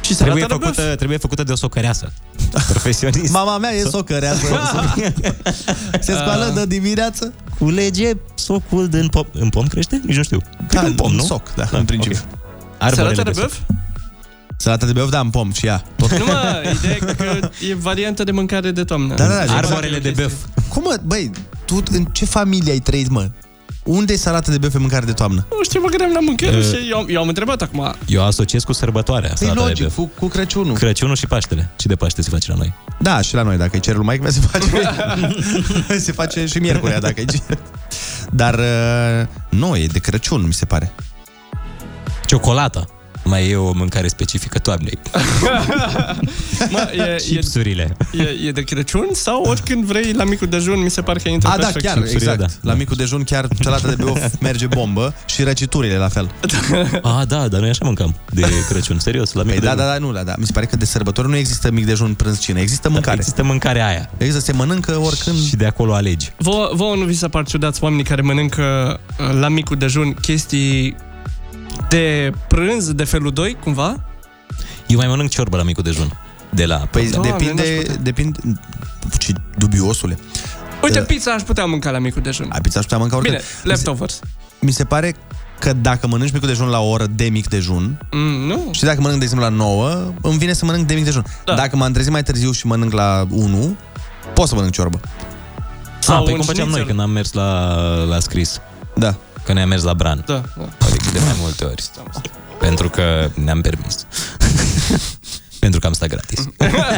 [SPEAKER 9] Și
[SPEAKER 5] trebuie
[SPEAKER 9] salata de băf.
[SPEAKER 5] făcută, trebuie făcută de o socăreasă. Profesionist. Ah.
[SPEAKER 8] Mama mea e
[SPEAKER 9] [LAUGHS]
[SPEAKER 8] socărească. Se scoală de dimineață, culege socul din pom. În pom crește? Nici nu știu.
[SPEAKER 5] Da,
[SPEAKER 8] în pom,
[SPEAKER 5] în
[SPEAKER 8] nu?
[SPEAKER 5] soc, da,
[SPEAKER 8] în principiu.
[SPEAKER 9] Salata de băf?
[SPEAKER 8] Salata de băf, da, în pom și ea.
[SPEAKER 9] Nu mă, ideea e că e varianta de mâncare de toamnă.
[SPEAKER 8] Da, da, da,
[SPEAKER 5] Arborele de băf.
[SPEAKER 8] Cum, mă, băi, tu în ce familie ai trăit, mă? Unde e salată de băf pe mâncare de toamnă?
[SPEAKER 9] Nu știu, mă gândeam la mâncare
[SPEAKER 5] E.
[SPEAKER 9] și eu, eu am întrebat acum.
[SPEAKER 5] Eu asociez cu sărbătoarea. salata de
[SPEAKER 8] Păi logic,
[SPEAKER 5] băf.
[SPEAKER 8] cu, cu Crăciunul.
[SPEAKER 5] Crăciunul și Paștele. Și de Paște se face la noi.
[SPEAKER 8] Da, și la noi, dacă e cerul mai se face,
[SPEAKER 5] [LAUGHS]
[SPEAKER 8] [LAUGHS] se face și miercurea, dacă e cer. Dar uh, nu, e de Crăciun, mi se pare.
[SPEAKER 5] Ciocolata. Mai e o mâncare specifică toamnei.
[SPEAKER 9] [LAUGHS] Mă, e, e,
[SPEAKER 5] Chipsurile.
[SPEAKER 9] e, e de Crăciun sau oricând vrei la micul dejun, mi se pare că intră
[SPEAKER 8] A, da,
[SPEAKER 9] perfect.
[SPEAKER 8] chiar, exact. La micul dejun chiar cealaltă de beof merge bombă și răciturile la
[SPEAKER 5] [LAUGHS]
[SPEAKER 8] fel.
[SPEAKER 5] A, da, dar noi așa mâncam
[SPEAKER 8] [LAUGHS]
[SPEAKER 5] de Crăciun, serios, la mic
[SPEAKER 8] Păi da, da, da, nu, da, da. Mi se pare că de sărbători nu există mic dejun, prânz, cină.
[SPEAKER 5] Da.
[SPEAKER 8] Există mâncare.
[SPEAKER 5] Există mâncarea aia.
[SPEAKER 8] Există, se mănâncă oricând.
[SPEAKER 5] Și de acolo alegi.
[SPEAKER 9] Vouă, vouă nu vi se par ciudați oamenii care mănâncă uh, la micul dejun chestii de prânz, de felul 2, cumva?
[SPEAKER 5] Eu mai mănânc ciorbă la micul dejun. De la...
[SPEAKER 8] Păi
[SPEAKER 9] Doamne, n-aș
[SPEAKER 8] depinde, depinde... Ce dubiosule.
[SPEAKER 9] Uite,
[SPEAKER 8] Da.
[SPEAKER 9] pizza aș putea mânca la micul dejun.
[SPEAKER 8] A, pizza aș putea mânca oricând.
[SPEAKER 9] Bine, leftovers.
[SPEAKER 8] Mi se pare că dacă mănânci micul dejun la o oră de mic dejun,
[SPEAKER 9] Mm, nu?
[SPEAKER 8] și dacă mănânc, de exemplu, la 9, îmi vine să mănânc de mic dejun. Da. Dacă m-am trezit mai târziu și mănânc la 1, pot să mănânc ciorbă.
[SPEAKER 5] Sau
[SPEAKER 9] Sau
[SPEAKER 5] ah, păi
[SPEAKER 9] un
[SPEAKER 5] cum făceam noi
[SPEAKER 9] schnitzel.
[SPEAKER 5] când am mers la, la scris.
[SPEAKER 8] Da.
[SPEAKER 5] Că ne-am mers la Bran.
[SPEAKER 9] Da,
[SPEAKER 5] Adică de mai multe ori. Pentru că ne-am
[SPEAKER 8] [LAUGHS]
[SPEAKER 5] permis. Pentru că am stat gratis.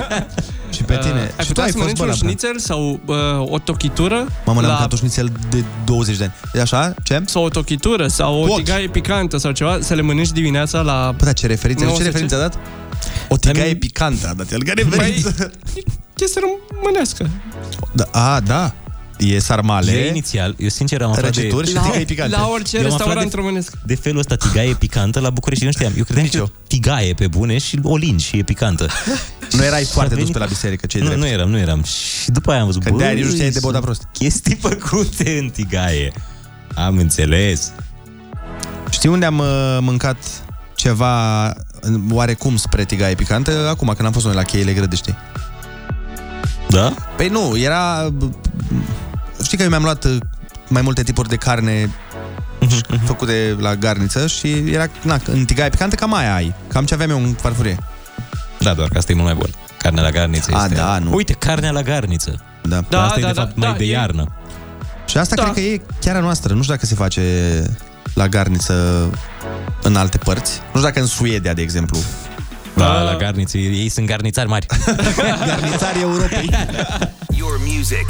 [SPEAKER 8] [LAUGHS] Și pe tine.
[SPEAKER 9] Uh, ai
[SPEAKER 8] și tu
[SPEAKER 9] putea
[SPEAKER 8] ai
[SPEAKER 9] să mănânci
[SPEAKER 8] fost bă la
[SPEAKER 9] un
[SPEAKER 8] Bran.
[SPEAKER 9] șnițel sau uh, o tochitură
[SPEAKER 8] Mamă, n-am
[SPEAKER 9] la
[SPEAKER 8] mâncat un șnițel de 20 de ani. E așa? Ce?
[SPEAKER 9] Sau o tochitură sau o tigaie picantă sau ceva, să le mănânci dimineața la...
[SPEAKER 8] Păi da, ce referință?
[SPEAKER 9] Nu,
[SPEAKER 8] ce
[SPEAKER 9] să
[SPEAKER 8] referință a dat? O
[SPEAKER 9] Păi,
[SPEAKER 8] tigaie picantă a dat el. Care referință?
[SPEAKER 9] chestie românească.
[SPEAKER 8] Da, a, da. E sarmale.
[SPEAKER 5] Eu inițial, eu sincer am aflat de...
[SPEAKER 8] Răcituri și tigaie picantă.
[SPEAKER 9] la orice
[SPEAKER 5] Eu am aflat
[SPEAKER 9] restaurant
[SPEAKER 5] de-
[SPEAKER 9] românesc.
[SPEAKER 5] De felul ăsta, tigaie picantă la București. Nu știam. Eu credeam că e o tigaie pe bune și o lingi și e picantă.
[SPEAKER 8] [LAUGHS] Nu erai foarte
[SPEAKER 5] venit-
[SPEAKER 8] dus pe la biserică, ce
[SPEAKER 5] Nu,
[SPEAKER 8] drept.
[SPEAKER 5] nu eram, nu eram. Și după aia am văzut,
[SPEAKER 8] Că de-aia nici nu știai de
[SPEAKER 5] sunt
[SPEAKER 8] bota prost.
[SPEAKER 5] Chestii făcute în tigaie. Am înțeles.
[SPEAKER 8] Știi unde am uh, mâncat ceva în- oarecum spre tigaie picantă? Acum, când am fost noi la cheile grădești.
[SPEAKER 5] Da?
[SPEAKER 8] Păi nu, era... Știi că eu mi-am luat uh, mai multe tipuri de carne făcute la garniță și era, na, în tigaie picantă cam aia ai. Cam ce aveam eu în farfurie.
[SPEAKER 5] Da, doar că asta e mult mai bun. Carnea la garniță
[SPEAKER 8] A,
[SPEAKER 5] este...
[SPEAKER 8] da, nu.
[SPEAKER 5] Uite, carnea la garniță.
[SPEAKER 8] Da.
[SPEAKER 5] Dar asta e de fapt mai de
[SPEAKER 9] e-
[SPEAKER 5] iarnă.
[SPEAKER 8] Și asta da. cred că e chiar a noastră. Nu știu dacă se face la garniță în alte părți. Nu știu dacă în Suedia, de exemplu.
[SPEAKER 5] Da, la garniță. Ei sunt garnițari mari.
[SPEAKER 8] Garnițarii Europei.
[SPEAKER 7] Your music.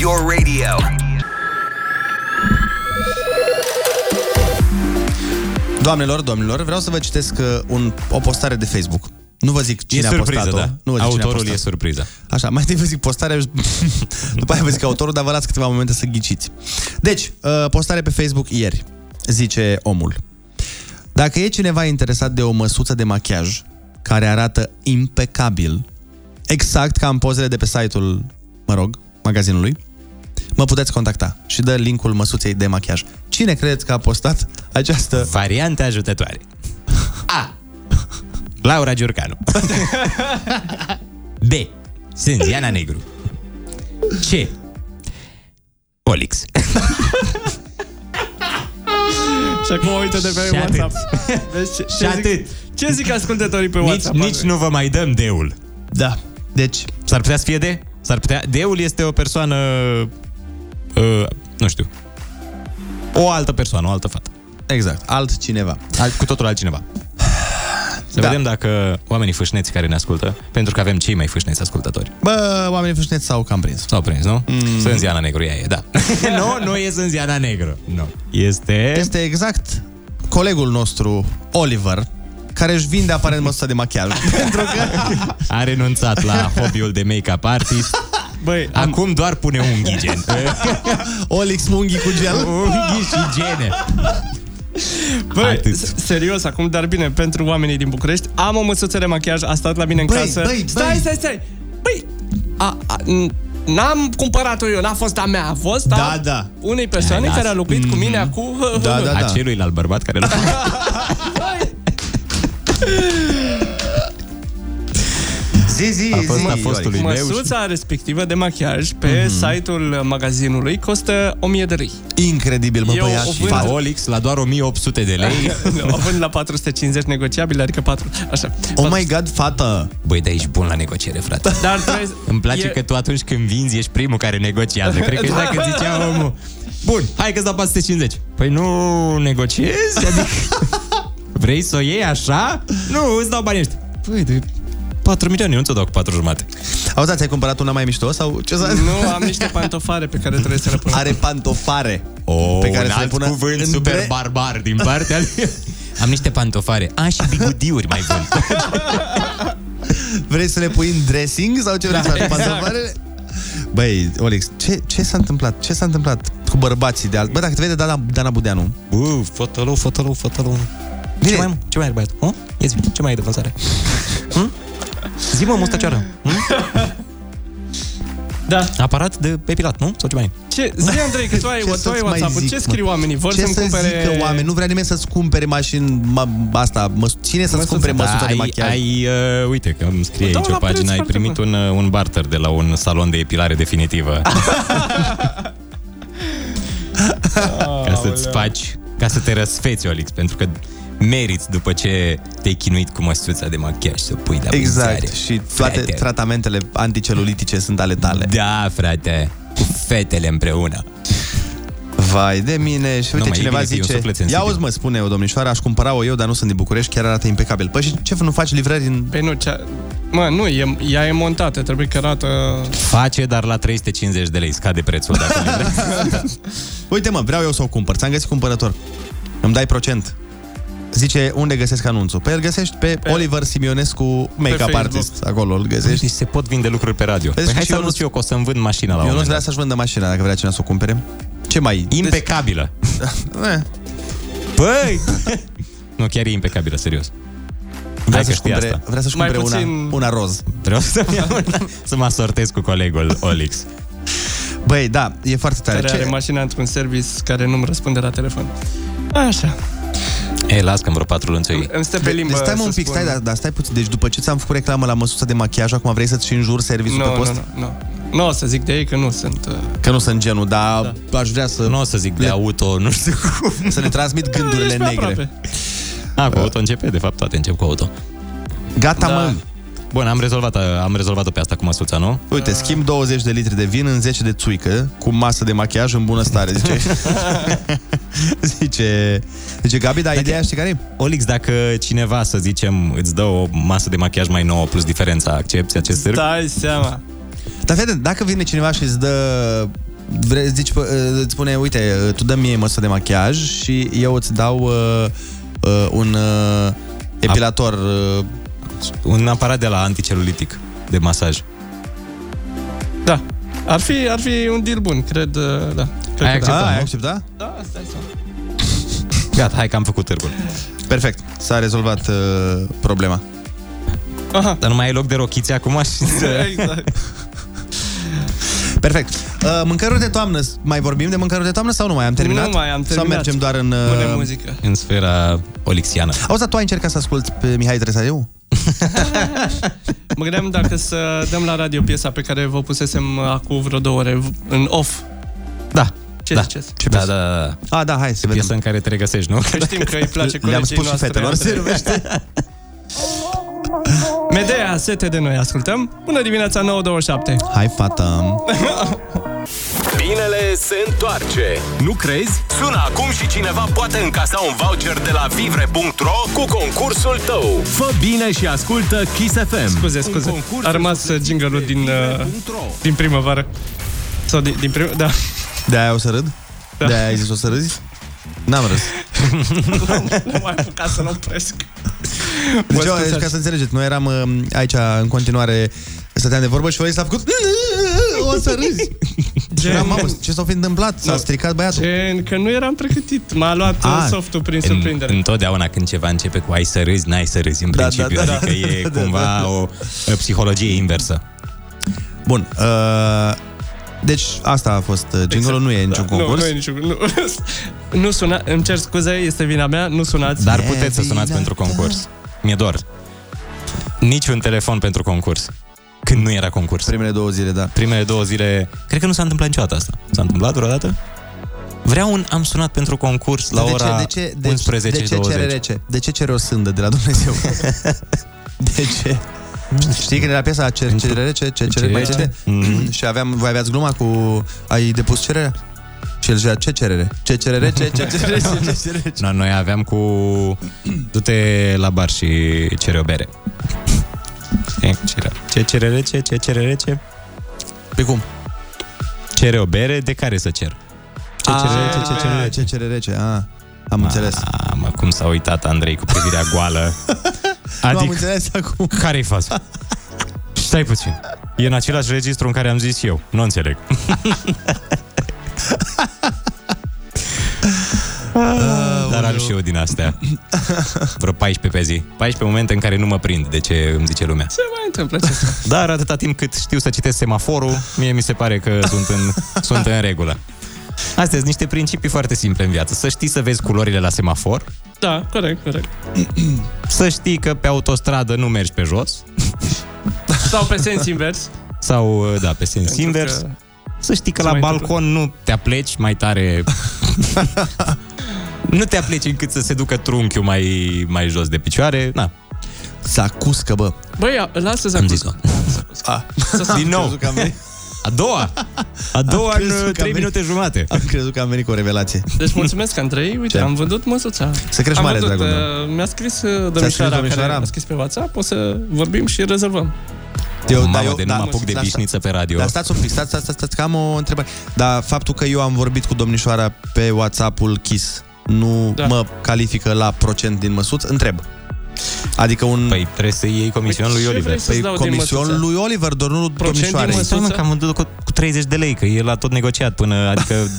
[SPEAKER 7] Your radio.
[SPEAKER 8] Doamnelor, domnilor, vreau să vă citesc uh, un, o postare de Facebook. Nu vă zic cine
[SPEAKER 5] e
[SPEAKER 8] a
[SPEAKER 5] surpriză,
[SPEAKER 8] postat-o.
[SPEAKER 5] da.
[SPEAKER 8] Nu vă zic cine a
[SPEAKER 5] Autorul
[SPEAKER 8] postat.
[SPEAKER 5] e surpriza.
[SPEAKER 8] Așa, mai întâi vă zic postarea, [LAUGHS] și după aia vă zic autorul, dar vă las câteva momente să ghiciți. Deci, uh, postare pe Facebook ieri, zice omul. Dacă e cineva interesat de o măsuță de machiaj care arată impecabil, exact ca în pozele de pe site-ul, mă rog, magazinului, mă puteți contacta și dă linkul măsuței de machiaj. Cine credeți că a postat această...
[SPEAKER 5] Variante ajutătoare. A. Laura Giurcanu. B. Sânziana Negru. C. Olix.
[SPEAKER 9] Și acum uite de
[SPEAKER 5] Și
[SPEAKER 9] pe
[SPEAKER 5] atât.
[SPEAKER 9] WhatsApp. [LAUGHS] Vezi ce,
[SPEAKER 5] Și
[SPEAKER 9] ce,
[SPEAKER 5] atât.
[SPEAKER 9] zic, ce zic ascultătorii pe
[SPEAKER 5] Nici,
[SPEAKER 9] WhatsApp?
[SPEAKER 5] nici nu vă mai dăm deul.
[SPEAKER 8] Da. Deci...
[SPEAKER 5] S-ar putea să fie de? S-ar putea... Deul este o persoană... Uh, nu știu. O altă persoană, o altă fată.
[SPEAKER 8] Exact, altcineva.
[SPEAKER 5] Alt, cu totul altcineva. Să
[SPEAKER 8] Da.
[SPEAKER 5] da. vedem dacă oamenii fâșneți care ne ascultă, pentru că avem cei mai fâșneți ascultători.
[SPEAKER 8] Bă, oamenii fâșneți s-au cam prins.
[SPEAKER 5] S-au prins, nu? Mm. Sânziana Negru, ea e, da. nu, nu e Sânziana Negru. Nu. Este...
[SPEAKER 8] Este exact colegul nostru, Oliver, care își vinde aparent măsuța de machiaj. pentru că
[SPEAKER 5] A renunțat la hobby-ul de make-up artist Băi, Acum doar pune unghii, gen.
[SPEAKER 8] Olix unghii cu gel.
[SPEAKER 5] Unghii și gene.
[SPEAKER 9] Băi, s- serios acum, dar bine, pentru oamenii din București, am o măsuță de machiaj, a stat la mine în
[SPEAKER 5] Băi,
[SPEAKER 9] casă.
[SPEAKER 5] băi, băi.
[SPEAKER 9] Stai, stai, stai! Băi, a, a, n- n-am cumpărat-o eu, n-a fost a mea, a fost a
[SPEAKER 5] Da, da.
[SPEAKER 9] unei persoane
[SPEAKER 5] Las. Mm.
[SPEAKER 9] care a lucrit cu mine acum...
[SPEAKER 5] Aceluilalt bărbat care l-a
[SPEAKER 8] Zi, zi,
[SPEAKER 9] a
[SPEAKER 5] fost zi, a fostului meu și-
[SPEAKER 9] Măsuța respectivă de machiaj pe site-ul magazinului costă 1000 de lei.
[SPEAKER 8] Incredibil, mă,
[SPEAKER 9] Eu
[SPEAKER 8] băiat.
[SPEAKER 9] o
[SPEAKER 8] și
[SPEAKER 9] vând-
[SPEAKER 8] fată.
[SPEAKER 5] Olix la doar 1800 de
[SPEAKER 9] [LAUGHS]
[SPEAKER 5] lei.
[SPEAKER 9] o vând la 450 negociabile, adică 4. Așa.
[SPEAKER 8] Oh my god, fată!
[SPEAKER 5] Băi, de aici bun la negociere,
[SPEAKER 9] [LAUGHS]
[SPEAKER 5] frate.
[SPEAKER 9] Dar trebuie...
[SPEAKER 5] Îmi place
[SPEAKER 9] e-
[SPEAKER 5] că tu atunci când vinzi ești primul care negociază. Cred
[SPEAKER 7] [LAUGHS]
[SPEAKER 5] că dacă zicea omul, bun, hai că-ți dau 450. Păi nu negociezi? [LAUGHS] Adică vrei să o iei așa? Nu, îți dau banii ăștia. Păi, de 4 milioane, nu ți-o dau cu 4 jumate.
[SPEAKER 8] Auzi, da, ți-ai cumpărat una mai mișto sau ce să...
[SPEAKER 9] Nu, am niște pantofare pe care trebuie să le pun.
[SPEAKER 8] Are pantofare.
[SPEAKER 5] Oh,
[SPEAKER 8] pe care
[SPEAKER 5] un
[SPEAKER 8] să le
[SPEAKER 5] alt
[SPEAKER 8] pună
[SPEAKER 5] cuvânt super
[SPEAKER 8] între-
[SPEAKER 5] barbar din partea
[SPEAKER 8] [LAUGHS]
[SPEAKER 5] lui. Am niște pantofare. A, și bigudiuri mai bun.
[SPEAKER 8] Vrei să le pui în dressing sau ce vrei
[SPEAKER 5] Da,
[SPEAKER 8] să faci cu
[SPEAKER 5] exact.
[SPEAKER 8] pantofarele? Băi, Olix, ce, ce s-a întâmplat? Ce s-a întâmplat cu bărbații de alt... Bă, dacă te vede Dana, Dana Budeanu...
[SPEAKER 5] Bă, fotolou, fotolou, fotolou. Ce mai, ce mai ai de băiat? Hm? Ia zi, ce mai ai de vânzare? Hm? Zi, mă, mustacioară. Hm?
[SPEAKER 9] Da.
[SPEAKER 5] Aparat de epilat, nu? Sau ce mai ai?
[SPEAKER 9] Ce, zi, Andrei, că tu ai,
[SPEAKER 8] [LAUGHS] Ce
[SPEAKER 9] tu ai
[SPEAKER 8] să-ți mai
[SPEAKER 9] WhatsApp-ul.
[SPEAKER 8] zic,
[SPEAKER 9] ce
[SPEAKER 8] mă?
[SPEAKER 9] scriu oamenii? Vor
[SPEAKER 8] ce
[SPEAKER 9] să-mi
[SPEAKER 8] să
[SPEAKER 9] cumpere...
[SPEAKER 8] zică oameni? Nu vrea nimeni să-ți cumpere mașini ma- asta, mă, cine să-ți cumpere măsuța de machiaj?
[SPEAKER 5] Ai, uh, uite, că îmi scrie
[SPEAKER 8] Dau
[SPEAKER 5] aici
[SPEAKER 8] la
[SPEAKER 5] o
[SPEAKER 8] preț
[SPEAKER 5] pagină, ai
[SPEAKER 8] foarte
[SPEAKER 5] primit un, uh, un barter de la un salon de epilare
[SPEAKER 8] [LAUGHS]
[SPEAKER 5] definitivă. ca să-ți faci, ca să te răsfeți, Olix, pentru că meriți după ce te-ai chinuit cu măsuța de machiaj să pui la
[SPEAKER 8] Exact,
[SPEAKER 5] vânzare.
[SPEAKER 8] și toate
[SPEAKER 5] Frate.
[SPEAKER 8] tratamentele anticelulitice sunt ale tale.
[SPEAKER 5] Da, frate, cu fetele împreună.
[SPEAKER 8] Vai de mine și
[SPEAKER 5] Nu,
[SPEAKER 8] uite
[SPEAKER 5] mai e
[SPEAKER 8] cineva
[SPEAKER 5] bine că e un
[SPEAKER 8] zice
[SPEAKER 5] suflet sensibil.
[SPEAKER 8] Ia uzi mă, spune o domnișoară, aș cumpăra-o eu, dar nu sunt din București, chiar arată impecabil Păi și ce, nu faci livrări în...
[SPEAKER 9] Păi nu, cea... Mă, nu, e, ea e montată, trebuie cărată...
[SPEAKER 5] Face, dar la 350 de lei scade prețul dacă
[SPEAKER 8] [LAUGHS]
[SPEAKER 5] le vrei.
[SPEAKER 8] Uite mă, vreau eu să o cumpăr, ți-am găsit cumpărător Îmi dai procent Zice, unde găsesc anunțul? Pe el găsești pe, pe Oliver Simionescu, make-up
[SPEAKER 5] Facebook. Deci
[SPEAKER 8] artist Acolo îl găsești
[SPEAKER 5] se pot vinde lucruri pe radio Păi hai să anunț eu că o să-mi vând mașina la un
[SPEAKER 8] Eu nu
[SPEAKER 5] moment
[SPEAKER 8] vrea să-și vândă mașina dacă vrea cineva să o cumpere Ce mai? deci-
[SPEAKER 5] Impecabilă Păi! [LAUGHS] nu, chiar e impecabilă, serios. Vrea
[SPEAKER 8] să-și cumpere- vrea să-și Mai cumpere una- puțin- una roz.
[SPEAKER 5] Vreau să, [LAUGHS] să mă asortez cu colegul Olix.
[SPEAKER 8] Băi, da, e foarte tare.
[SPEAKER 9] Care are mașina într-un service care nu-mi răspunde la telefon. Așa.
[SPEAKER 5] E, las că în vreo patru luni ți-o iei.
[SPEAKER 9] [LAUGHS] Îmi stă pe limbă
[SPEAKER 8] deci stai mă
[SPEAKER 9] să
[SPEAKER 8] un pic,
[SPEAKER 9] spun.
[SPEAKER 8] stai, dar da, stai puțin. Deci după ce ți-am făcut reclamă la măsuța de machiaj, acum vrei să-ți și înjuri serviciul
[SPEAKER 9] Nu,
[SPEAKER 8] pe post?
[SPEAKER 9] nu, nu, nu. Nu o să zic de ei că nu sunt... uh,
[SPEAKER 8] Că nu sunt genul, dar da. aș vrea să... Nu
[SPEAKER 5] o să zic de auto, nu
[SPEAKER 8] [LAUGHS]
[SPEAKER 5] știu cum.
[SPEAKER 8] Să le transmit gândurile
[SPEAKER 5] Ești pe
[SPEAKER 8] negre. Da.
[SPEAKER 5] aproape. A, cu auto începe, de fapt toate încep cu auto. Da.
[SPEAKER 8] Gata, mă.
[SPEAKER 5] Bun, am rezolvat, am rezolvat-o pe asta cu măsuța, nu?
[SPEAKER 8] Uite,
[SPEAKER 9] Ah.
[SPEAKER 8] schimb 20 de litri de vin în 10 de țuică, cu masă de machiaj în bună stare,
[SPEAKER 9] [LAUGHS]
[SPEAKER 8] zice. [LAUGHS] zice... Zice Gabi, dar ideea știi care
[SPEAKER 5] Olix, dacă cineva, să zicem, îți dă o masă de machiaj mai nouă plus diferența, accepti acest târg?
[SPEAKER 9] Stai seama.
[SPEAKER 8] Dar fii atent, dacă vine cineva și îți dă Vrei, zici, pă, îți spune, uite, tu dă mie măsă de machiaj și eu îți dau uh, uh, un uh, epilator. Uh,
[SPEAKER 5] un aparat de la anticelulitic de masaj.
[SPEAKER 9] Da. Ar fi, ar fi un deal bun, cred, uh, da. Cred
[SPEAKER 5] Ai
[SPEAKER 9] că da.
[SPEAKER 5] acceptat, nu?
[SPEAKER 8] acceptat?
[SPEAKER 9] Da, stai seama.
[SPEAKER 5] Gata, hai că am făcut târgul.
[SPEAKER 8] Perfect, s-a rezolvat uh, problema.
[SPEAKER 9] Aha.
[SPEAKER 5] Dar nu mai ai loc de rochițe acum și să...
[SPEAKER 9] exact.
[SPEAKER 8] [LAUGHS] Perfect. Uh, mâncăruri de toamnă, mai vorbim de mâncăruri de toamnă sau nu mai am terminat?
[SPEAKER 9] Nu mai am terminat.
[SPEAKER 8] Sau mergem doar în... uh,
[SPEAKER 9] Punem muzică.
[SPEAKER 5] În sfera olixiană.
[SPEAKER 8] Auzi, dar tu ai încercat să asculti pe Mihai Tresariu?
[SPEAKER 9] Mă gândeam dacă să dăm la radio piesa pe care vă pusesem uh, acum vreo două ore v- în off.
[SPEAKER 5] Da.
[SPEAKER 9] Ce
[SPEAKER 5] da.
[SPEAKER 9] ziceți?
[SPEAKER 5] Ce da, da, da, da.
[SPEAKER 8] A, da, hai să
[SPEAKER 5] vedem. Piesă în care te regăsești, nu?
[SPEAKER 9] Că știm că îi place
[SPEAKER 5] [LAUGHS] Le-am
[SPEAKER 9] colegii
[SPEAKER 5] spus și
[SPEAKER 9] noastre,
[SPEAKER 5] fetelor,
[SPEAKER 9] [LAUGHS]
[SPEAKER 5] se
[SPEAKER 9] Andrei.
[SPEAKER 5] numește.
[SPEAKER 9] Medea, sete de noi, ascultăm. Bună dimineața, 927.
[SPEAKER 8] Hai, fata!
[SPEAKER 7] Binele se întoarce. Nu crezi? Sună acum și cineva poate încasa un voucher de la vivre.ro cu concursul tău.
[SPEAKER 9] Fă bine și ascultă Kiss FM. Scuze, scuze. A rămas uh, jingle-ul din, uh, din primăvară. Sau din, din prim... Da.
[SPEAKER 8] De-aia o să râd? Da. De-aia ai zis o să râzi? N-am râs.
[SPEAKER 9] [LAUGHS] nu mai apucat să-l opresc.
[SPEAKER 8] Deci,
[SPEAKER 9] Vă
[SPEAKER 8] eu, deci,
[SPEAKER 9] scuzați.
[SPEAKER 8] ca să înțelegeți, noi eram um, aici în uh, continuare Stăteam de vorbă și Florin s-a făcut O să râzi Gen... Mamă, ce Da. s-a fi întâmplat? S-a stricat băiatul
[SPEAKER 9] Gen, că nu eram pregătit M-a luat
[SPEAKER 5] A,
[SPEAKER 9] A, softul prin surprindere
[SPEAKER 5] Întotdeauna când ceva începe cu ai să râzi, n-ai să râzi în
[SPEAKER 9] Da,
[SPEAKER 5] principiu.
[SPEAKER 9] da, da,
[SPEAKER 5] adică
[SPEAKER 9] da,
[SPEAKER 5] e
[SPEAKER 9] da, da,
[SPEAKER 5] cumva
[SPEAKER 9] da.
[SPEAKER 5] o o psihologie inversă.
[SPEAKER 8] Bun uh, Deci asta a fost [LAUGHS] uh, jingle nu e niciun
[SPEAKER 9] Da, Nu,
[SPEAKER 8] concurs
[SPEAKER 9] nu e niciun nu, [LAUGHS] nu suna, îmi cer scuze, este vina mea, nu sunați
[SPEAKER 5] Dar puteți să sunați pentru concurs. Mi-e dor. Niciun telefon pentru concurs. Când nu era concurs.
[SPEAKER 8] Primele două zile, da.
[SPEAKER 5] Primele două zile... Cred că nu s-a întâmplat niciodată asta. S-a întâmplat vreodată? Vreau un am sunat pentru concurs la
[SPEAKER 8] Dar
[SPEAKER 5] ora
[SPEAKER 8] de ce, de ce,
[SPEAKER 5] 11
[SPEAKER 8] de, de ce cere rece? De ce cere o sândă de la Dumnezeu? [LAUGHS] de ce? Știi când era piesa cer, cere rece, ce Mm-hmm. cere mai
[SPEAKER 5] Cerere?
[SPEAKER 8] cere? și aveam, voi aveați gluma cu ai depus cererea? Și el zicea, ce cerere? Ce cerere? Ce, ce [LAUGHS] cerere? Ce, ce cerere?
[SPEAKER 5] No, noi aveam cu... Du-te la bar și cere o bere. Știi? Cere- Ce cere rece, ce cere rece?
[SPEAKER 8] Pe Păi cum?
[SPEAKER 5] Cere o bere, de care să cer? Ce
[SPEAKER 8] Ah,
[SPEAKER 5] cere rece, ce cere
[SPEAKER 8] ah,
[SPEAKER 5] rece?
[SPEAKER 8] Ce cere rece? Ah, am înțeles.
[SPEAKER 5] A, mă, cum s-a uitat Andrei cu privirea goală.
[SPEAKER 8] Nu am
[SPEAKER 5] Adică,
[SPEAKER 8] înțeles acum.
[SPEAKER 5] care-i faza? Stai puțin. E în același registru în care am zis eu. Nu înțeleg. [LAUGHS] Dar am și eu din astea. Vreo 14 pe zi. 14 momente în care nu mă prind de ce îmi zice lumea.
[SPEAKER 9] Ce mai întâmplă ce
[SPEAKER 5] Dar atâta timp cât știu să citesc semaforul, mie mi se pare că sunt în, sunt în regulă. Astea sunt niște principii foarte simple în viață. Să știi să vezi culorile la semafor,
[SPEAKER 9] Da, corect, corect
[SPEAKER 5] [CLEARS THROAT] să știi că pe autostradă nu mergi pe jos,
[SPEAKER 9] [LAUGHS] Sau pe sens invers
[SPEAKER 5] sau, da, pe sens invers. Că... Să știi că
[SPEAKER 9] Se
[SPEAKER 5] la
[SPEAKER 9] mai
[SPEAKER 5] balcon nu te apleci mai
[SPEAKER 9] [LAUGHS]
[SPEAKER 5] tare... nu te apleci încât să se ducă trunchiul mai, mai jos de picioare. Na.
[SPEAKER 8] Să cuscă, bă.
[SPEAKER 9] Băi, ia, lasă să
[SPEAKER 5] Am zis-o. Ah,
[SPEAKER 8] A,
[SPEAKER 5] Din nou. A doua. A doua
[SPEAKER 8] Am
[SPEAKER 5] în
[SPEAKER 8] crezut că am
[SPEAKER 5] 3
[SPEAKER 8] venit-
[SPEAKER 5] minute jumate.
[SPEAKER 8] Am crezut că am venit cu o revelație.
[SPEAKER 9] Deci
[SPEAKER 8] [LAUGHS]
[SPEAKER 9] mulțumesc, Andrei. Uite,
[SPEAKER 8] Ce?
[SPEAKER 9] Ce? am vândut măsuța.
[SPEAKER 8] Să crești
[SPEAKER 9] am
[SPEAKER 8] mare,
[SPEAKER 9] vândut,
[SPEAKER 8] dragul
[SPEAKER 9] uh, Mi-a scris uh, domnișoara,
[SPEAKER 8] domnișoara?
[SPEAKER 9] care mi-a scris pe WhatsApp. O să vorbim și rezolvăm.
[SPEAKER 8] Eu,
[SPEAKER 5] Mamă,
[SPEAKER 8] eu,
[SPEAKER 5] de nu mă apuc de
[SPEAKER 8] da,
[SPEAKER 5] vișniță pe radio.
[SPEAKER 8] Dar stați un pic, stați, stați, stați, stați, că am o întrebare. Dar faptul că eu am vorbit cu domnișoara pe WhatsApp-ul Kiss nu da. mă califică la procent din măsuț? Întreb. Adică un...
[SPEAKER 5] Păi trebuie să iei comisionul
[SPEAKER 8] Păi
[SPEAKER 5] lui
[SPEAKER 8] ce
[SPEAKER 5] Oliver.
[SPEAKER 8] vrei să-ți Păi dau din comisionul măsuță? lui Oliver, doar nu domnișoarei.
[SPEAKER 5] Stai mă, că am vândut cu, cu 30 de lei, că el a tot negociat până, adică...
[SPEAKER 8] [LAUGHS]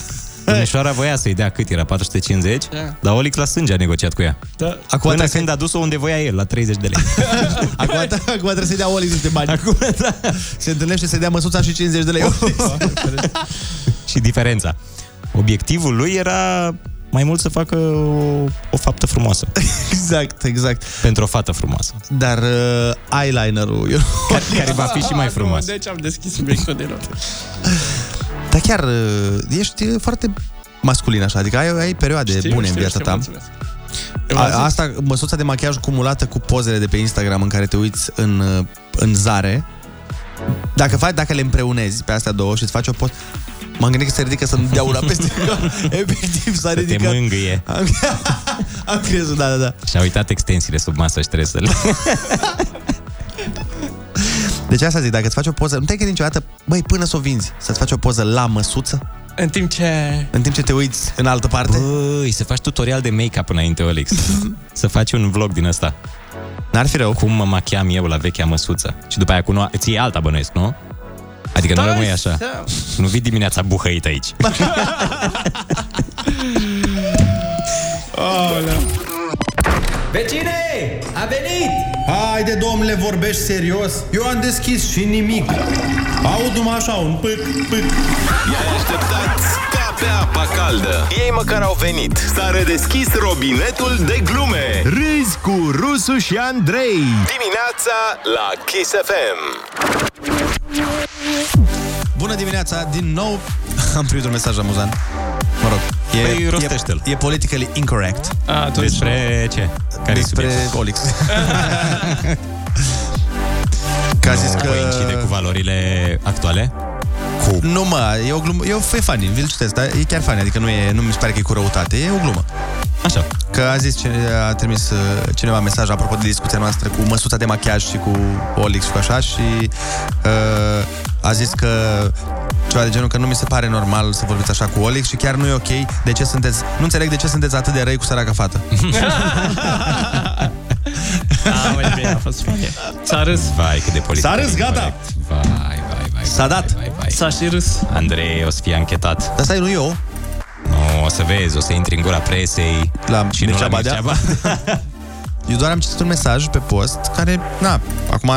[SPEAKER 5] Domnișoara voia să-i dea cât era, 450,
[SPEAKER 8] Da.
[SPEAKER 5] dar Olic la sânge a negociat cu ea.
[SPEAKER 9] Da.
[SPEAKER 5] Acum Până când a dus-o unde voia el, la 30 de lei.
[SPEAKER 8] [LAUGHS] Acum, acum trebuie să-i dea Oli niște bani. Acum,
[SPEAKER 5] da.
[SPEAKER 8] Se întâlnește să-i dea măsuța și 50 de lei. [LAUGHS]
[SPEAKER 5] și diferența. Obiectivul lui era mai mult să facă o, o faptă frumoasă.
[SPEAKER 8] [LAUGHS] Exact, exact.
[SPEAKER 5] Pentru o fată frumoasă.
[SPEAKER 8] Dar uh, eyelinerul... Eu...
[SPEAKER 5] Care, care va fi și mai
[SPEAKER 9] [LAUGHS]
[SPEAKER 5] frumos.
[SPEAKER 9] Deci am deschis subiectul de rău.
[SPEAKER 8] Dar chiar uh, ești foarte masculin așa, adică ai, ai perioade
[SPEAKER 9] Știu,
[SPEAKER 8] bune
[SPEAKER 9] știu,
[SPEAKER 8] în viața
[SPEAKER 9] știu,
[SPEAKER 8] ta.
[SPEAKER 9] mulțumesc.
[SPEAKER 8] A,
[SPEAKER 9] V-am zis.
[SPEAKER 8] asta, măsuța de machiaj cumulată cu pozele de pe Instagram în care te uiți în, uh, în zare, dacă, faci, dacă le împreunezi pe astea două și îți faci o poză, m-am gândit că se ridică să-mi dea una peste [LAUGHS]
[SPEAKER 5] [LAUGHS]
[SPEAKER 8] cap. Efectiv, s-a
[SPEAKER 5] Te
[SPEAKER 8] ridicat.
[SPEAKER 5] mângâie.
[SPEAKER 8] Am, am crezut, da, da, da.
[SPEAKER 5] Și-a uitat extensiile sub masă și trebuie să le...
[SPEAKER 8] Deci asta zic, dacă îți faci o poză, nu te gândi niciodată, băi, până să o vinzi, să-ți faci o poză la măsuță,
[SPEAKER 9] În timp ce...
[SPEAKER 8] în timp ce te uiți în altă parte.
[SPEAKER 5] Băi, să faci tutorial de make-up înainte,
[SPEAKER 8] [LAUGHS]
[SPEAKER 5] Olix. să faci un vlog din ăsta.
[SPEAKER 8] N-ar fi rău.
[SPEAKER 5] Cum mă machiam eu la vechea măsuță. Și după aia cu noua... Îți iei alta bănuiesc, nu? Adică nu
[SPEAKER 9] Da,
[SPEAKER 8] Păi
[SPEAKER 5] rămâi așa.
[SPEAKER 9] da.
[SPEAKER 5] Nu vii dimineața buhăit
[SPEAKER 8] [LAUGHS]
[SPEAKER 5] aici.
[SPEAKER 15] Vecine, a venit!
[SPEAKER 8] Haide, domnule, vorbești serios? Eu am deschis și nimic. Aud numai așa, un pâc, pâc.
[SPEAKER 7] I-ai așteptat ca pe apa caldă. Ei măcar au venit. S-a redeschis robinetul de glume.
[SPEAKER 15] Râzi cu Rusu și Andrei.
[SPEAKER 7] Dimineața la Kiss FM.
[SPEAKER 8] Bună dimineața, din nou [LAUGHS] am primit un mesaj amuzant. Mă rog, e,
[SPEAKER 5] Păi, rostește-l.
[SPEAKER 8] e, e politically incorrect.
[SPEAKER 9] A, atunci...
[SPEAKER 5] Despre ce? Care
[SPEAKER 8] Despre [LAUGHS] Olix. Că a zis
[SPEAKER 5] nu
[SPEAKER 8] că...
[SPEAKER 5] coincide cu valorile actuale? Cu...
[SPEAKER 8] Nu mă, e o glumă, e, o, e funny, vi-l citesc, dar e chiar funny, adică nu, e, nu mi se pare că e cu răutate, e o glumă.
[SPEAKER 5] Așa.
[SPEAKER 8] Că a zis, cine- a trimis uh, cineva mesaj apropo de discuția noastră cu măsuța de machiaj și cu Olix și cu așa și uh, a zis că ceva de genul că nu mi se pare normal să vorbiți așa cu Olix și chiar nu e ok. De ce sunteți,
[SPEAKER 5] [LAUGHS]
[SPEAKER 8] nu înțeleg de ce sunteți atât de răi cu săraca fată.
[SPEAKER 9] Aoleu. foarte bine, a fost foarte. S-a râs.
[SPEAKER 5] Vai, cât de politic.
[SPEAKER 9] S-a râs, gata.
[SPEAKER 5] corect. Vai, vai, vai. S-a dat. Vai, vai, vai.
[SPEAKER 9] S-a și râs.
[SPEAKER 5] Andrei o să fie anchetat.
[SPEAKER 8] Dar stai, nu eu.
[SPEAKER 5] Nu, o să vezi, o să intri în gura presei.
[SPEAKER 8] La
[SPEAKER 5] și nu la
[SPEAKER 8] Mircea
[SPEAKER 5] Mircea
[SPEAKER 8] Badea? [LAUGHS] Eu doar am citit un mesaj pe post care, na, acum...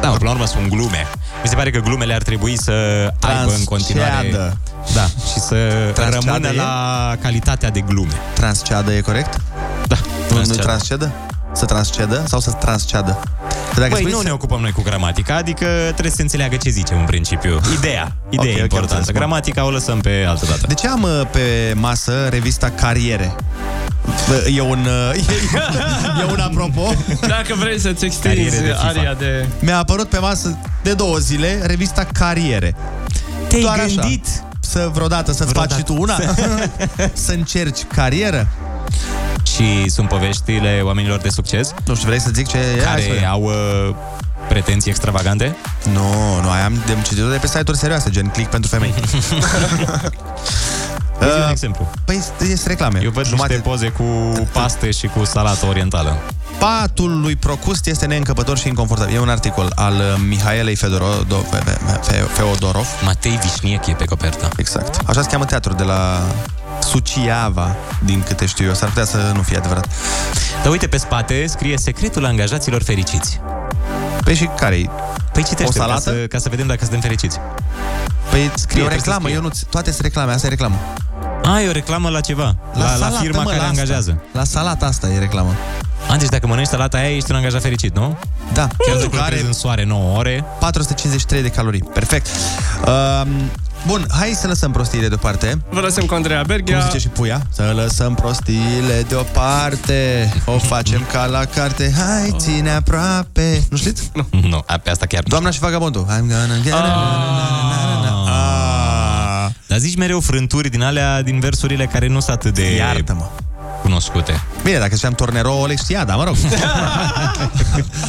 [SPEAKER 5] Da, până la urmă sunt glume. Mi se pare că glumele ar trebui să aibă în continuare...
[SPEAKER 8] Transceadă. Da.
[SPEAKER 5] Și să
[SPEAKER 8] Transceadă
[SPEAKER 5] rămână
[SPEAKER 8] e?
[SPEAKER 5] la calitatea de glume.
[SPEAKER 8] Transceadă e corect?
[SPEAKER 5] Da.
[SPEAKER 8] Nu, nu transcedă? Să transcedă sau să transceadă? Că dacă
[SPEAKER 5] Băi,
[SPEAKER 8] spui
[SPEAKER 5] nu
[SPEAKER 8] să-
[SPEAKER 5] ne ocupăm noi cu gramatica, adică trebuie să se înțeleagă ce zicem în
[SPEAKER 8] [LAUGHS]
[SPEAKER 5] principiu. Ideea, ideea
[SPEAKER 8] Ok, ok,
[SPEAKER 5] okay, importantă.
[SPEAKER 8] înțeles,
[SPEAKER 5] Okay,
[SPEAKER 8] bun.
[SPEAKER 5] gramatica o lăsăm pe altă dată.
[SPEAKER 8] De ce am uh, pe masă revista Cariere? Bă, E un... uh, [LAUGHS] E, e un apropo.
[SPEAKER 9] Dacă vrei să-ți extinzi
[SPEAKER 8] Cariere de FIFA.
[SPEAKER 9] aria de...
[SPEAKER 8] Mi-a apărut pe masă de două zile revista Cariere.
[SPEAKER 5] Te-ai
[SPEAKER 8] Doar
[SPEAKER 5] gândit?
[SPEAKER 8] Așa, să vreodată să-ți faci și tu una?
[SPEAKER 5] [LAUGHS]
[SPEAKER 8] să încerci carieră?
[SPEAKER 5] Și sunt poveștile oamenilor de succes?
[SPEAKER 8] Nu știu, vrei să zic ce e? Hai să
[SPEAKER 5] Care
[SPEAKER 8] vedem.
[SPEAKER 5] au uh, pretenții extravagante?
[SPEAKER 8] Nu, nu, aia am de citit de pe site-uri serioase, gen click pentru
[SPEAKER 5] [LAUGHS]
[SPEAKER 8] femei. [LAUGHS]
[SPEAKER 5] Uh, un exemplu.
[SPEAKER 8] Păi este reclame.
[SPEAKER 5] Eu văd Jumate... niște poze cu paste și cu salată orientală.
[SPEAKER 8] Patul lui Procust este neîncăpător și inconfortabil. E un articol al uh, Mihaelei Fedoro- Do- Fe- Fe- Fe- Feodorov.
[SPEAKER 5] Matei Vișniec e pe coperta.
[SPEAKER 8] Exact. Așa se cheamă teatrul de la Suciava, din câte știu eu. S-ar putea să nu fie adevărat.
[SPEAKER 5] Dar uite pe spate, scrie secretul angajaților fericiți.
[SPEAKER 8] Păi și care-i?
[SPEAKER 5] Păi citește
[SPEAKER 8] O salată?
[SPEAKER 5] Ca să, ca să vedem dacă suntem fericiți.
[SPEAKER 8] Păi scrie
[SPEAKER 5] pe
[SPEAKER 8] o
[SPEAKER 5] ce
[SPEAKER 8] reclamă,
[SPEAKER 5] scrie.
[SPEAKER 8] eu nu... Toate sunt reclame, asta e reclamă.
[SPEAKER 5] A, e o reclamă la ceva. La, la,
[SPEAKER 8] salată,
[SPEAKER 5] la firma
[SPEAKER 8] mă,
[SPEAKER 5] care
[SPEAKER 8] la asta.
[SPEAKER 5] angajează.
[SPEAKER 8] La salata asta e reclamă.
[SPEAKER 5] A, deci dacă mănânci salata aia, ești un angajat fericit, nu?
[SPEAKER 8] Da.
[SPEAKER 5] Chiar dacă lucrezi în soare 9 ore.
[SPEAKER 8] 453 de calorii. Perfect. Um, bun, hai să lăsăm prostiile deoparte.
[SPEAKER 9] Vă lăsăm cu Andreea Berghia.
[SPEAKER 8] Cum zice și puia? Să lăsăm prostiile deoparte. O facem ca la carte. Hai, ține aproape. Nu știți?
[SPEAKER 5] Nu. Nu, a, pe asta chiar.
[SPEAKER 8] Doamna și vagabondul. I'm gonna get
[SPEAKER 5] Ah.
[SPEAKER 8] Ah.
[SPEAKER 5] Dar zici mereu frânturi din alea, din versurile care nu sunt atât de...
[SPEAKER 8] Iartă-mă.
[SPEAKER 5] Cunoscute.
[SPEAKER 8] Bine, dacă ziceam Tornero, Oleg știa, dar mă
[SPEAKER 5] [LAUGHS]
[SPEAKER 8] rog.
[SPEAKER 5] Ah,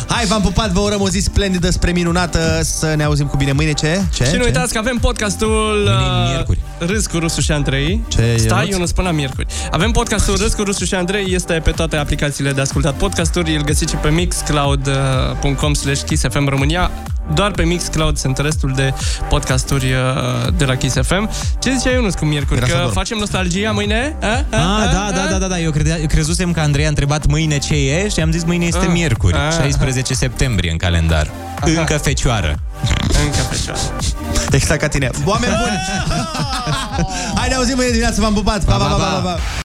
[SPEAKER 8] Hai, v-am pupat, vă urăm o zi splendidă spre minunată. Să ne auzim cu bine mâine. Ce? Ce?
[SPEAKER 9] Și nu
[SPEAKER 8] Ce?
[SPEAKER 9] uitați că avem podcastul uh, Râs cu Rusu și Andrei.
[SPEAKER 8] Ce,
[SPEAKER 9] Stai,
[SPEAKER 8] Ionuț?
[SPEAKER 9] eu nu până la miercuri. Avem podcastul Râs cu Rusu și Andrei, este pe toate aplicațiile de ascultat podcasturi, îl găsiți și pe mixcloud.com slash Kiss FM România. Doar pe Mixcloud sunt restul de podcasturi uh, de la Kiss FM. Ce zicea Ionuț cu miercuri?
[SPEAKER 5] Era să
[SPEAKER 9] Că
[SPEAKER 5] dorm.
[SPEAKER 9] facem nostalgia mâine? A, a,
[SPEAKER 5] Ah, da, da, da, da, da, eu, credea, eu crezusem că Andrei a întrebat mâine ce e și am zis mâine este
[SPEAKER 9] Ah.
[SPEAKER 5] miercuri,
[SPEAKER 9] Ah.
[SPEAKER 5] 16 septembrie în calendar. Încă fecioară.
[SPEAKER 9] Încă fecioară.
[SPEAKER 8] Exact ca tine. Oameni buni! Hai, ne auzim mâine dimineață, v-am pupat. Pa, pa, pa, pa, pa. pa.